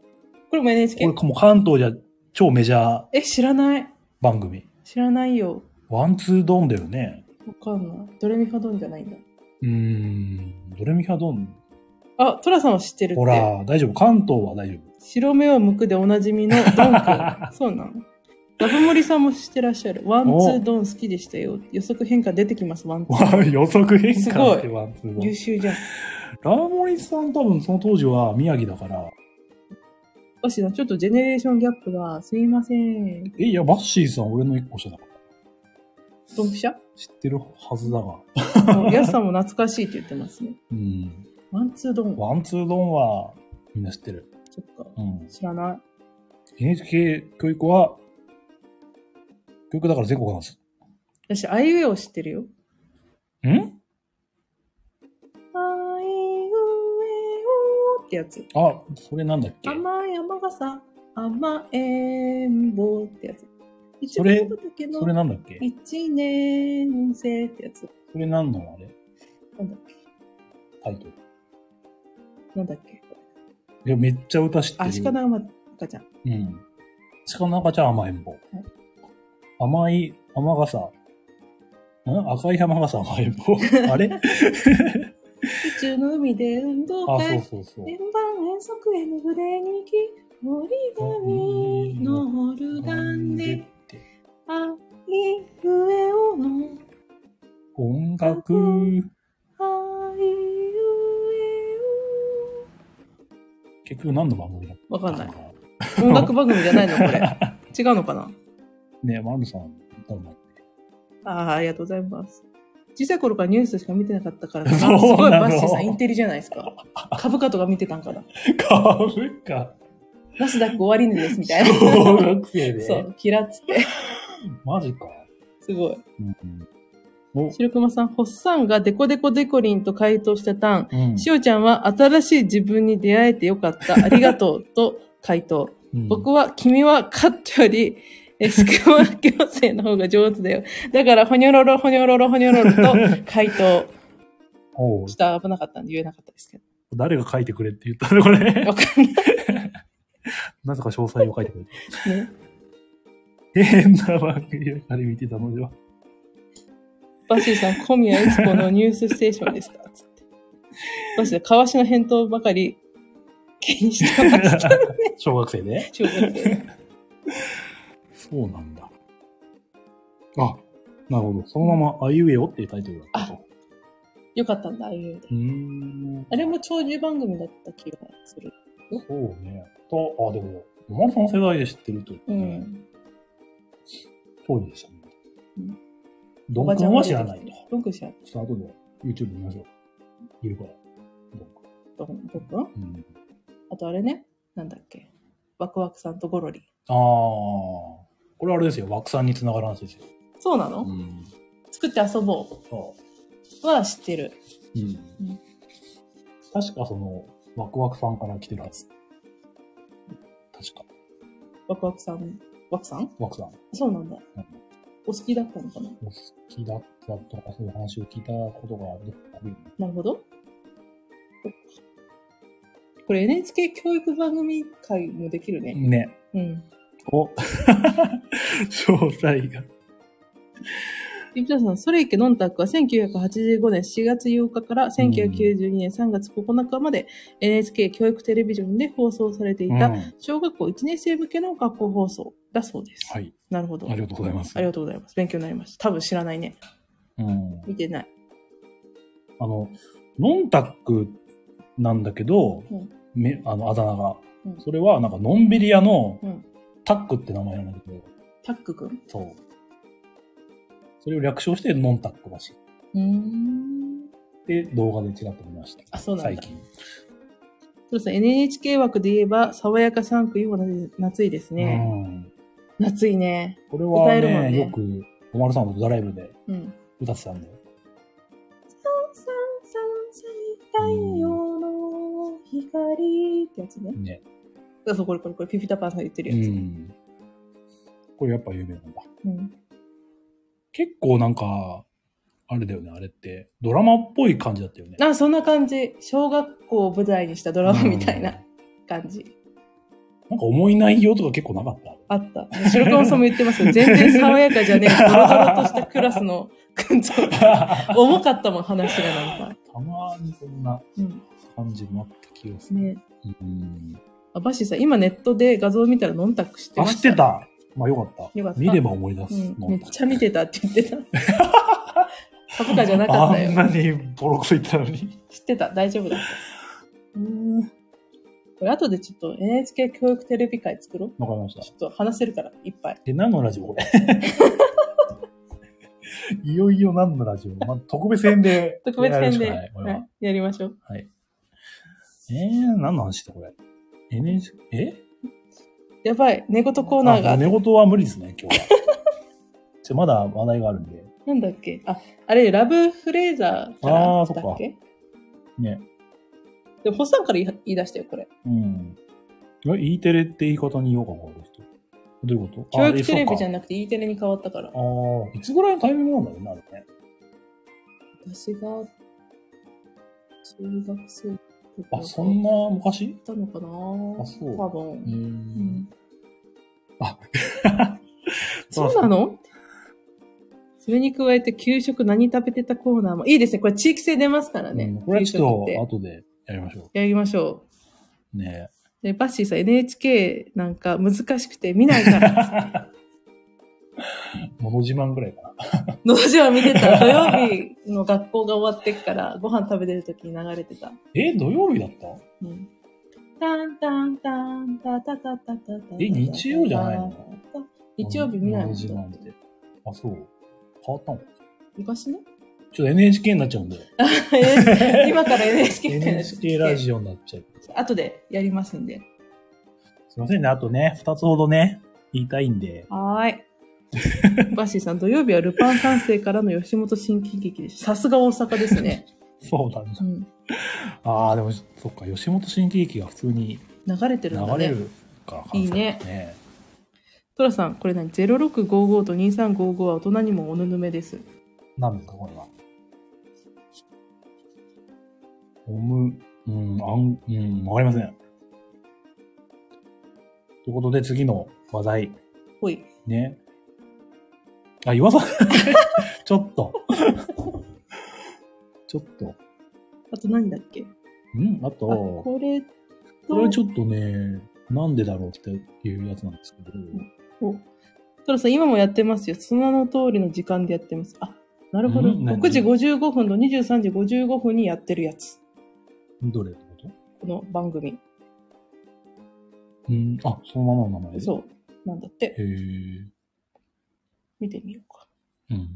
これも NHK?
これもう関東じゃ超メジャー
え、知らない。
番組。
知らないよ。
ワンツードンだよね。
わかんない。ドレミファドンじゃないんだ。
うーん、ドレミファドン。
あ、トラさんは知ってるって。
ほら、大丈夫。関東は大丈夫。 [LAUGHS]
白目を向くでおなじみのドン [LAUGHS] 君。そうなの。ラブモリさんも知ってらっしゃる。ワン、ツ
お
ー、ドン好きでしたよ。予測変化出てきます、ワン、ツー。
わあ予測変換っ
す
てワンツードン
優。秀じゃん。
ラーモリさん多分その当時は宮城だから、
おしな、ちょっとジェネレーションギャップがすいません。
え、いや、バッシーさん俺の一個下だから。
ドンピシャ
知ってるはずだが。
[LAUGHS] もうヤスさんも懐かしいって言ってますね。
うん。
ワン、ツー、ドン。
ワンツードンはみんな知ってる。
そっか。
うん。
知らない。
NHK 教育は、教育だから全国なんです。
私、アイウェイを知ってるよ。
ん
アイウェイをってやつ。
あ、それなんだっけ
甘い甘傘、甘えんぼってやつ。一
それ
番畑
それ
の
なんだっけ
一年生ってやつ。
それなんのあれ
なんだっけ
タイトル。
なんだっけ
いや、めっちゃ歌知って
あ、
る。
鹿の赤ちゃん。
うん。鹿の赤ちゃん甘えんぼ。
い
甘い甘傘。ん赤い甘傘甘えん
[LAUGHS]
ぼ。あれ
宇宙の海で運動
あ、そ
会
う。そうそう。
円盤遠足への筆にき、折り紙のオルガンで、あいうえおの、
音楽、
あいうえ
結局何の番組だっ
お。わ
た
かんない。
い。
音楽番組じゃないのこ [LAUGHS] れ。違うのかな
ねマルさん、歌うまい。
ああ、ありがとうございます。小さい頃からニュースしか見てなかったからか [LAUGHS] な、す
そうなの
ごいバッシーさんインテリじゃないです [LAUGHS] か。株価とか見てたんかな。
株価。
ナスダック終わり値ですみたい
小
な。
学生
[LAUGHS] そ
で。
う、キラっつって。
マジか。
すご
う
い。
ん。お、
白熊さん、ホッサンがデコデコデコリンと回答したターン。
うん
しおちゃんは新しい自分に出会えてよかった。ありがとう。と回答。
うん
僕は、君はカットより、え、宿泊行政の方が上手だよ。だから、ほにょろろ、ほにょろろ、ほにょろろと回答。
おう
ちょっと危なかったんで言えなかったですけど。
誰が書いてくれって言ったのこ [LAUGHS] れ。
わかんない。
なぜか詳細を書いてくれた
ね、
[LAUGHS] 変な番組ばっかり見てたのでは。
バッシーさん、小宮悦子のニュースステーションですかつって。バッシーさん、かわしの返答ばかり気にしてました。
[LAUGHS] 小学生で
小学生
そうなんだ。あ、なるほど。そのまま、あいうえおっていうタイトルだったと。
よかったんだ、ああいうので。
うーん。
あれも長寿番組だった気がする。
そうね。と、あ、でも、おまるさんの世代で知ってるというう、ね。
ん。
当時でしたね
うん。
ドン君は知らないと。
ドン君知らない。
ちょっと後で YouTube 見ましょう。いるから。ドン
ドンドン君
君。うん。
あとあれね、なんだっけ。ワクワクさんとゴロリ。
あー。これあれですよ。枠さんにつながる話ですよ。
そうなの、
ん。
作って遊ぼ
そう
は知ってる。
う。うん
うん。
確かその、ワクワクさんから来てるはず。確か。
ワクワクさん。ワクさん
ワクさん。
そうなんだ
うん。
お好きだったのかな
お好きだったとか、そういう話を聞いたことがどっかあるよね。
なるほど。これ NHK 教育番組会もできるね。
ね。 [LAUGHS]
うん。
お詳細が。
ゆきたさん、ソレイケノンタックは1985年4月8日から1992年3月9日まで NHK 教育テレビジョンで放送されていた
ん
小学校1年生向けの学校放送だそうです。
はい。
なるほど。
ありがとうございます
ありがとうございます。勉強になりました。多分知らないね。
うん。
見てない。
あの、ノンタックなんだけど、
うん
めあの、あだ名が。
うん
それは、なんか、のんびり屋の
うん、
タックって名前なんだけど、
タックくん
そう。それを略称して、ノンタックらしい。
うーん。
で、動画でちらっと見ました。
あそうなんだ
最近。
そうですね。NHK 枠で言えば、爽やか3区、今夏いですね。
うん。
夏いね。
これは
歌えるも
ね、
んね
よく、おまるさんのドライブで
うん。
歌ってたんで。
さんさんさん太陽の光ってやつね。
ね。
そうそう、これこれこれ、ピピタパンさんが言ってる
う
やつ。
ん。これやっぱ有名なんだ。
うん。
結構なんか、あれだよね、あれって。ドラマっぽい感じだったよね。
あ、そんな感じ。小学校を舞台にしたドラマみたいな感じ。
なんか重い内容とか結構なかった。
あった。白川さんも言ってますよ。全然爽やかじゃねえ。
[LAUGHS]
ドロドロとしたクラスの [LAUGHS] 群像。
た
重かったもん、話がなんか。
まにそんな
うん。
感じになった気がする。
ね
うん。
あ、バッシーさん、今ネットで画像を見たらノンタック知って
あ、
ま
知
し。
ったてた。まあよかった。
よかった
見れば思い出す。
うん、
もう
めっちゃ見てたって言って
[LAUGHS]
た。サブカじゃなかった
あんな
よ。
にボロクソ言ってたのに。
知ってた、大丈夫だった。うん。これ後でちょっと NHK 教育テレビ会作ろう。
わかりました
ち。ょっと話せるから、いっぱい。
で、何のラジオこれ [LAUGHS] いよいよ何のラジオ、まあ、特別編で。
特別編で、
やるしかないこれ
は
はい
やりましょう。
えー、何の話だこれ。NHK、え
やばい、寝言コーナー
あ
が。
寝言は無理ですね、今日は。 [LAUGHS] ちょまだ話題があるんで。
なんだっけあ、あれ、ラブフレーザーから
あー
だっ
そっか
け
ね。
でも、ホッサンから言い言い出したよ、これ。
うん。え、E テレって言い方に言おうかな、この人。どういうこと
教育テレビじゃ
ん。
なくて E テレに変わったから
あ。そうかあー、いつぐらいのタイミングなんだろうね、あれね。
私が、中学生とか。
あ、そんな昔
ったのかな
あそう
多分。
う。
うんん
あ
そうなのそれに加えて、給食何食べてたコーナーも、いいですね。これ地域性出ますからね。
うんこれはちょ
給食
っ
って
と後でやりましょ
やりましょ
う。ね [LAUGHS]
う。で、バッシーさん、NHK なんか難しくて見ないから。
え。のど自慢ぐらいかな。
のどじは見てた。土曜日の学校が終わってっから、ご飯食べてる時に流れてた。
え、土曜日だった
うん。タンタンタンタタタタタタ
え日曜じゃないの
日曜日見ない
の
の
ど自慢って。あ、そう。変わったの
昔ね。
ちょっと NHK になっちゃうんだよ。
[LAUGHS] 今から NHK みたいな
NHK ラジオになっちゃう。
後でやりますんで。
すいませんね、あとね、二つほどね、言いたいんで。
はーい。 [LAUGHS] バッシーさん、土曜日はルパン三世からの吉本新喜劇です。さすが大阪ですね。
[LAUGHS] そうなんだ
う。ん。
ああ、でも、そっか、吉本新喜劇が普通に
流れて
流
るんだ
れ
ね。
るから、
い
関西
いね
だね。
トラさん、これ何 ?0655 と2355は大人にもおぬぬめです。
なんですか、これは。オム、うん、あん、うん、わかりません。ということで、次の話題、
ほい。
ね。あ、岩さん、 [LAUGHS] ちょっと。 [LAUGHS] ちょっと。
あと何だっけ
うん、あ
あ、
と、
これと、
これはちょっとね、なんでだろうっていうやつなんですけど、
おトラさん、今もやってますよ。その名の通りの時間でやってます。あ、なるほど。
うん何
6時55分と23時55分にやってるやつ。
どれってこと
この番組。
うん、あ、そのままの名前う。
そう。なんだって。
へえ。
見てみようか。
うん。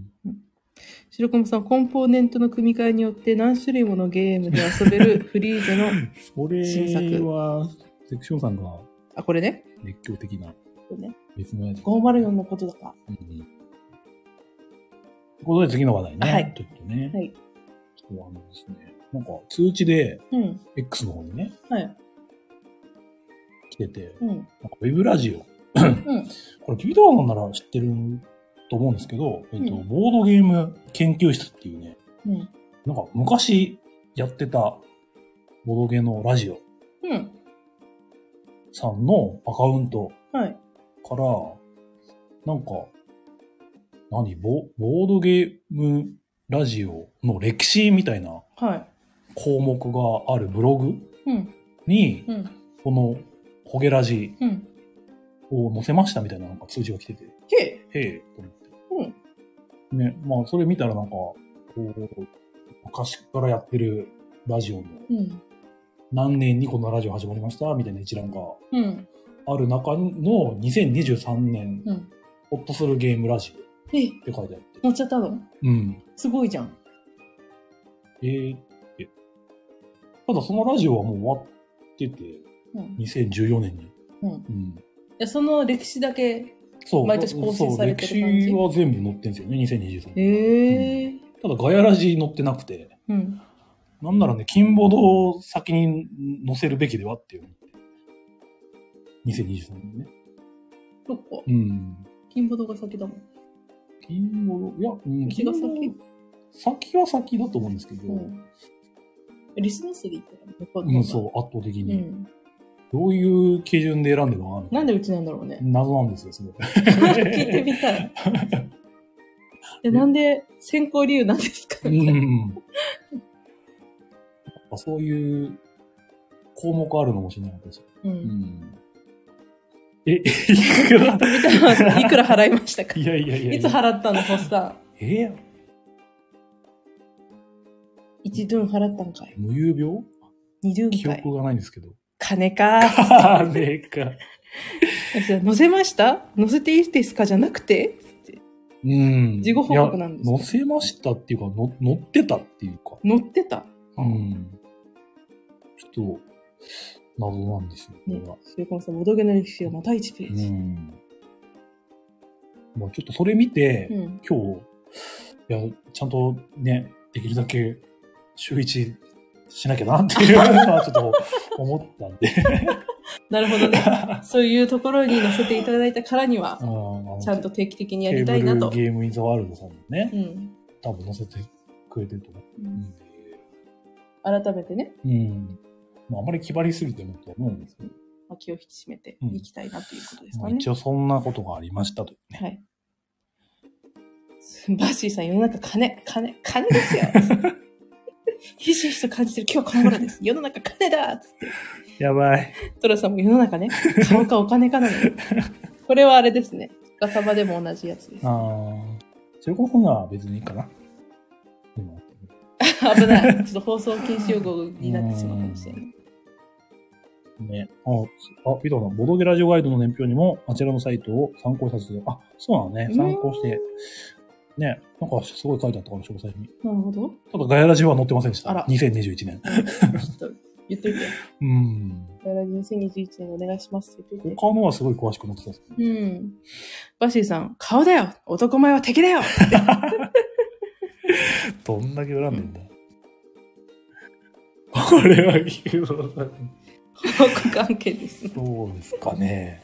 白駒さん、コンポーネントの組み替えによって何種類ものゲームで遊べ [LAUGHS] るフリーズの、
それ
新
は、セクションさんが
あ、これね。
熱狂的な
これね
別のやつ。
504のことだか。
うん。ということで次の話題ね。
はい
ちょっとね。
はい。
そうあのですね。なんか通知で
うん。
X の方にね、
はい。
来てて、
うん。
なんかウェブラジオ。
うん。
[COUGHS] これ、ピーターさんなら知ってると思うんですけど、えっと、
うん
ボードゲーム研究室っていうね、
うん。
なんか昔やってたボドゲのラジオ
うん。
さんのアカウント
はい。
から、なんか、何ボボードゲームラジオの歴史みたいな
はい。
項目があるブログ
うん。
に、
うん。
このホゲラジ
うん。
を載せましたみたいななんか通知が来てて、
へえ。
へえ、と思って。うん。ね、まあそれ見たらなんか、こう、昔からやってるラジオの
うん。
何年にこのラジオ始まりましたみたいな一覧が
うん。
ある中の2023年、
うん。
ホッとするゲームラジオっ
え、
て書いてあって。
乗っちゃったの
うん。
すごいじゃん。
えーって。ただそのラジオはもう終わってて、
うん。
2014年に。
うん。
うん。
え、その歴史だけ。
そう。
毎年更新されてる感じ
そう、歴史は全部載ってんですよね、2023年。
へえ。
ただガヤラジ載ってなくて、
うん。
なんならね、金ボードを先に載せるべきではっていう。2023年ね。
そっか。
うん。
金ボドが先だもん。
金ボード、いや、うん、
うちが先
金ボード先は先だと思うんですけど、
うん。リスナスリーってやっぱ
うん、そう、圧倒的
う
に。
ん。
どういう基準で選んでるのか
なん
で
でうちなんだろうね。
謎なんですよ、す
[LAUGHS]
ごい。
聞いてみた [LAUGHS] い。え、なんで、選考理由なんですか、
うんうん。やっぱそういう項目あるのかもしれない私。
う。
うんん。え、いくら
見たらいくら払いましたか
いやいやいや
いつ払ったの、ホスター。
えー
1ドゥン払ったんかい
無遊病
?2 ドゥン
記
かい
憶がないんですけど。
金か。
あれか。
じゃあ、乗せました乗せていいですかじゃなくて
うん。
事後報告なんで
い
すか
や載せましたっていうか、の乗ってたっていうか。
乗ってた。
うん。ちょっと、謎なんですよ、これ
ね
は。、
それからさ、ボドゲの歴史がまた1ペー
う
ジ。
ん。まあちょっとそれ見て、
うん。
今日、いや、ちゃんとね、できるだけ週一しなきゃな
[LAUGHS]
っていうのはちょっと思ったんで、
なるほどね。
[LAUGHS]
そういうところに乗せていただいたからには
う、んあの
ちゃんと定期的に
ケ
や
ー
り
ブ
たいな
ル
と。
ゲームインザワールドさんもね
う、ん。
多分載せてくれてると思うんで、
改めてね、
うん。まあ、あまり気張りすぎてもとは思うんですけど、
まあ気を引き締めて
うん
いきたいなということです
ま
か
あ、
ね。
一応そんなことがありましたというね。
はい。 [LAUGHS] バッシーさん、世の中金、金、金ですよ。 [LAUGHS] ひしひしと感じてる今日この頃です。世の中金だつって。
やばい。
トラさんも世の中ね、顔かお金かなのよ。これはあれですね。ガサバでも同じやつです。
あー中古本は別にいいかな。今
危ない。ちょっと放送禁止用語になってしまうかもしれない。
ね。あ、あ、ピーターさん、ボドゲラジオガイドの年表にも、あちらのサイトを参考にさせて、あ、そうなの
う
ね。[LAUGHS]
ん
参考して。ね、なんかすごい書いてあったから、詳細に。
なるほど。
ただ、ガヤラジオは載ってませんでした。
あら
2021年。
ちょっと言っといて。
うん。
やら2021年お願いしますって言っといて。
他のはすごい詳しく載ってたんですけど。
うん。バッシーさん、顔だよ男前は敵だよ
どんだけ恨んでんだ。 [LAUGHS] これは、ヒロさん
報告関係です。
どうですかね。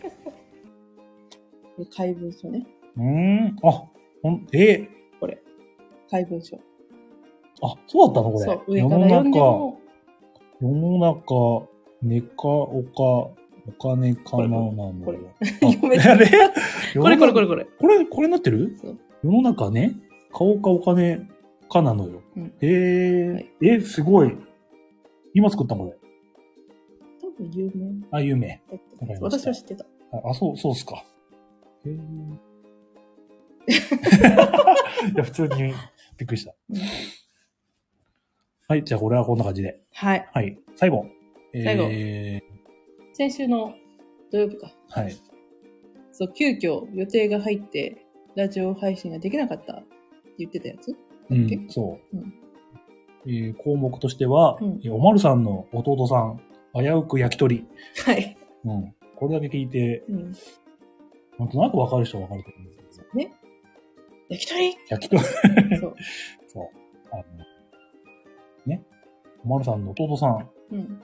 怪文書ね。
うーん。あ、ほん、え、
怪文書。
あ、そうだったのこれ。
そう、上から読んでも、
世の中、ネカオカ、お金かななの
これ
よ。
[LAUGHS] 読め
あ
た
あれ
これこれこれ
こ
これ。
れ。これ、これになってる
そう
世の中ね、顔かお金かなのよ。
うん
えー
はい
え、すごい。今作ったのこれ。
多分有名
あ、有名。
だったと思い
わ
ま。
かりますし
私
た
は知ってた。
あ、あそう、そうっすか。えー
[LAUGHS]
[LAUGHS] いや、普通にびっくりした
うん。
はい、じゃあこれはこんな感じで。
はい。
はい、最後。
最後
え
先週の土曜日か。
ー、はい。
そう、急遽予定が入って、ラジオ配信ができなかったって言ってたやつ
う
け
ん、そう。
うん
えー項目としては、
うん
えーおまるさんの弟さん、危うく焼き鳥。
はい。
うん。これだけ聞いて、
うん。
なんとなくわかる人はわかると思うんですけど、
ね。焼
[LAUGHS]
き鳥
焼き
[LAUGHS]
鳥。
そう。
そう。あの、ね。おまるさんの弟さん
うん。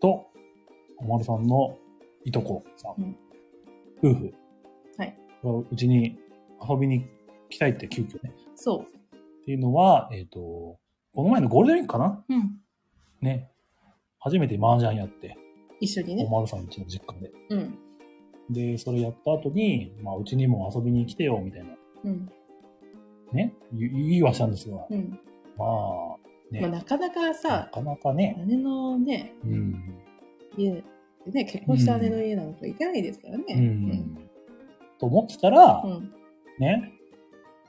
と、おまるさんのいとこさん、夫婦
はい
がうちに遊びに来たいって急遽ね。
そ
っていうのは、えっ、と、この前のゴールデンウィークかな
う。うん。
ね。初めて麻雀やって、
一緒に
お
ね。
まるさんちの実家で。
うん。
で、それやった後に、まあ、うちにも遊びに来てよ、みたいな、
うん。
ね、言い言いはしたんですが、
うん。
まあ、ね、
まあ、なかなか
な
さ、
かなかね、
姉のね、
うん、
家でね、結婚した姉の家なんか行けないですからね。
うん、と思ってたら、
うん。うん。
ね、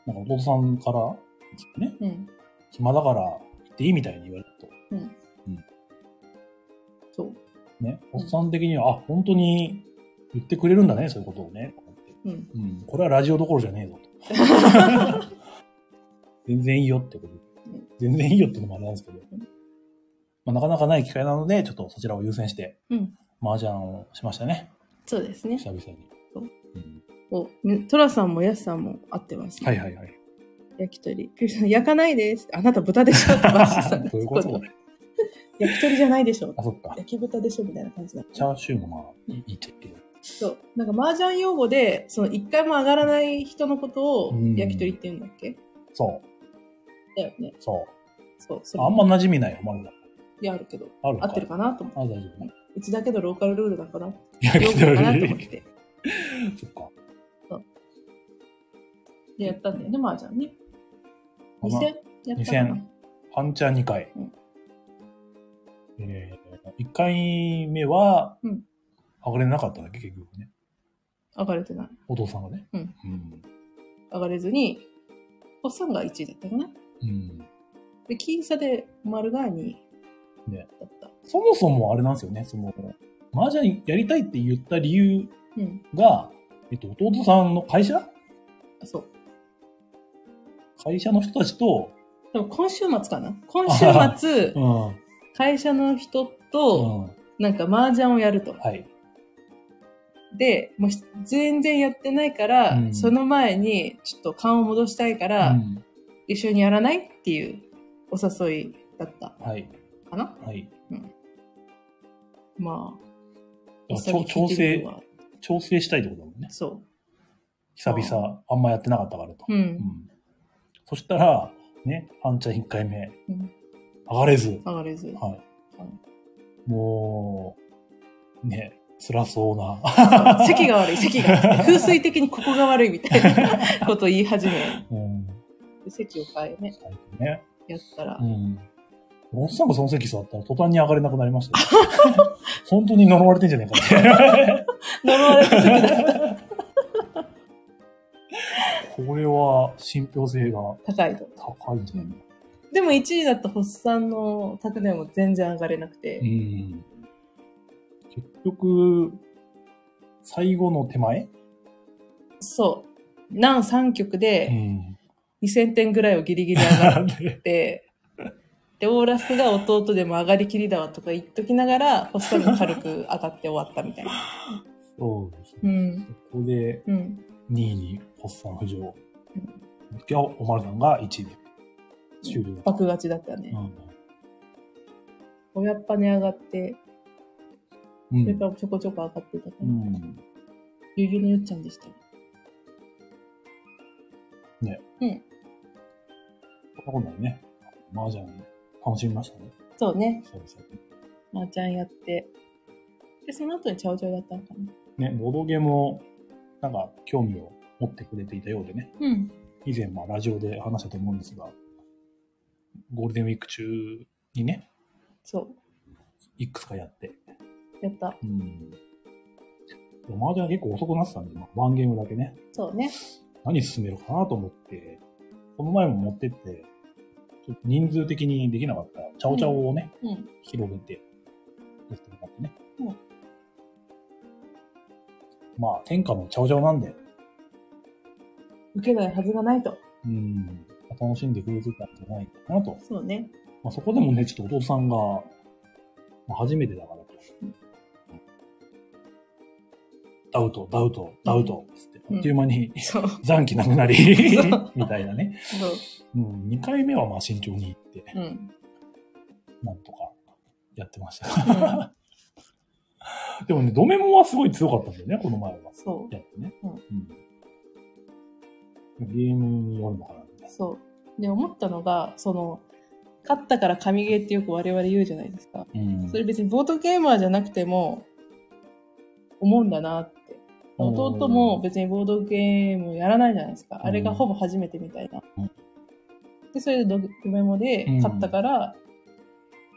なんか弟さんから、ちょっとね、
うん。
暇だから行っていいみたいに言われたと。
そう。
ね、
う
お
ん
っさん的には、あ、本当に言ってくれるんだね、そういうことをね。
うん。
うん、これはラジオどころじゃねえぞと。
[LAUGHS]
全然いいよってこと
うん。
全然いいよってのもあれなんですけど
うん。
まあ、なかなかない機会なので、ちょっとそちらを優先して、
うん。
麻雀をしましたね。
そうですね。
久々に。
そう
うん
お、ねトラさんもヤスさんも会ってます、ね。
はいはい
[LAUGHS]
はい。
焼き鳥。 [LAUGHS] ピューさん、焼かないです。あなた豚でしょってバッシーさ
[LAUGHS]
ん
どういうこと
焼き鳥じゃないでしょ。
あ、そっか。
焼き豚でしょみたいな感じだ。
チャーシューもまあ、いいいいっちゃいいけど。
そう。なんか麻雀用語で、その一回も上がらない人のことを
うん
焼き鳥って言うんだっけ
そう、
だよね。
そ。
そう。そうれ
あんま馴染みないよ、まだ。
いや、あるけど。
ある
合ってるかなと思って。
あ、大丈夫ね。
うちだけのローカルルールだから。
焼
用
き
語かなと思っ
鳥。
て。
そっか。
で、やったんだよね、麻雀ね。
まあ
2000やったかな。
パンチャー2回。
うん
えー、1回目は、
うん
上がれなかっただけ、結局ね。
上がれてない。
お父さんがね。
うん
うん。
上がれずに、おっさんが1位だったかな。
うん。
で、僅差で丸が2位だ
ね
った。
そもそもあれなんですよね、その、麻雀やりたいって言った理由
うん。
が、えっと、弟さんの会社
あそう。
会社の人たちと、
でも今週末か
[LAUGHS]
な今週末、
ん。う
会社の人と、
ん。は
なんか麻雀をやると。
い。
で、もうし全然やってないから、
うん
その前に、ちょっと勘を戻したいから、
うん
一緒にやらないっていうお誘いだった
はい。
かな
はい。
まあ、
だから
一緒に
調
聞
調
いてみる
整、
わ
調整したいってことだもんね。
そ
久々、あんまやってなかったからと。
う。うん。
そしたら、ね、あんちゃん1回目、
うん
上がれず、
上がれず。 [LAUGHS]
はい。
は
もう、ね、辛そうな。 [LAUGHS]
席が悪い、席が悪い。風水的にここが悪いみたいなことを言い始め、
うん。
で席を変えね、
最近ね。
やったら
う、ん。おっさんがその席座ったら途端に上がれなくなりましたよ。 [LAUGHS] 本当に呪われてんじゃねえ [LAUGHS] かって。
呪われてすぐだ。
これは信憑性が [LAUGHS]
高いと。
高いんじゃないか。
でも1位だった発散の宅でも全然上がれなく
う
て、
ん。結局、最後の手前
そう。何3曲
う
で
ん。
2000点ぐらいをギリギリ上がっ
[LAUGHS] で [LAUGHS]
て、で、オーラスが弟でも上がりきりだわとか言っときながら、発散が軽く上がって終わったみた
[LAUGHS]
いな。
そうですね。
うん。
ここで
うん。
2位にホッサン浮上。今日、おまるさんが1位で終了だった。
爆勝ちだったね。親っぱに上がって、
うん。う
それ
ん
からちょこちょこ上がってたから
う、ん。
ゆうゆうのよっちゃんでした。
そんなことないね。麻雀楽しみましたね。
そうね。
久々
麻雀やって。で、その後にチャオチャオやったのかな。
に。ね、ボードゲームを、なんか、興味を持ってくれていたようでね。
うん。
以前、まあ、ラジオで話したと思うんですが、ゴールデンウィーク中にね、
そう。
いくつかやって。
やった。
うん。でも麻雀結構遅くなってたんで、まあ、ワンゲームだけね。
そうね。
何進めるかなと思って、この前も持ってって、ちょっと人数的にできなかった、チャオチャオをね、
うん。
広げて、やってもらってね。
うん
まあ、天下のチャオチャオなんで、
受けないはずがないと。
うん、楽しんでくれてたんじゃないかなと。
そうね。
まあ、そこでもね、ちょっとお父さんが、まあ、初めてだからと。ダウト、ダウト、ダウト、つって、
うん
あっという間に [LAUGHS]
そう。
残機なくなり
そう、
みたいなね。
そう。
うん、2回目はまあ慎重にいって、
うん。
なんとかやってました。 [LAUGHS] でもね、ドメモはすごい強かったんだよね、この前は。
そ
やってね。
うん。
うんゲームによるのかな、みたいうな。
そう。で、思ったのが、その、勝ったから神ゲーってよく我々言うじゃないですか。
うん
それ別にボートゲーマーじゃなくても、思うんだなって。弟も別にボードゲームをやらないじゃないですか。あれがほぼ初めてみたいな
うん。
で、それでドクメモで
うん
買ったから、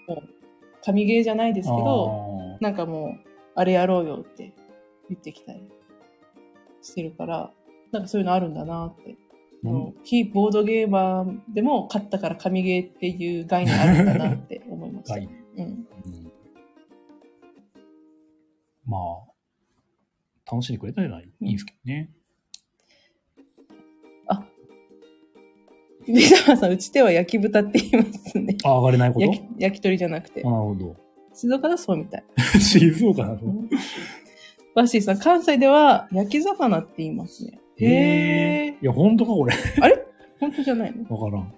もう、神ゲーじゃないですけど、
あ
なんかもう、あれやろうよって言ってきたりしてるから、なんかそういうのあるんだなって。
ーうん
非ボードゲーマーでも勝ったから神ゲーっていう概念あるんだなって思いました。
はい
うん、
うんまあ、楽しんでくれたじゃない、
うん
いいですけどね。
ビザマさん、うちでは焼き豚って言いますね。
あ、上がれないこと
焼き焼き鳥じゃなくて
あ。なるほど。 [LAUGHS]
静岡だとそうみたい。
静岡な
う
の
んバッシーさん、関西では焼き魚って言いますね。へ
いや、本当か、これ。
本当じゃないの
わからん。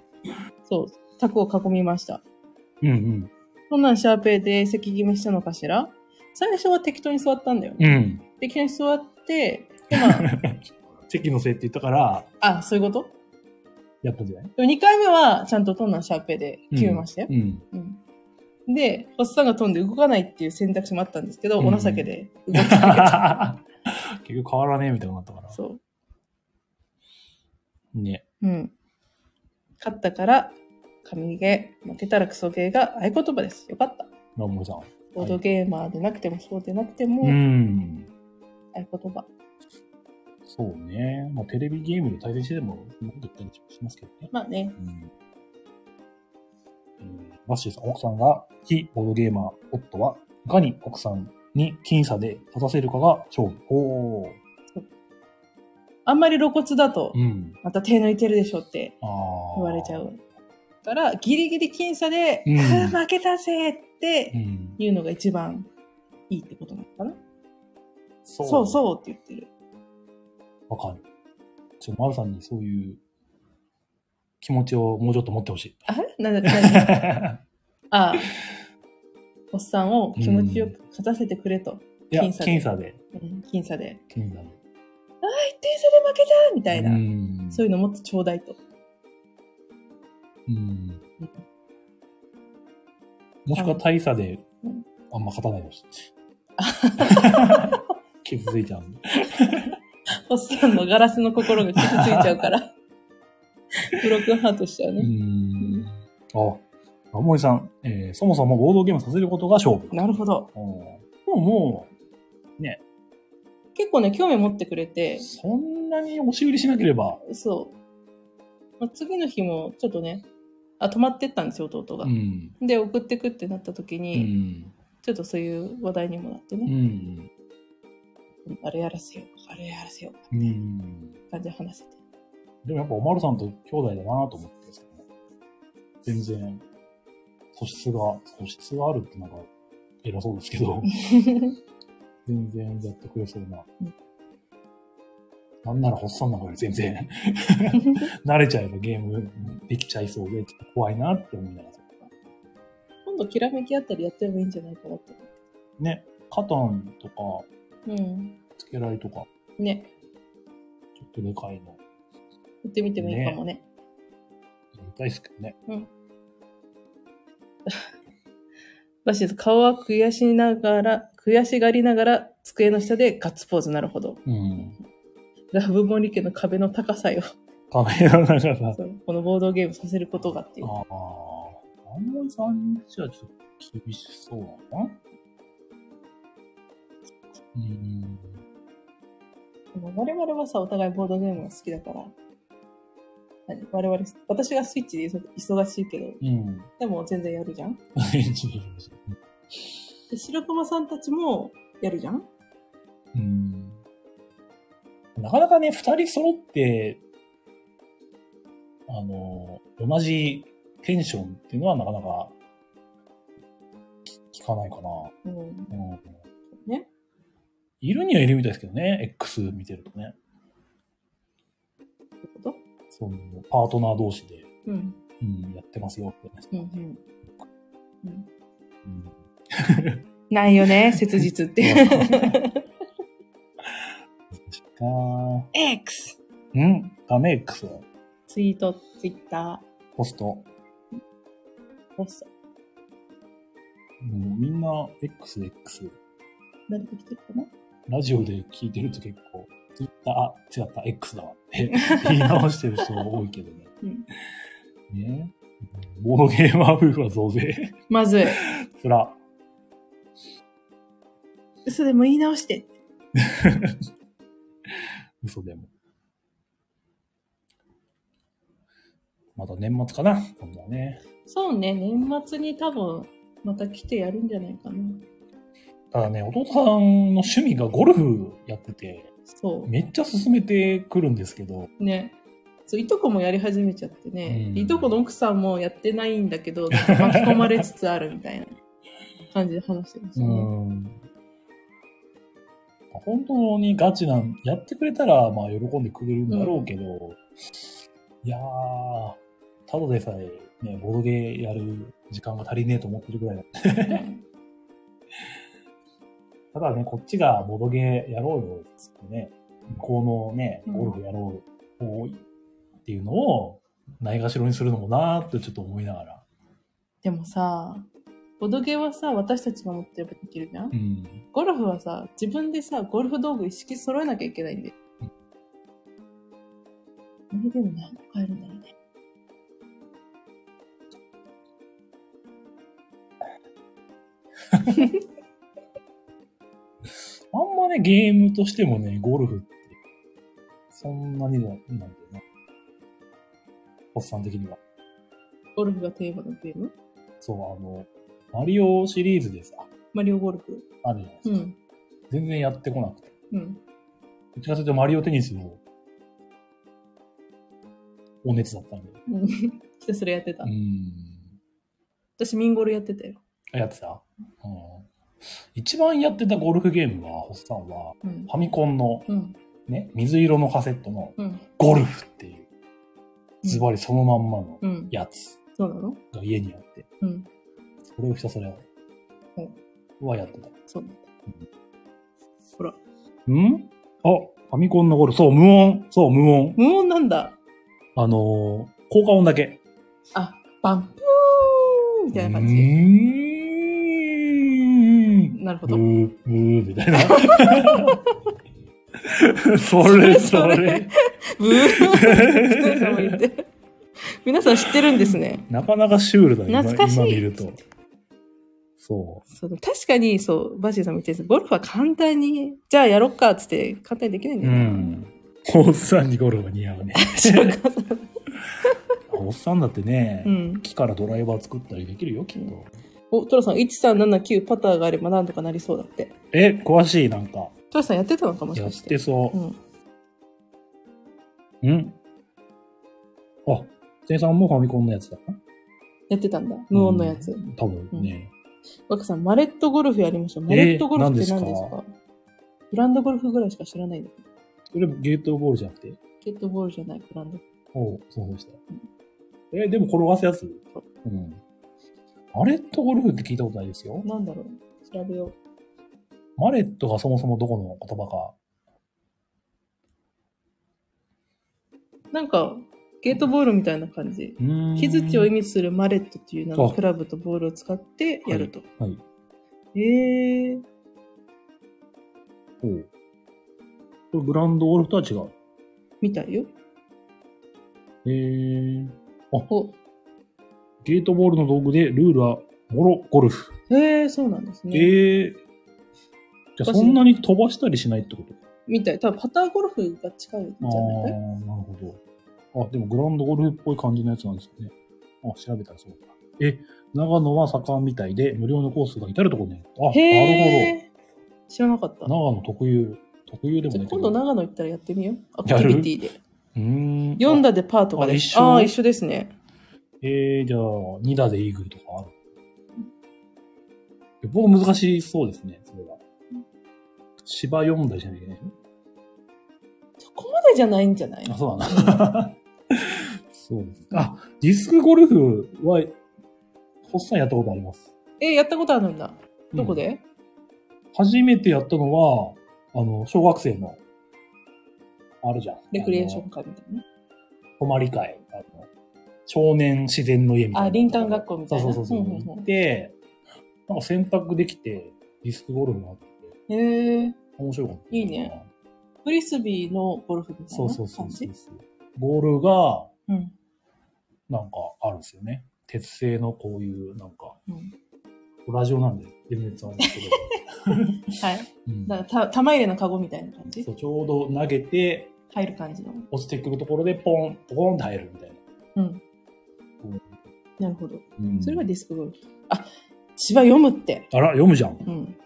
そう。卓を囲みました。
うんうん。そ
そんなんシャーペイで席決めしたのかしら最初は適当に座ったんだよね。
うん。
適当に座って、でま
[LAUGHS] 席のせいって言ったから、
あ、あ、そういうこと
やったんじゃない
でも2回目はちゃんとトンナンシャーペイで決めましたよ。
うん。
うんで、おっさんが飛んで動かないっていう選択肢もあったんですけど、
うん
お情
[LAUGHS]
けで動きかけた。
[LAUGHS] 結局変わらねえみたいになったから。
そう。
ね。
うん。勝ったから、神ゲー、負けたらクソゲーが合言葉です。よかった。
ラモリさん。
ボードゲーマーでなくてもそうでなくても
う
合
ん。
言葉。
そうね。まあ、テレビゲームで対戦してでも、そんなこと言ったりしますけどね。
まあね、
うん。うんバッシーさん、奥さんが非ボードゲーマー、夫は、いかに奥さんに僅差で立たせるかが勝負。おー。
あんまり露骨だと、
ん。
また手抜いてるでしょって
ああ。
言われちゃ。う。から、ギリギリ僅差で、
うん
あ [LAUGHS] ー負けたぜっ
う
て
ん。
言うのが一番いいってことなのかな。
そ
そうそうって言ってる。
う。わかる。ちょっと、マルさんにそういう気持ちをもうちょっと持ってほしい。 [LAUGHS]
あれなんだ、何ああ、おっさんを気持ちよく勝たせてくれと。
いや、
僅差で
僅差で。
うん、僅差で。
僅差で。み
1点差で負けたみたいな。
うん。
そういうのもっとちょうだいと。
うん。もしくは大差で
うん、
あんま勝たないでほしい。傷ついちゃうんで。
おっさんのガラスの心が傷ついちゃ
[LAUGHS]
うから。ブロックンハートしちゃ
う
うね。
ん。あ、ラモリさん、えーそもそも合同ゲームさせることが勝負。
なるほど。
おーでもも
結構ね、興味持ってくれて
う、、そんなに押し売りしなければ。
そう。まあ、次の日も、ちょっとね、あ、泊まってったんですよ、弟が。
ん。
で、送ってくってなった時
う
に、
ん。
ちょっとそういう話題にもなって
う
ね、
ん。
あれやらせよう、あれやらせよう、
うん。
感じで話せて。
でもやっぱおまるさんと兄弟だなと思ってですけどね全然、素質が、素質があるってなんか偉そうですけど、全然やってくれそうな
うん。
なんなら発作の中より全然 [LAUGHS] 慣れちゃえばゲームできちゃいそうで、ちょっと怖いなって思いながら。
今度、きらめきあたりやってもいいんじゃないかなって。
ね、カタンとか、
うん。
つけられとか、
ね、
ちょっとでかいの、
行ってみてもいいかもね。
やりたいですけどね。
バシーズ、顔は悔しながら、悔しがりながら、机の下でガッツポーズなるほど。
うん。
ラブモリ家の壁の高さよ。
カメラの中が。
そうこのボードゲームさせることがっていう。
ああ、あんまりさんじゃちょっと厳しそうなのかなうん。
でも我々はさ、お互いボードゲームが好きだから。何我々、私がスイッチで忙しいけど、
うん。
でも全然やるじゃん。で、白熊さんたちもやるじゃん。
うん。なかなかね、二人揃って、あの、同じテンションっていうのはなかなかき聞かないかな。
うん。
うん。
ね。
いるにはいるみたいですけどね、X 見てるとね。
ってこと
そのパートナー同士で、
うん。
うん、やってますよって、
うん、うん。う
う
ん
ん
ないよね、切実って。
かー
X!
[LAUGHS] うんダメ X
ツイート、ツイッタ
ポスト。
ー、ポスト。
もうみんな XX。
誰か来てるかな
ラジオで聞いてると結構、ツイッター、あ、違った、X だわって
[LAUGHS]
言い直してる人多いけどね。
うん
ねボードゲーマー夫婦は増税。 [LAUGHS]
まずい。
つら。
嘘でも言い直して。
嘘でも。また年末かな今度はね。
そうね、年末に多分、また来てやるんじゃないかな。
ただね、お父さんの趣味がゴルフやってて、
そ
めっちゃ勧めてくるんですけど、
う。ね。そう、いとこもやり始めちゃってね。
うん
いとこの奥さんもやってないんだけど、なんか巻き込まれつつあるみたいな [LAUGHS] 感じで話してます
う
ね。
ん。本当にガチなん、やってくれたら、まあ、喜んでくれるんだろうけど、いやー、ただでさえ、ね、ボドゲーやる時間が足りねえと思ってるぐらいだ
うん
ただね、こっちがボドゲーやろうよ、つってね、向こうのね、
うん
ゴルフやろう、多いっていうのを、ないがしろにするのもなーってちょっと思いながら。
でもさ、ボドゲはさ、私たちが持ってればできるじゃん、
うん。
ゴルフはさ、自分でさ、ゴルフ道具一式揃えなきゃいけないんで。
うん
それでも何個買えるんだろうね。
あんまね、ゲームとしてもね、ゴルフって、そんなにも、なんだよな。おっさん的には。
ゴルフがテーマのゲーム
そう、あの、マリオシリーズでさ、
マリオゴルフ。
あるじゃないで
う
すか。
ん。
全然やってこなくて。
うん。
どっちかというとマリオテニスの、お熱だったんで。
うん [LAUGHS] ひたすらやってた。
うん。
私、ミンゴルやってたよ。
やってた、うん、一番やってたゴルフゲームは、ホッサンは、
うん
フ。ァミコンの
うん。
ね、水色のカセットの
うん。
ゴルフっていう、ズバリそのまんまの
うん。
やつ
そうなの
が家にあって、
うん。
それをひたすらやる。はやってた。
そうなんだ。
んあ、ファミコンのゴルフ。そう、無音。そう、無音。
無音なんだ。
あのー、効果音だけ。
あ、バンプーみたいな感
うー
じ。
ん。
なるほ
ブ
ど。
ー、ブー、みたいな。 [LAUGHS] それ、それ。
[LAUGHS] ブーそう言って。皆さん知ってるんですね。
なかなかシュールだね。今
懐かしい
今見ると。そ
そう確かに、そう、バシーさんも言ってるんですゴルフは簡単に、じゃあやろっかっつって簡単にできないん
う。
だ
う
よね。
ん。おっさんにゴルフが似合う
[LAUGHS]
ね。おっさんだってね、
うん。
木からドライバー作ったりできるよ、きっと。
お、トラさん、1379パターがあれば何とかなりそうだって。
え、詳しい、なんか。
トラさんやってたのかもし
や
か
っ
して。
てそ
うん。
う。うん。あ、店員さんもファミコンのやつだな。
やってたんだ。無音のやつ。
多分ね。
若さん、マレットゴルフやりましょう。マレットゴルフって何ですか,、
えー何です
グランドゴルフぐらいしか知らないんだけど。
それゲートボールじゃなくて。
ゲットボールじゃない、グランド。
おう、そうでした。え、でも転がすやつうん。マレットゴルフって聞いたことないですよ。
なんだろう。調べよう。
マレットがそもそもどこの言葉か
なんか、ゲートボールみたいな感じ。
木
木づちを意味するマレットという名の
あ
クラブとボールを使ってやると。
はい。
えー、
おうこれグランドゴルフとは違う。
みたいよ。
へー
お、
ゲートボールの道具でルールはモロゴルフ。
えー、そうなんですね。
えーじゃあ
私
そんなに飛ばしたりしないってこと
みたい。多分パターゴルフが近いんじ
ああ
ゃないかい
ー、なるほど。あ、でもグランドゴルフっぽい感じのやつなんですよね。あ、調べたらそうだ。え、長野は盛んみたいで無料のコースが至るところにある。あ、なる
へー。知らなかった。
ほど。長野特有。特有でも
じゃ
な
あ
いけ
今
ど。
度長野行ったらやってみよう。アクテ
やる
ィビティで。
うーん。
4打でパーとかで
あ一
す。
緒
ああー、一緒ですね。
えー、じゃあ、2打でイーグルとかあるよっぽど難しそうですね、それは。芝4打じゃなきゃいけない
そこまでじゃないんじゃない
のあ、そうだな。そうですか。あ、ディスクゴルフは、ほっさんやったことあります。
えー、やったことあるんだ。どこ
うん
で、
初めてやったのは、あの、小学生の、あるじゃん。
レクリエーショ
あの
ン。会みたいな。
泊まり会。あの少年自然の家みたいな。
あ、林間学校みたいな。
そうそうそうそう。
んんん
で、なんか選択できて、ディスクゴルフがあって、
へえ。
面白かった。
いいね。フリスビーのゴルフみたいな感じ
そうそうそうそうそう。ボールが、
うん。
なんかあるんですよね。鉄製のこういう、なんか、
うん
ラジオなんで全然伝わんないです
[LAUGHS]
けど。
はい。
うん
だからた玉入れのカゴみたいな感じ
そうちょうど投げて、
入る感じの。
落ちてくるところでポン、ポコンって入るみたいな。
うん。なるほど。
うん
それがディスクゴルフ。あ、千葉読むって。
あら、読むじゃん。
うん。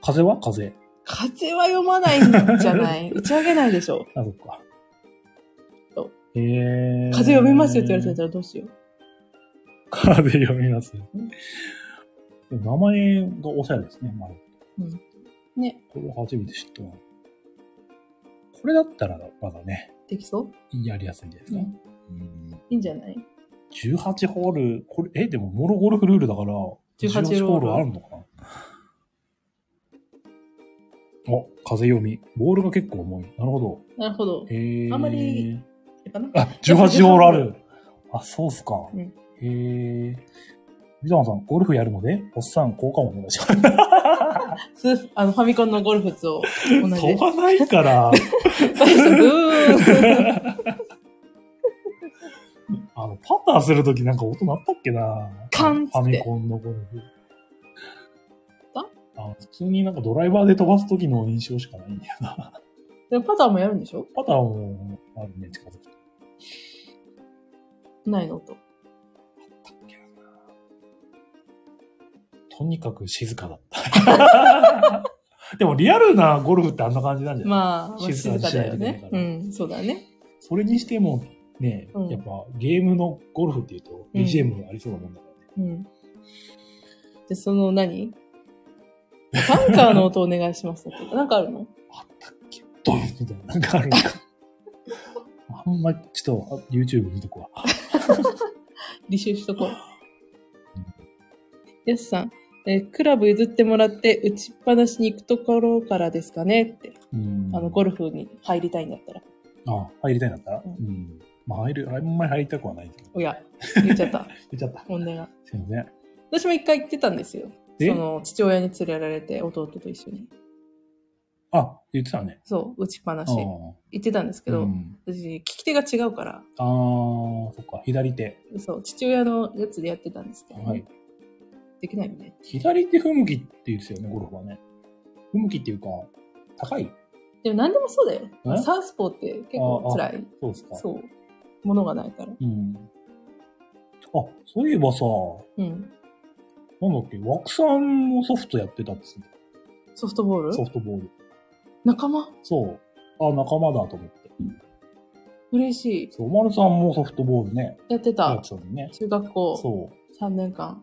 風は風。
風は読まないんじゃな
[LAUGHS]
い打ち上げないでしょ。
あ、そっか。
そう
えー、
風読みますよって言われたらどうしよう。
風読みますね
うん。
でも名前がおしゃれですね、まる。
ね、
これ初めて知ったわこれだったら、まだね、
できそう、
やりやすいんじゃないです
う
か。
ん、
うん
いいんじゃない
18ホール、これ、え、でも、モロゴルフルールだから、18ホールあるのかなお、風読み。ボールが結構重い。なるほど。
なるほど。
へー
あんまり。かな
あ、18ホールある。あ、そうっすか。
うん
へえ。ビザマさん、ゴルフやるので、おっさん、交換お願いし
[LAUGHS]
ます。
スーあの、ファミコンのゴルフと同じ。
飛ばないから、 [LAUGHS]
最初、ブーン
あの、パターするときなんか音鳴ったっけな
カンっつって
ファミコンのゴルフ。
だ
あの普通になんかドライバーで飛ばすときの印象しかないんだよな。
[LAUGHS] でもパターンもやるんでしょ
パターもあるね、近づくと。
ないのと。
とにかく静かだった。 [LAUGHS] でもリアルなゴルフってあんな感じなんじゃない、
まあ、まあ
静
静
かに
か
しない
だ
と
よ
いけない
ね
か。
う
ら
ん、そうだね。
それにしてもね、
うん
やっぱゲームのゴルフっていうと
うん
BGM ありそうなもんだからね。
うん。で、その何バンカーの音お願いしますだって。なん [LAUGHS] かあるの
あったっけドンみたいな。なんか
[LAUGHS]
あるのか。あんま、ちょっとあ YouTube 見とこわ。
履修しとこう。ヤスさん、えークラブ譲ってもらって打ちっぱなしに行くところからですかねって。
うん
あの、ゴルフに入りたいんだったら。
あ、入りたいんだったら。
う
うんん。まあ、入る、あんまり入りたくはないけど。
おや、言っちゃった。 [LAUGHS]
出ちゃった。
本音が。
すいません。
私も一回行ってたんですよ。そ
え
の、父親に連れられて、弟と一緒に。
あ、言ってたね。
そう、打ちっぱなし。行
あ
ってたんですけど、
うん
私、利き手が違うから、
あー、そっか、左手。
そう、父親のやつでやってたんですけど、
はい。
できないよね。
左手不向きって言うんですよね、ゴルフはね。不向きっていうか、高い
でも何でもそうだよ。
え
サウスポーって結構辛い。
そうですか。
そう。ものがないから。
うん。あ、そういえばさ、
うん。
なんだっけ、枠さんもソフトやってたっつって
ソフトボール
ソフトボール。
仲間
そう。あ、仲間だと思って。
嬉しい。
そう、丸さんもソフトボールね、
やって
や
た
って。たのね。
中学校
そ
3年間。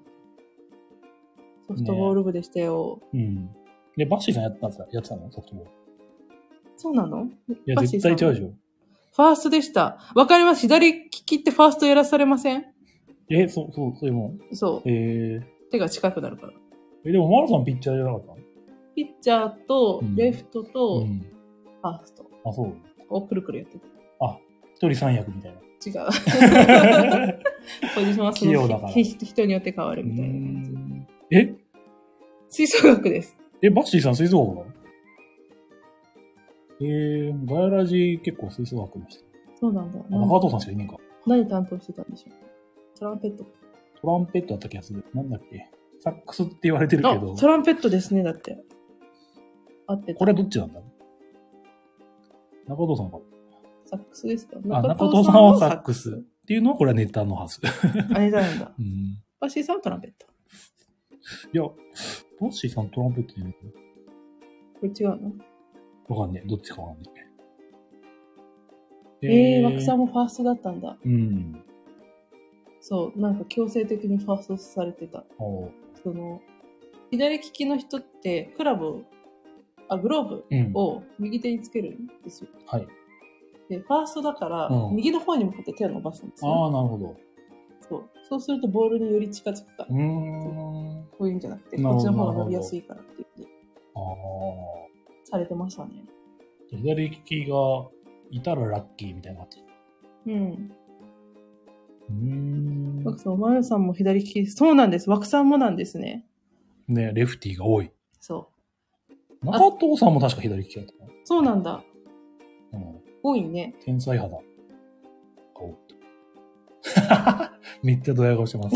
ソフトボール部でしたよ。
う。うん。で、バッシーさんやってたんですかやってたのソフトボール。
そうなの
いや、
バッシー
絶
さん
対違うでしょ。
ファーストでした。わかります。左利きってファーストやらされません
え、そう、そう、そういうもん。
そ
えー、
う。手が近くなるから。
え、でも丸さんピッチャーじゃなかったの
ピッチャーと
うん
レフトとフ
ん。
ァースト
あ、そう。
をくるくるやって
一人三役みたいな。
た。
[LAUGHS]
違 [LAUGHS] う。ポジションはそ
器用だか
の
ら
ひひ人によって変わるみたいな感じ。
え
吹奏楽です。
え、バッシーさん吹奏楽なのえー、ガヤラジ結構吹奏楽の人。
そうなんだ。
あ中藤さんしかいねえか。
何担当してたんでしょうトランペット。
トランペットだった気がする。なんだっけ。サックスって言われてるけ
あ
ど、、
トランペットですね、だって。合ってた。
これはどっちなんだろう中藤さんか。
サックスですか
あ、中藤さんはサックス。っていうのはこれはネタのは
[LAUGHS]
ず。
ス。あれだなんだ。
うん。
バッシーさんはトランペット。
いや、バッシーさんトランペットじゃないか
これ違うの
なわかんねえ。どっちかわかんねえ。
えー、枠さん
ん。
もファーストだったんだ。
うん。
そう、なんか強制的にファーストされてた。
おう
その、左利きの人って、クラブを、あ、グロー
うん
ブ。を右手につけるんですよ。
はい。
で、ファーストだから、
うん
右の方に向かって手を伸ばすんです
あ
よ。
あ、なるほど。
そう。そうするとボールにより近づくから、
うーん。
こういうんじゃなくて、
なる
こっ
ほ
ち
ど
の方が伸びやすいからって言って、
ああ。
されてましたね。
左利きがいたらラッキーみたいな感じ。
うん。
うーん
枠さん、お前らさんも左利き、そうなんです。枠さんもなんですね。
ね、レフティーが多い。
そ
中藤さんも確か左利きだったな。
そうなんだ。
うん。
多いね。 [LAUGHS]
天才肌。お [LAUGHS] めっちゃドヤ顔してます。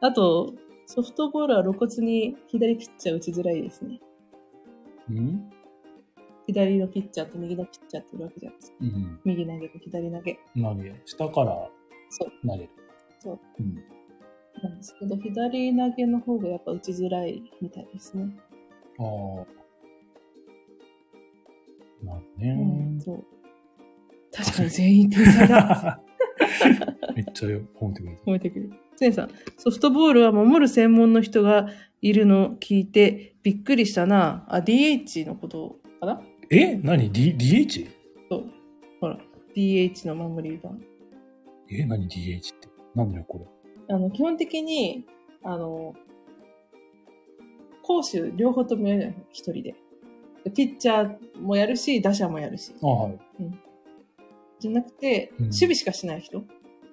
あと、ソフトボールは露骨に左ピッチャー打ちづらいですね。
うん
左のピッチャーと右のピッチャーっているわけじゃないですか。
うん。
右投げと左投げ
投げ、下から
そう
投げる。
そう。
うん。
なんですけど、左投げの方がやっぱ打ちづらいみたいですね。
ああ。なるほどね。
うん、そう。確かに全員天才だ。
[LAUGHS] めっちゃ褒めてくれた。
褒めてくれる。せんさん、ソフトボールは守る専門の人がいるのを聞いてびっくりしたな。あ、DH のことかな
え何 ?D、DH?
そう。ほら、DH の守り番。
え何 ?DH って。なんだよ、これ。
あの、基本的に、あの、攻守両方ともやるじゃない一人で。でピッチャーもやるし、打者もやるし。
あはい。
じゃなくて、
うん
守備しかしない人。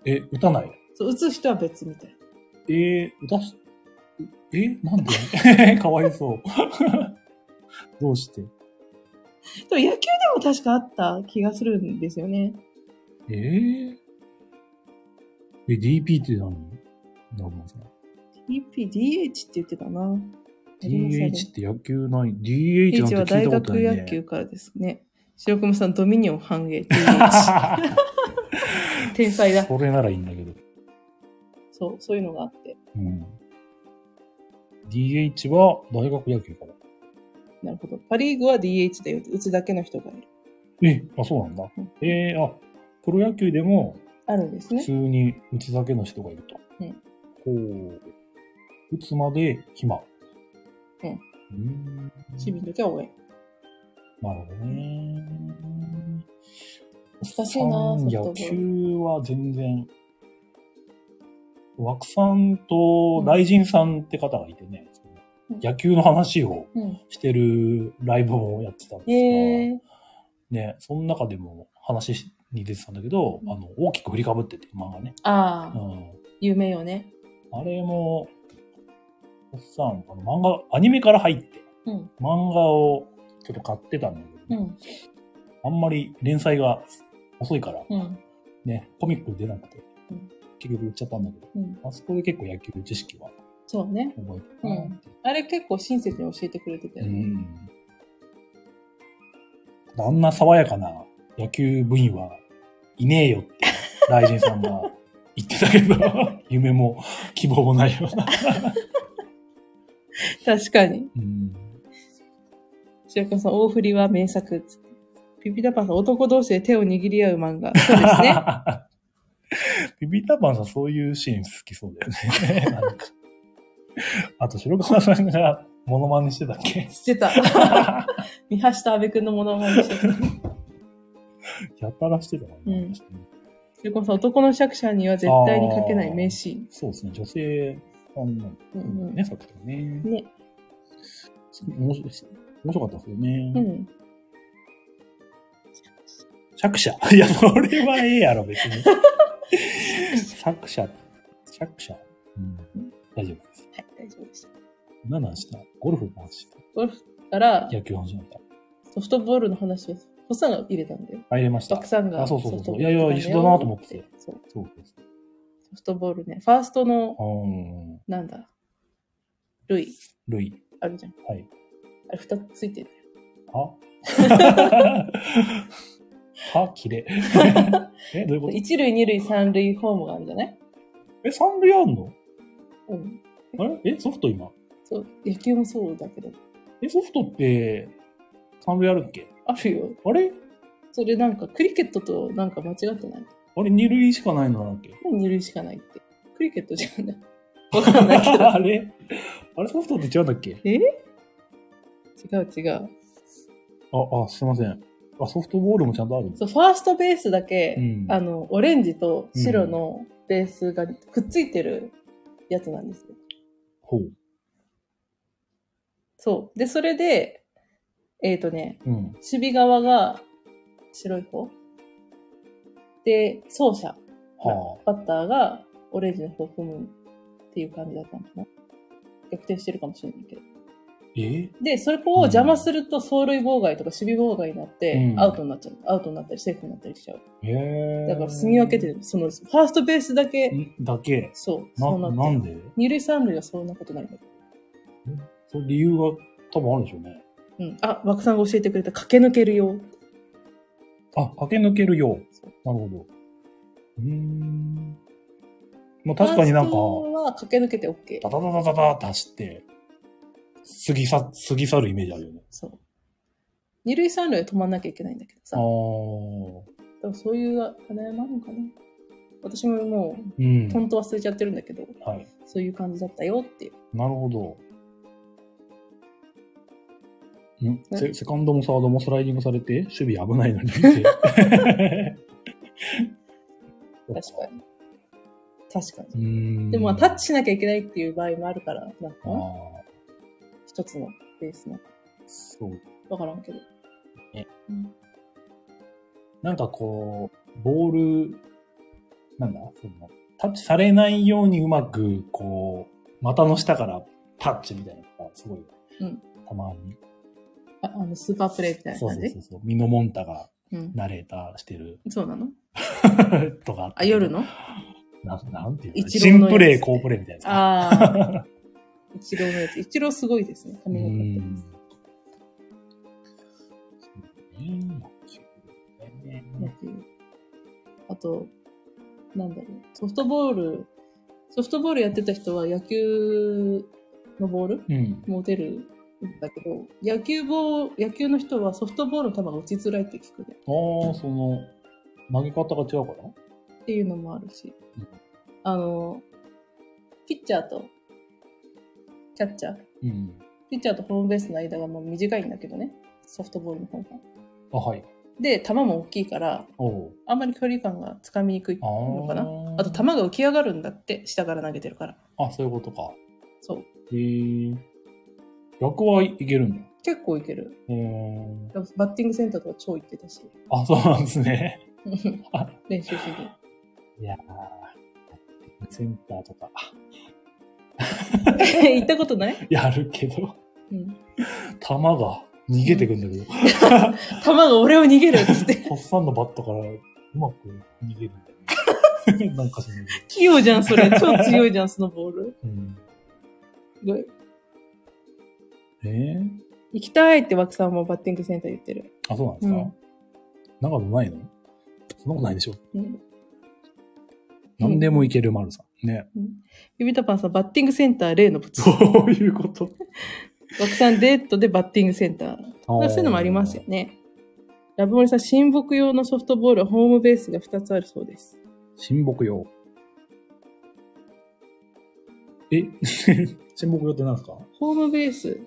え、打たない
そう、打つ人は別みたいな。
えー、打たし、え、なんで [LAUGHS] かわいそう。どうして
でも野球でも確かあった気がするんですよね。
えー、え、DP って何なるさん。
EP、DH って言ってたな。
DH って野球ない。DH なん
DH は
て聞い
大
たこと
学
ない、ね。
野球からですね。白熊さん、ドミニオン反映
[LAUGHS]
DH。天才だ。
それならいいんだけど。
そう、そういうのがあって。
うん。DH は大学野球から。
なるほど。パリーグは DH だよって。打つだけの人がいる。
え、あ、そうなんだ
うん。
えー、あ、プロ野球でも
あるんです
普
ね
通。に打つだけの人がいると。
うん
こう。打つまで暇。
うん
ん。
守備の時は応援。
なるほどね。おっさん
難しいなソフトボ
野
ール
球は全然。枠さんと雷神さんって方がいてね、
うん
野球の話を
うん。
してるライブをやってたんですが、
へえ。
ね、その中でも話に出てたんだけど、
うん
あの、大きく振りかぶってて、漫画ね。
あ
う
あ、
ん。
有名よね。
あれも、おっさん、あの漫画、アニメから入って、
うん。
漫画をちょっと買ってたんだけ
う
ど、
ん。
あんまり連載が遅いから、
うん。
ね、コミック出なくて
うん、
結局売っちゃったんだけど、
うん。
あそこで結構野球知識は
そうね。
覚えたなって。
あれ結構親切に教えてくれてたよ
う
ね。
ん。あんな爽やかな野球部員はいねえよって、大臣さんが言ってたけど、 [LAUGHS] 夢も希望もないよう
[LAUGHS]
な。
確かに。
うん。
白川さん、大振りは名作っつって。ピピタパンさん、男同士で手を握り合う漫画。そうですね。
[LAUGHS] ビビタパンさんそういうシーン好きそうだよね。 [LAUGHS] なんかあと、白川さんがモノマネしてたっ
[LAUGHS]
け
してた。見橋と阿部くんのものまねしてた。
やたらしてたもんね
うんそれこそ男の作者には絶対に書けない名シーン。
そうですね、女性さんなんだ
う
よ
んうん
ね、作品ね。
ね。
面白いです面白かったですよね。
うん。
作者。 [LAUGHS] いや、それはええやろ、別
[LAUGHS]
に。作者。作者。うん。大丈夫です。
はい、大丈夫でした。
何の話したゴルフの話した
ゴルフから
野球の話しました。
ソフトボールの話を、ホッサンが入れたんだよ。
入れました
バック。さんが
あそ
ソ
う
フト
そう
ボ
そ
ー
う
ル。
いやいや一緒だなと思って
そう。
そうです。
ソフトボールね。ファーストの
う、ーん。
なんだ、類
ル
[LAUGHS]
イ。
あるじゃん。
はい。
あれ二つついてる。
ははきれ。 [LAUGHS] え、どういうこと
一塁、二塁、三塁、ホームがあるじゃない
え、三塁あんの
うん。
あれえ、ソフト今。
そう。野球もそうだけど。
え、ソフトって、三塁あるっけ
あるよ。
あれ
それなんか、クリケットとなんか間違ってない
あれ二塁しかないのなんだっけ
二塁しかないって。クリケットじゃない。わかんないけど。
[LAUGHS] あれあれソフトって違うんだっけ
違う違う。
あ、あ、すいません。あ、ソフトボールもちゃんとあるんです
そう、ファーストベースだけ、
うん
あの、オレンジと白のベースがくっついてるやつなんですよ。
ほう。
そう。で、それで、えっ、とね、
うん。
守備側が白い方。で、走者、
は
バッターがオレンジの方を踏むっていう感じだったのかな。逆転してるかもしれないけど。
あ。え
で、それを邪魔すると走塁妨害とか守備妨害になって、
うん
アウトになっちゃう。アウトになったり、セーフになったりしちゃう。
えー
だから、住み分けて、その、ファーストベースだけ、
んだけ。
そう、そうな
な、
って
な
る。
んで
二塁三塁はそんなことないんだけど。
それ理由が多分あるんでしょうね。
うん。あ、枠さんが教えてくれた駆け抜けるよ。
あ、駆け抜けるよう。
そう
なるほど。うーん。まあ確かになんか、
ファーストは駆け抜けて OK。
ダダダダダダって走って、過ぎさ、過ぎ去るイメージあるよね。
そう。二塁三塁は止まんなきゃいけないんだけど
あ
さ
あ。。
でもそういう課題もあるのかな。私ももう、
うん。
トント忘れちゃってるんだけど、
はい。
そういう感じだったよっていう。
なるほど。んセセカンドもサードもスライディングされて、守備危ないの
[LAUGHS]
にって。 [LAUGHS]
確かに。確かに。
うーん。
でもまあ、タッチしなきゃいけないっていう場合もあるから、なんか
あ、あ、
一つのベースの。
そう。
わからんけど。
なんかこう、ボール、なんだその、タッチされないようにうまく、こう、股の下からタッチみたいなのが、すごい、
うん
たまに。
ああの、スーパープレイみたいな
そう
感
そう
じ
そうそう。ミノモンタが
うん。
ナレーターしてる
そうなの
とかった
あ、
けど
夜の
ななんていうの
一
チ
郎のやつ
ンプレー、好プレーみたいなや
ああ。一郎のやつ。一郎すごいですね。
つ。う
髪の毛って。
ん。そうね
野球あと、なんだろう。ソフトボール、ソフトボールやってた人は野球のボール
うん。
も出るんだけど、野球ボール、野球の人はソフトボールの球が落ちづらいって聞くね。
ああ、その、投げ方が違うかな
っていうのもあるし
うん。
あの、ピッチャーと、キャッチャー。
うん。
ピッチャーとホームベースの間がもう短いんだけどね。ソフトボールの方が。
あ、はい。
で、球も大きいから、
おう
あんまり距離感がつかみにくい
あー
のかな。あと球が浮き上がるんだって、下から投げてるから。
あ、そういうことか。
そう。
へえ。逆はいけるんだ。
結構いける。
うーん。
バッティングセンターとか超行って
[LAUGHS]
たし。
あ、そうなんですね。
練習しに。
いやー、センターとか、 [LAUGHS]
行ったことない
やるけど、
うん。
球が逃げてくんだけど、
球が俺を逃げるっつ
[LAUGHS]
って。
ホッサンのバットからうまく逃げるんだよね。 [LAUGHS] なんかしないけ
器用じゃん、
[LAUGHS]
それ。超強いじゃん、そのボール。
ど。うん。
で
えー、
行きたいって枠さんもバッティングセンター言ってる。
あ、そうなんですか、
うん
なんかうまいのそんなことないでしょ。
うん。
何でもいける丸さん。ね。
ゆびたぱんさん、バッティングセンター例の物。
そういうこと。
枠さん、デートでバッティングセンター。まあそういうのもありますよね。ラブモリさん、親睦用のソフトボールはホームベースが2つあるそうです。
親睦用。え [LAUGHS] 親睦用って何ですか
ホームベース、だか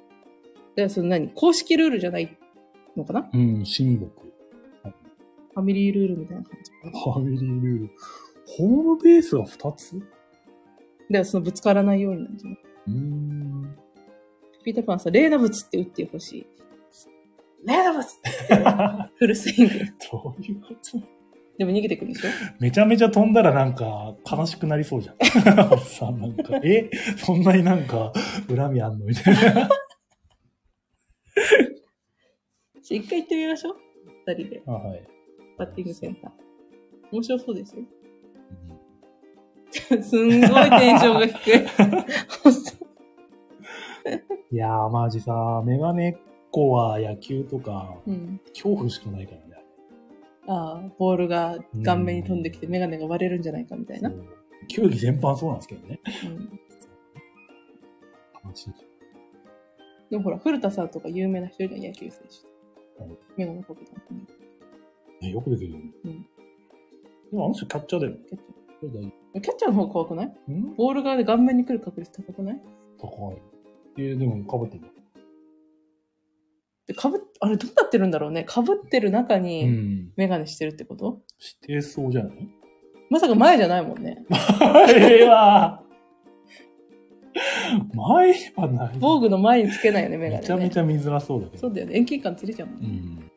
らその何公式ルールじゃないのかな
うん、親睦。
ファミリールールみたいな感じかな。だか
ファミリールール。ホームベースが2つう
らそのぶつからないようになんじゃない
ーん。
ピーターパンさん、レーナブツって打ってほし [LAUGHS] い。レーナブツってフルスイング。
どういうこと
でも逃げてくるんでしょ
めちゃめちゃ飛んだらなんか悲しくなりそうじゃん。お [LAUGHS] っさんなんか、えそんなになんか恨みあんのみたいな。
じゃあ一回行ってみましょう。二人で。
あはい。
バッティングセンター。面白そうですよ。
うん
すんごいテンションが低 [LAUGHS] い。
いやー、マジさ、メガネっ子は野球とか
うん
恐怖しかないからね。
ああ、ボールが顔面に飛んできてメガネが割れるんじゃないかみたいな。
そう球技全般そうなんですけどね。
うん、
楽しい。
でもほら、古田さんとか有名な人いるじゃん、野球選手
うん。
メガネかけたのに
ね、よくできるよね。
うん
でもあの人キャッチャーだよね。
キャッチ
それ大丈
ャー。キャッチャーの方が怖くない
夫ん
ボールが顔面に来る確率高くない
高い。えでもかぶってるよ。
で、かぶっ、あれどうなってるんだろうね。かぶってる中に
ん。
メガネしてるってこと、
してそうじゃない
まさか前じゃないもんね。
前は前はない。
防具の前につけないよね、メガネ、
め
ね。
ちゃめちゃ見づらそうだけど。
そうだよね。遠近感つれちゃうもん
う
ね。
ん。。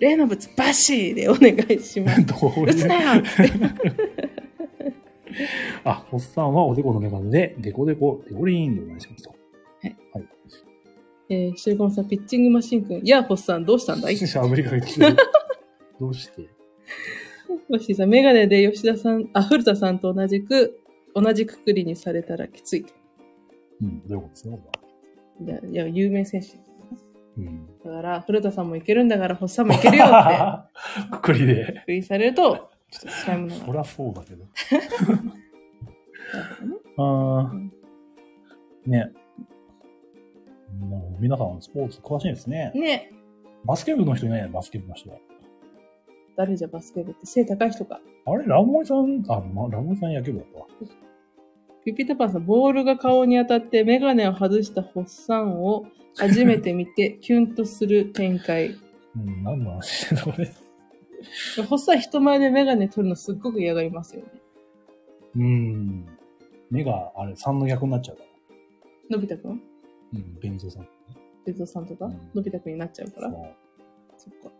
例の物バシーでお願いしま
[LAUGHS]
す
どう
打つ
いう。
なよ
あ、おっさんはおでこのメガネで、デコデコ、デコリーンでお願いしますと。
はい。
はい。
えー、シルコンさん、ピッチングマシンくん。やあ、ホッさん、どうしたんだい
アメリカに [LAUGHS] 来てる。どうして
ヨッシーさん、メガネで吉田さん、あ、古田さんと同じく、同じくくりにされたらきつい。
うん、どういうことですか
いや、いや有名選手。
うん。
だから、古田さんもいけるんだから、ホッさんもいけるよっ
[LAUGHS]
て、
くくりで。
くくりされると、ちょっと辛いものが
そりゃそうだけど。
あるからね。
あ
う
あ。
ん
ね。もう皆さんスポーツ詳しいですね。
ね
バスケ部の人いないね、バスケ部の人。
誰じゃバスケ部って背高い人か。
あれ、ラブモリさん、あ、ま、ラブモリさん野球部だったわ。
ピピタパンさん、ボールが顔に当たってメガネを外したホッサンを初めて見て、 [LAUGHS] キュンとする展開。
うん、何の話してんだこれ。
ホッサン人前でメガネ取るのすっごく嫌がりますよね。
うん。目が、あれ、3の逆になっちゃうから。
のび太くん
うん、ベンゾーさん。
哲夫さんとか、
うん
のび太くんになっちゃうから。
そう。 [LAUGHS]
そっか。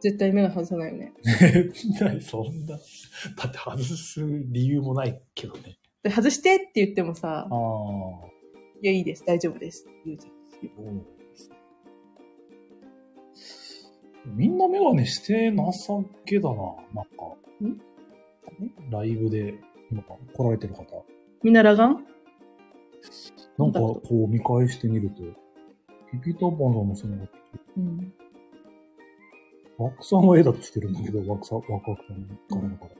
絶対目が外さないよね。
絶対そんな。だって外す理由もないけどね。
で、外してって言ってもさ
あ、あ。
いや、いいです、大丈夫ですって言うじゃん。
うんみんなメガネしてなさげだな。なんか、ライブで、今か来られてる方。
みんな裸眼
なんか、こう見返してみると、ピピタパンさんもその、
うん。
ワクさんは絵だってしてるんだけど、ワクさん、ワクワクさんからだから。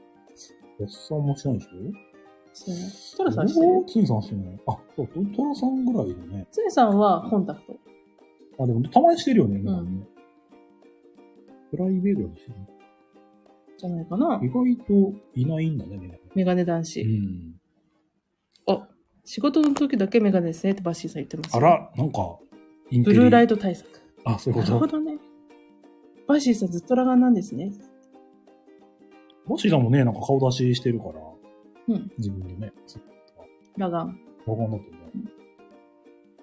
おっさんもしてないでしょ
そうね。トラさ
さ
んしてる
ツイさんしてない。あ、そう、トトラさんぐらいだね。
つねさんはコンタクト。
あ、でも、たまにしてるよね、なんかね。プライベートでしてる。
じゃないかな
意外といないんだね、みんなね。
メガネ男子。
うん。
仕事の時だけメガネですねってバッシーさん言ってます
あ
よ。
ら、なんか、イン
ブルーライ
ト。
ト対策。
あ、そういう
な
こ
るほ
と。
どね。バッシーさんずっと裸眼なんですね。
もしだもね、なんか顔出ししてるから、
うん。
自分でね、そう
裸眼。
わかんなくてね。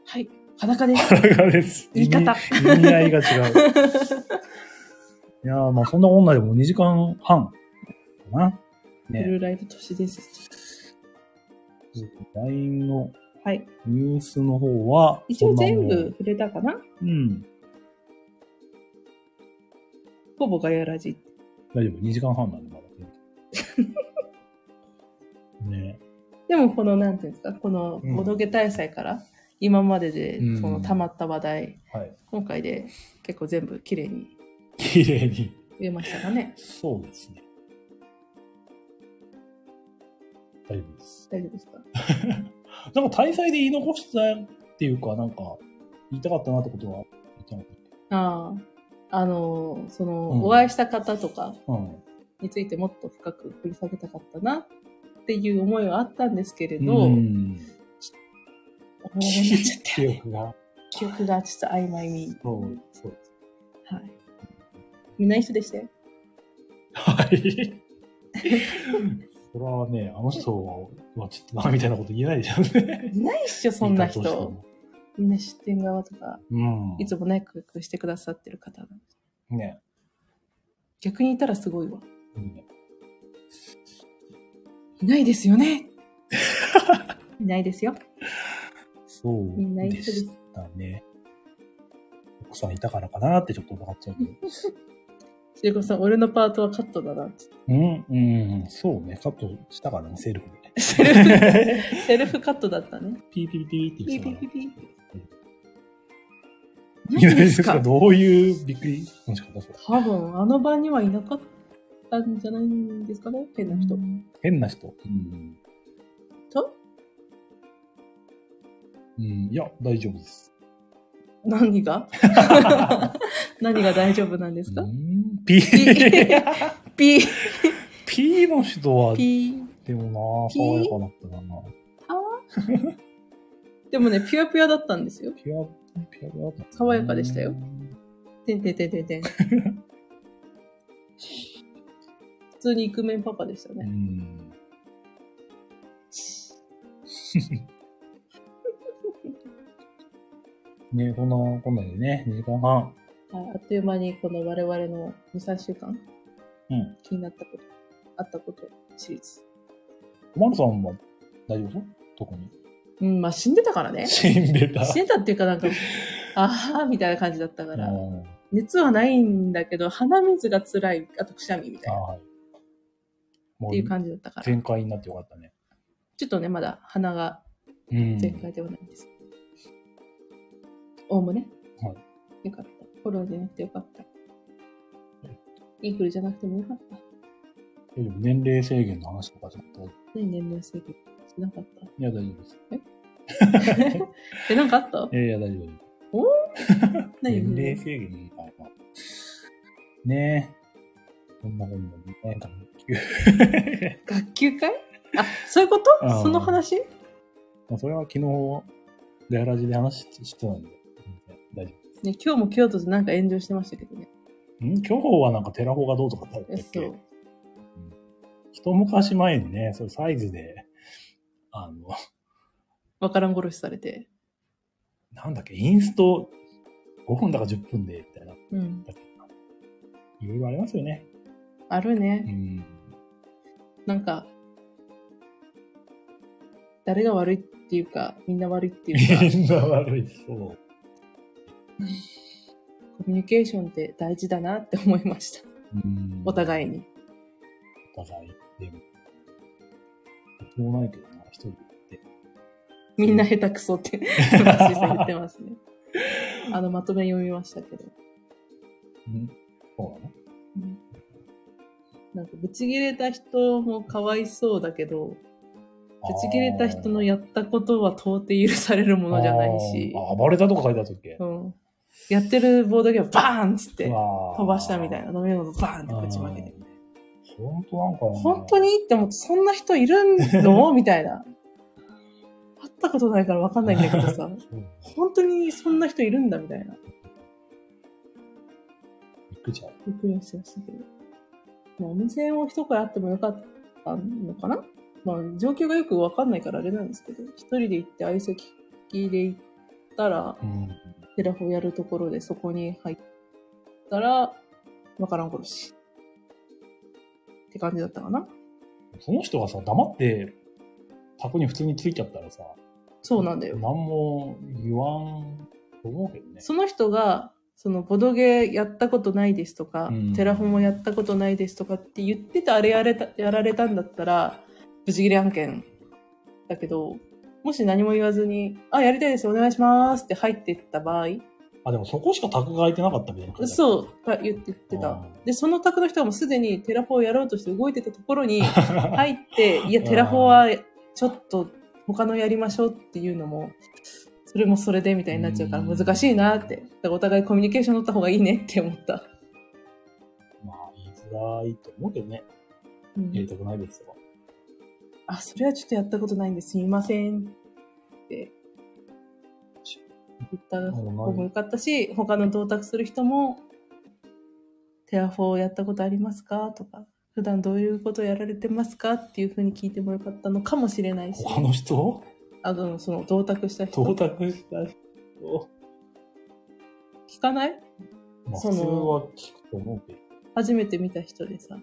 はい。裸です。
からです。
言い方
意味。意味合いが違う。いやー、まあそんな女でも2時間半かな。
ブ
ね。
ルーライト都市伝説。
LINE の
はい。
ニュースの方は、
一
こん
応
なも
全
ん
部。触れたかな
うん。
ほぼガヤラジ。
大丈夫。2時間半なん
[LAUGHS]
で、まだ。ね。
でもこの、なんていうんですか、この、
うん
ボドゲ大祭から、今までで
う、ん
その、溜まった話題、
はい。
今回で結構全部綺麗に
綺麗に。
言えましたかね。
そうですね。大丈夫です。
大丈夫ですか
なんか大祭で言い残したっていうか、なんか、言いたかったなってことは言ったのか
ああ。あの、その、
うん
お会いした方とか、
うん。
についてもっと深く掘り下げたかったなっていう思いはあったんですけれど、
ん。
お腹になっちゃった
記
よね
憶が。
記憶がちょっと曖昧に。
そう、そうです。
はい。みんな一緒でしたよ。
はい。 [LAUGHS] それはね、あの人はちょっとな、みたいなこと言えないでしょうね。
いないっしょ、そんな
言い方をして
人。
も。
みんな出店側とか、
うん。
いつもね、工夫してくださってる方なんで
ね。
逆にいたらすごいわ。
うん
いないです
[LAUGHS]
よね。いないですよ。
そう
みんな一緒
で
です
したね。奥さんいたからかなってちょっと疑っちゃうけど。
しげこさん、俺のパートはカットだなって。
うん、うん、そうね。カットしたからね、セルフで。
セルフ、セルフカットだったね。
ピーピーピーって
ピ
言
ーピー
っ
ピ
てたから。
ーピー。
いないです
何
か [LAUGHS] どういうびっくりの仕方それ。
多分あの場にはいなかったんじゃないんですかね変な人。
変な人。うん。
と
うん、いや、大丈夫です。[LAUGHS]
何が何が大丈夫なんですか、
うんピ
ピ
ー。
ー [LAUGHS] ピー
ピーの人は、
ピー
でも
ピ
な
ー
ぁ、爽やかだったな
でもね、ピュアピュアだったんですよ。
ピュア、ピュアだったな
爽やかでしたよ。てんてんてんて
[LAUGHS]
んてん。普通にイクメンパパでした
う
ね。
ん。 [LAUGHS] ねこんな、こんなんでね、2時間半。
はいあっという間にこの我々の2、3週間、
うん。
気になったこと、あったことシリーズ。
マルさんは大丈夫そう特に。
うん、まあ死んでたから
[LAUGHS]
ね。
死んでた。 [LAUGHS]
死んでたっていうかなんか、ああ、みたいな感じだったから。
うん
熱はないんだけど、鼻水が辛い、あとくしゃみみたいな。っ
はい。も
ていう感じだったから。
全開になってよかったね。
ちょっとね、まだ鼻が
うん
全開ではないんです。おおむね。
は
よかった。コロナじゃなくてよかった。インフルじゃなくてもよかった。
えでも年齢制限の話とかちょっと。
何年齢制限しなかった。
いや、大丈夫です。
[LAUGHS] え、なんかあった
えいや、大丈夫です。
何
年齢制限みたいな。ねえ。こんなもんだね。学級
学級会あ、そういうこ
うん
とその話
まあそれは昨日、ガヤラジで話してたんで。大丈
ね、今日も京都でなんか炎上してましたけどね。
夫。ん今日はなんかテラフォがどうとかってあった
え、
っけ
そう。
一昔前にね、それサイズで、あの、 [LAUGHS]
わからん殺しされて。
なんだっけ、インスト5分だか10分で、みたいな。
うん。
いろいろありますよね。
ある
う
ね。
ん。
なんか、誰が悪いっていうか、みんな悪いっていうか、
な
コ
悪い、そう。
ミュニケーションって大事だなって思いました。
うん
お互い
に。
に。
お互い。でも、僕もないけどな、一人で。
みんな下手くそ [LAUGHS] って、松井さん言ってますね。あの、まとめ読みましたけど。
うん。そうなの
なんか、ぶち切れた人もかわいそうだけど、ぶち切れた人のやったことは到底許されるものじゃないし
あ、ーあ暴れたとか書いてあったっけ
うん、やってる棒だけはバーンっつって飛
飛
ばしたみたい
な。
な飲み物バーンってぶちまけて。
本当なんかね、
本当にって思って、そんな人いる
[LAUGHS]
のみたいな。会ったことないから分かんないんだけど
[LAUGHS]
さ、
うん
本当にそんな人いるんだみたいな。
びっくりしちゃう。
びっくりしましたけど。まあ、お店を一声あってもよかったのかなまあ、状況がよくわかんないからあれなんですけど、一人で行って相席で行ったら、
うん。
テラフォやるところでそこに入ったら、わからん殺し。って感じだったかな
その人がさ、黙って、箱に普通についちゃったらさ、
そうなんだよ。
何も言わんと思うけどね。
その人が、そのボドゲやったことないですとか、
うん
テラフォもやったことないですとかって言ってたあれやれたやられたんだったら、ブチギレ案件だけど、もし何も言わずに、あ、やりたいです、お願いしますって入ってった場合、
あ、でもそこしか宅が空いてなかったみたいな感じだった。
そう、が言って言ってた。で、その宅の人はもうすでにテラフォをやろうとして動いてたところに
[LAUGHS]
入って、いや、テラフォはちょっと他のやりましょうっていうのも、それもそれでみたいになっちゃうから
うん
難しいなって。だからお互いコミュニケーション取った方がいいねって思った。
まあ、言いづらいと思うけどね。
うん
やりたくないですとか。
あ、それはちょっとやったことないんですいませんって言った方もよかったし、他の同卓する人も、テラフォーやったことありますかとか、普段どういうことやられてますかっていうふうに聞いてもよかったのかもしれないし、
他の人
あの、その同卓した人、
[LAUGHS] 到達した人、
聞かない
まあ、普
その
通は聞くと思うけど。
初めて見た人でさ
ん。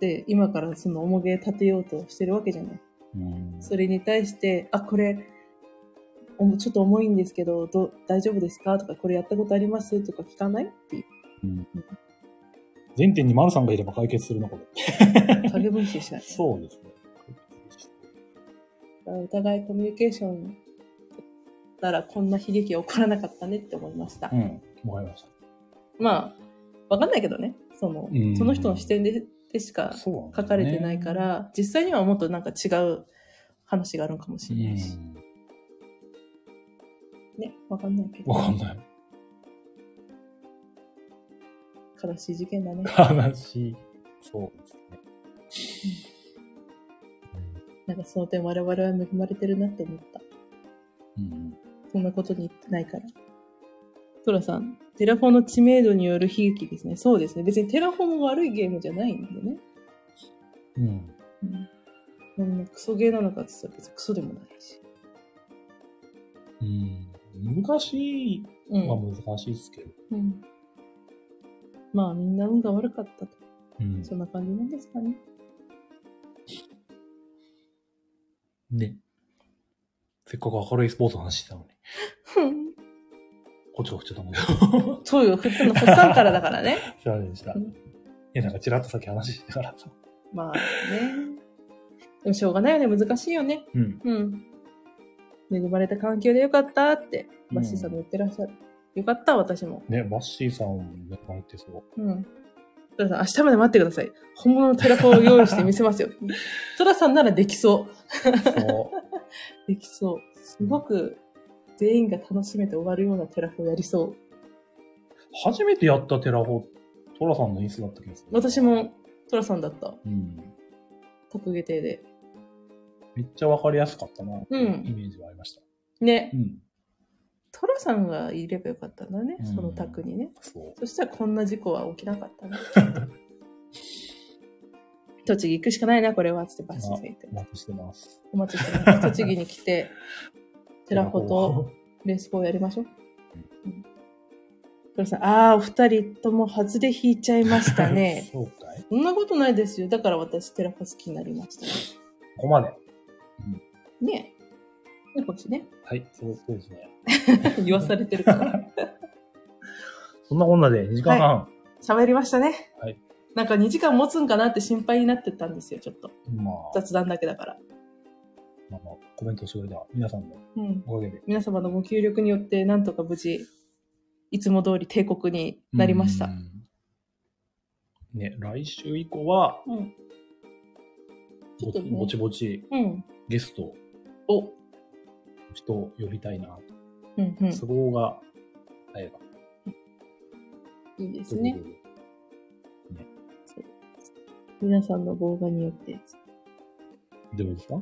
で、今からその面影立てようとしてるわけじゃない。
うん
それに対して、あ、これ、おもちょっと重いんですけど、どう大丈夫ですかとか、これやったことありますとか聞かないっていう。
前提に丸さんがいれば解決するのかも。
影分析しな
[LAUGHS]
い。
そうですね。
お互いコミュニケーションならこんな悲劇は起こらなかったねって思いました。
うん。わかりまし
まあ、わかんないけどね。その、
うん。
その人の視点ででしたか
そうなんだ
書
ね
かれてないか。ら、実際にはもっとなんか違う話があるのかもし
う
れないし。
ん。
ね、わかんないけど。
わかんない。
悲しい事件だね。
話、そうですね。
なんかその点我々は恵まれてるなって思った。
うん。
そんなことにないから。トラさん、テラフォの知名度による悲劇ですね。そうですね。別にテラフォも悪いゲームじゃないんでね。
うん。
うん。そんなクソゲーなのかって言ったら別にクソでもないし。
うん、難しい
うん。
は難しいですけど。
うん、まあみんな運が悪かったと。
うん
そんな感じなんですかね。 [LAUGHS]
ね。せっかく明るいスポーツの話したのに。
ふん
こっちが振っちゃったんだけど。
そうよ、振ったの、ホッサンからだからね。
すいませんでした。い
うん
や、なんかちらっとさっき話してたからさ。
まあね。でもしょうがないよね、難しいよね。
うん。
うん。恵まれた環境でよかったって、バッシーさんも言ってらっしゃる。よかった、私も。
ね、バッシーさんも入ってそう。
うん。トラさん、明日まで待ってください。本物のテラフォを用意してみせ [LAUGHS] ますよ。トラさんならできそう。
そ。
できそう。すごく全員が楽しめて終わるようなテラフォやりそう
初めてやったテラフォ、トラさんの椅子だった気がする。
う。私。もトラさんだった。
うん。
特技亭で。
めっちゃわかりやすかったな、
うん
イメージはありました。
ね
う。ん。
トラさんがいればよかったんだね。
うん
その宅にね。
そう。
そしたらこんな事故は起きな
[LAUGHS]
かったね。栃木行くしかないな、これは。つってバッシーさん言って
お。待ちしてます。
お待ちしてます。栃木に来 [LAUGHS] て、テラフォと。レース4やりましょう。うん。黒さん、ああ、お二人とも外れ引いちゃいまし
テラ
た
フォ。。
ね [LAUGHS]
そうかい
そんなことないですよ。だから私、テラフォ好きになりました
ここまで。
ね。ねえ。こっちね。 [LAUGHS]
はい、そうそうですね。
言わされてるから。 [LAUGHS]
そんなこんなで2時間半。
喋りましたね。
はい。
なんか2時間持つんかなって心配になってたんですよ、ちょっと。
まあ、
雑談だけだから。
まあまあ、コメントしてくれた皆さんの
うん。
おかげで。
皆様のご協力によって、なんとか無事、いつも通り帝国になりまし
う
た。
ん。ね、来週以降は、
うん。ちょ
ぼ
っとね
ぼちぼち
うん。
ゲストを
お。
人を呼びたいなと、
うんうん。
そこが、ええば。
いいで
と
す
いう
ね
こ。とで
皆さんの動画によって。
どうですか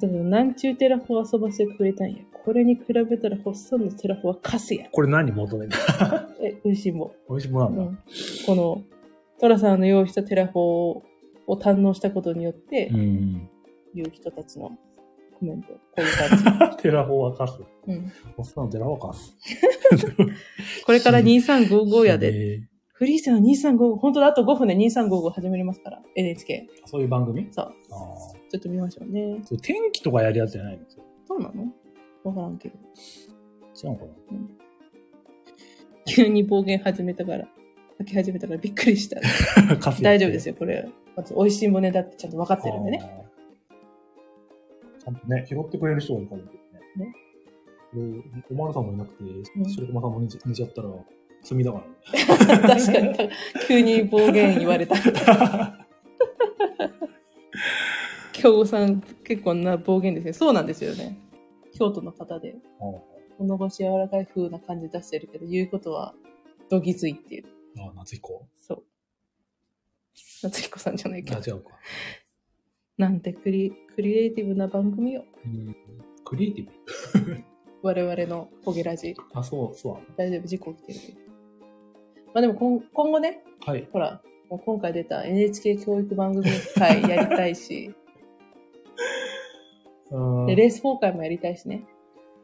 でも、南中テラフォ遊ばせてくれたんや。これに比べたら、ホッサンのテラフォはカスや。
これ何求めた
え、美味しいも
美味しいもの
ん。
な
うん
だ。
ん。この、トラさんの用意したテラフォを堪能したことによって、
ん。
言う人たちのコメント、こういう感
[LAUGHS] テラフォーは貸す。
[LAUGHS] じ。うん。
おっさんのテラフォーは貸す。
これから2355やで。
で。
フリーセの2355、本当だ、あと5分で2355始まりますから。NHK。
そういう番組
そう。
ああ。
ちょっと見ましょうね。
それ天気とかやるやつじゃないんですよ。
どうなのわからんけど。
違うのかな
急に暴言始めたから、吐き始めたからびっくりした。大丈夫です
よ。
よ、これ。まず、美味しいもねだってちゃんと分かってるんでね。
あー。ちゃんとね、拾ってくれる人がいるからね。ね。おまるさんもいなくて、
ん
白駒さんも似ちゃったら、罪だからね。
確かに、急に暴言言われた。 [LAUGHS] 京子さん、結構な暴言ですね。そうなんですよね。京都の方で、
あー
物腰柔らかい風な感じ出してるけど、言うことは、どぎついっていう。
あー、夏彦
そう。夏彦さんじゃないけ
あ、
ど。
違うか。
なんてクリ、クリエイティブな番組よ。
うんクリエイティブ
我々のホゲラジ。
あ、そう、そうなの
大丈夫、事故起きてるけど。まあでも今、今後ね、
はい。
ほら、もう今回出た NHK 教育番組会 [LAUGHS] やりたいし、
うん
でレース崩壊もやりたいしね。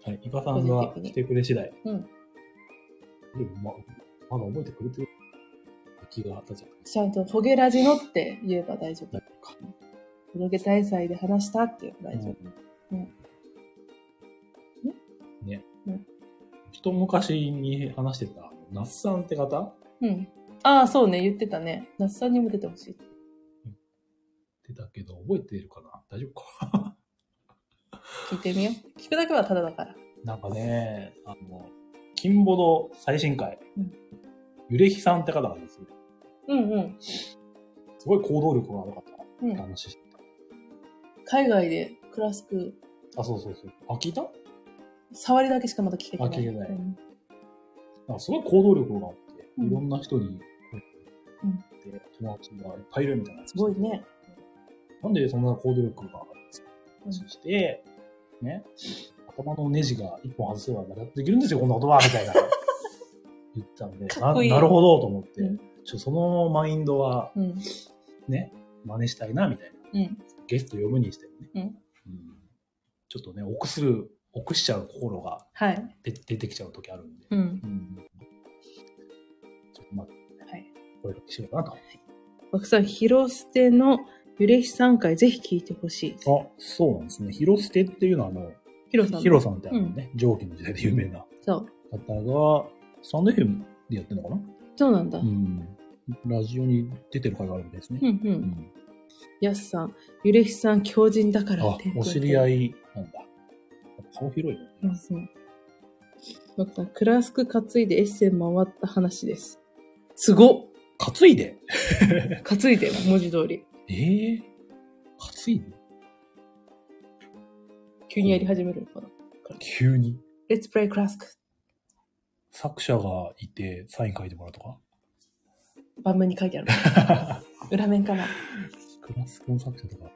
はい、イカさんが来てくれ次第。
うん
でも、まあ、まだ覚えてくれてる気が立っちゃっ
ちゃんと、ホゲラジノって言えば大丈
た
夫。ホゲ大祭で話したって言えば大丈夫。
う
うんん
ね。
うん
一昔に話してた、那須さんって方
うん。ああ、そうね、言ってたね。那須さんにも出てほしい。
出たけど、覚えてるかな大丈夫か
聞いてみよう。聞くだけはただだから。
なんかね、あの、金ボド最新回、
うん
ゆれひさんって方がですね、
うんうん。
すごい行動力がある方っ
う
て
ん、
話して
海外でクラスク、
た。あ、そうそうそう。あ、聞いた
触りだけしかまだ聞けてない。
あ聞けてない
うん
なんかすごい行動力があって、
うん
いろんな人に、
うん
で友達がいっぱいいるみたいな。す
すごい。ね。
なんでそんな行動力があるんですか話して、ね、頭のネジが一本外せば誰だってできるんですよ、こんなことは、みた
[LAUGHS]
いな。言ったんで、
かっこいい
ななるほどと思って、
うん
ちょそのマインドは
うん。
ね、真似したいな、みたいな。
うん。
ゲスト呼ぶにしてもね。
うん
うんちょっとね、臆する、臆しちゃう心が
はい。
出出てきちゃう時あるんで。
うん。
うんちょっとまあ、
はい。
こういうのしようかなと。
枠さん、広捨てのゆれひさん会、ぜひ聞いてほしい。
あ、そうなんですね。広捨てっていうのはあの、
ヒロさん。
ヒロさんみたいなね、上記の時代で有名な
そう。
方が、サンド FM でやってるのかな
そうなんだ。
う。
うん
ラジオに出てる方があるみたいですね。
んう。
うんん
ヤスさん、ゆれひさん強靭だから
あ
って。、
お知り合
い。
いなんだ。顔広いよね。
そうそう。また、クラスク担いでエッセン回った話です。すごっ
担いで
担いで、文字
[LAUGHS]
通り。
ええ担いで
急にやり始めるのかな。
急に。
Let's play クラスク。
作者がいて、サイン書いてもらうとか。
盤面に書いて
[LAUGHS]
ある。裏面かな。
クラスコン作者とか。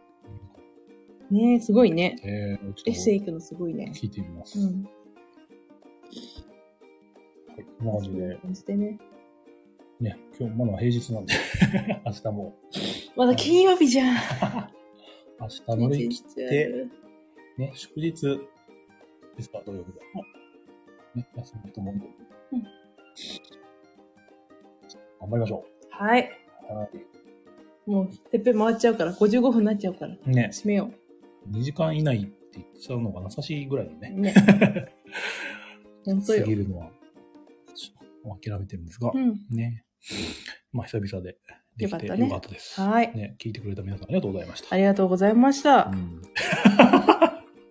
ねえ、すごいね。
ええ
エッセ
ちょ
イ行くのすごい
っ
ね
と。聞いてみます。
う
はい、
ん。
こんな感じで、
感じでね。
ね、今日まだ平日
[LAUGHS]
なんで、明日も、
まだ金曜日じゃん。
明日乗り切っ
一日
て
ある
ね、祝日ですか、土曜日が。ね、休みと思うんで。
うん
頑張りましょ
はい。
う。は
もう、てっぺん回っちゃうから、55分になっちゃうから。
い。ね、
閉めよ
2時間以内って言っちゃうのがなさしいぐらいの
う。
ね、 [LAUGHS]
ね。本当
過ぎ
よ。
るのは、ちょっと諦めてるんですが
う、ん。
ね。まあ、久々でできて
よかったね
よかったです。
はい。
ね、聞いてくれた皆さんありがとうございました
あ。りがとうございました
う。ん [LAUGHS]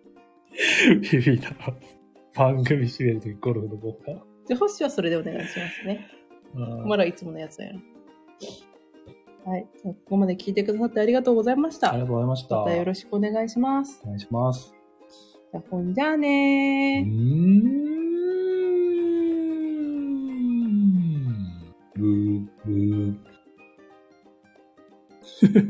響いた。番組締めるときゴルフのボタン。
じゃあ、星はそれでお願いしますね。
あー
まだいつものやつやろ。はい。じゃあここまで聞いてくださってありがとうございまし
あ
た
り。がとうございました。
またよろしくお願いします。
お願いします。
じゃあ、ほんじゃあ
うー
ねー。
ん。ブーブー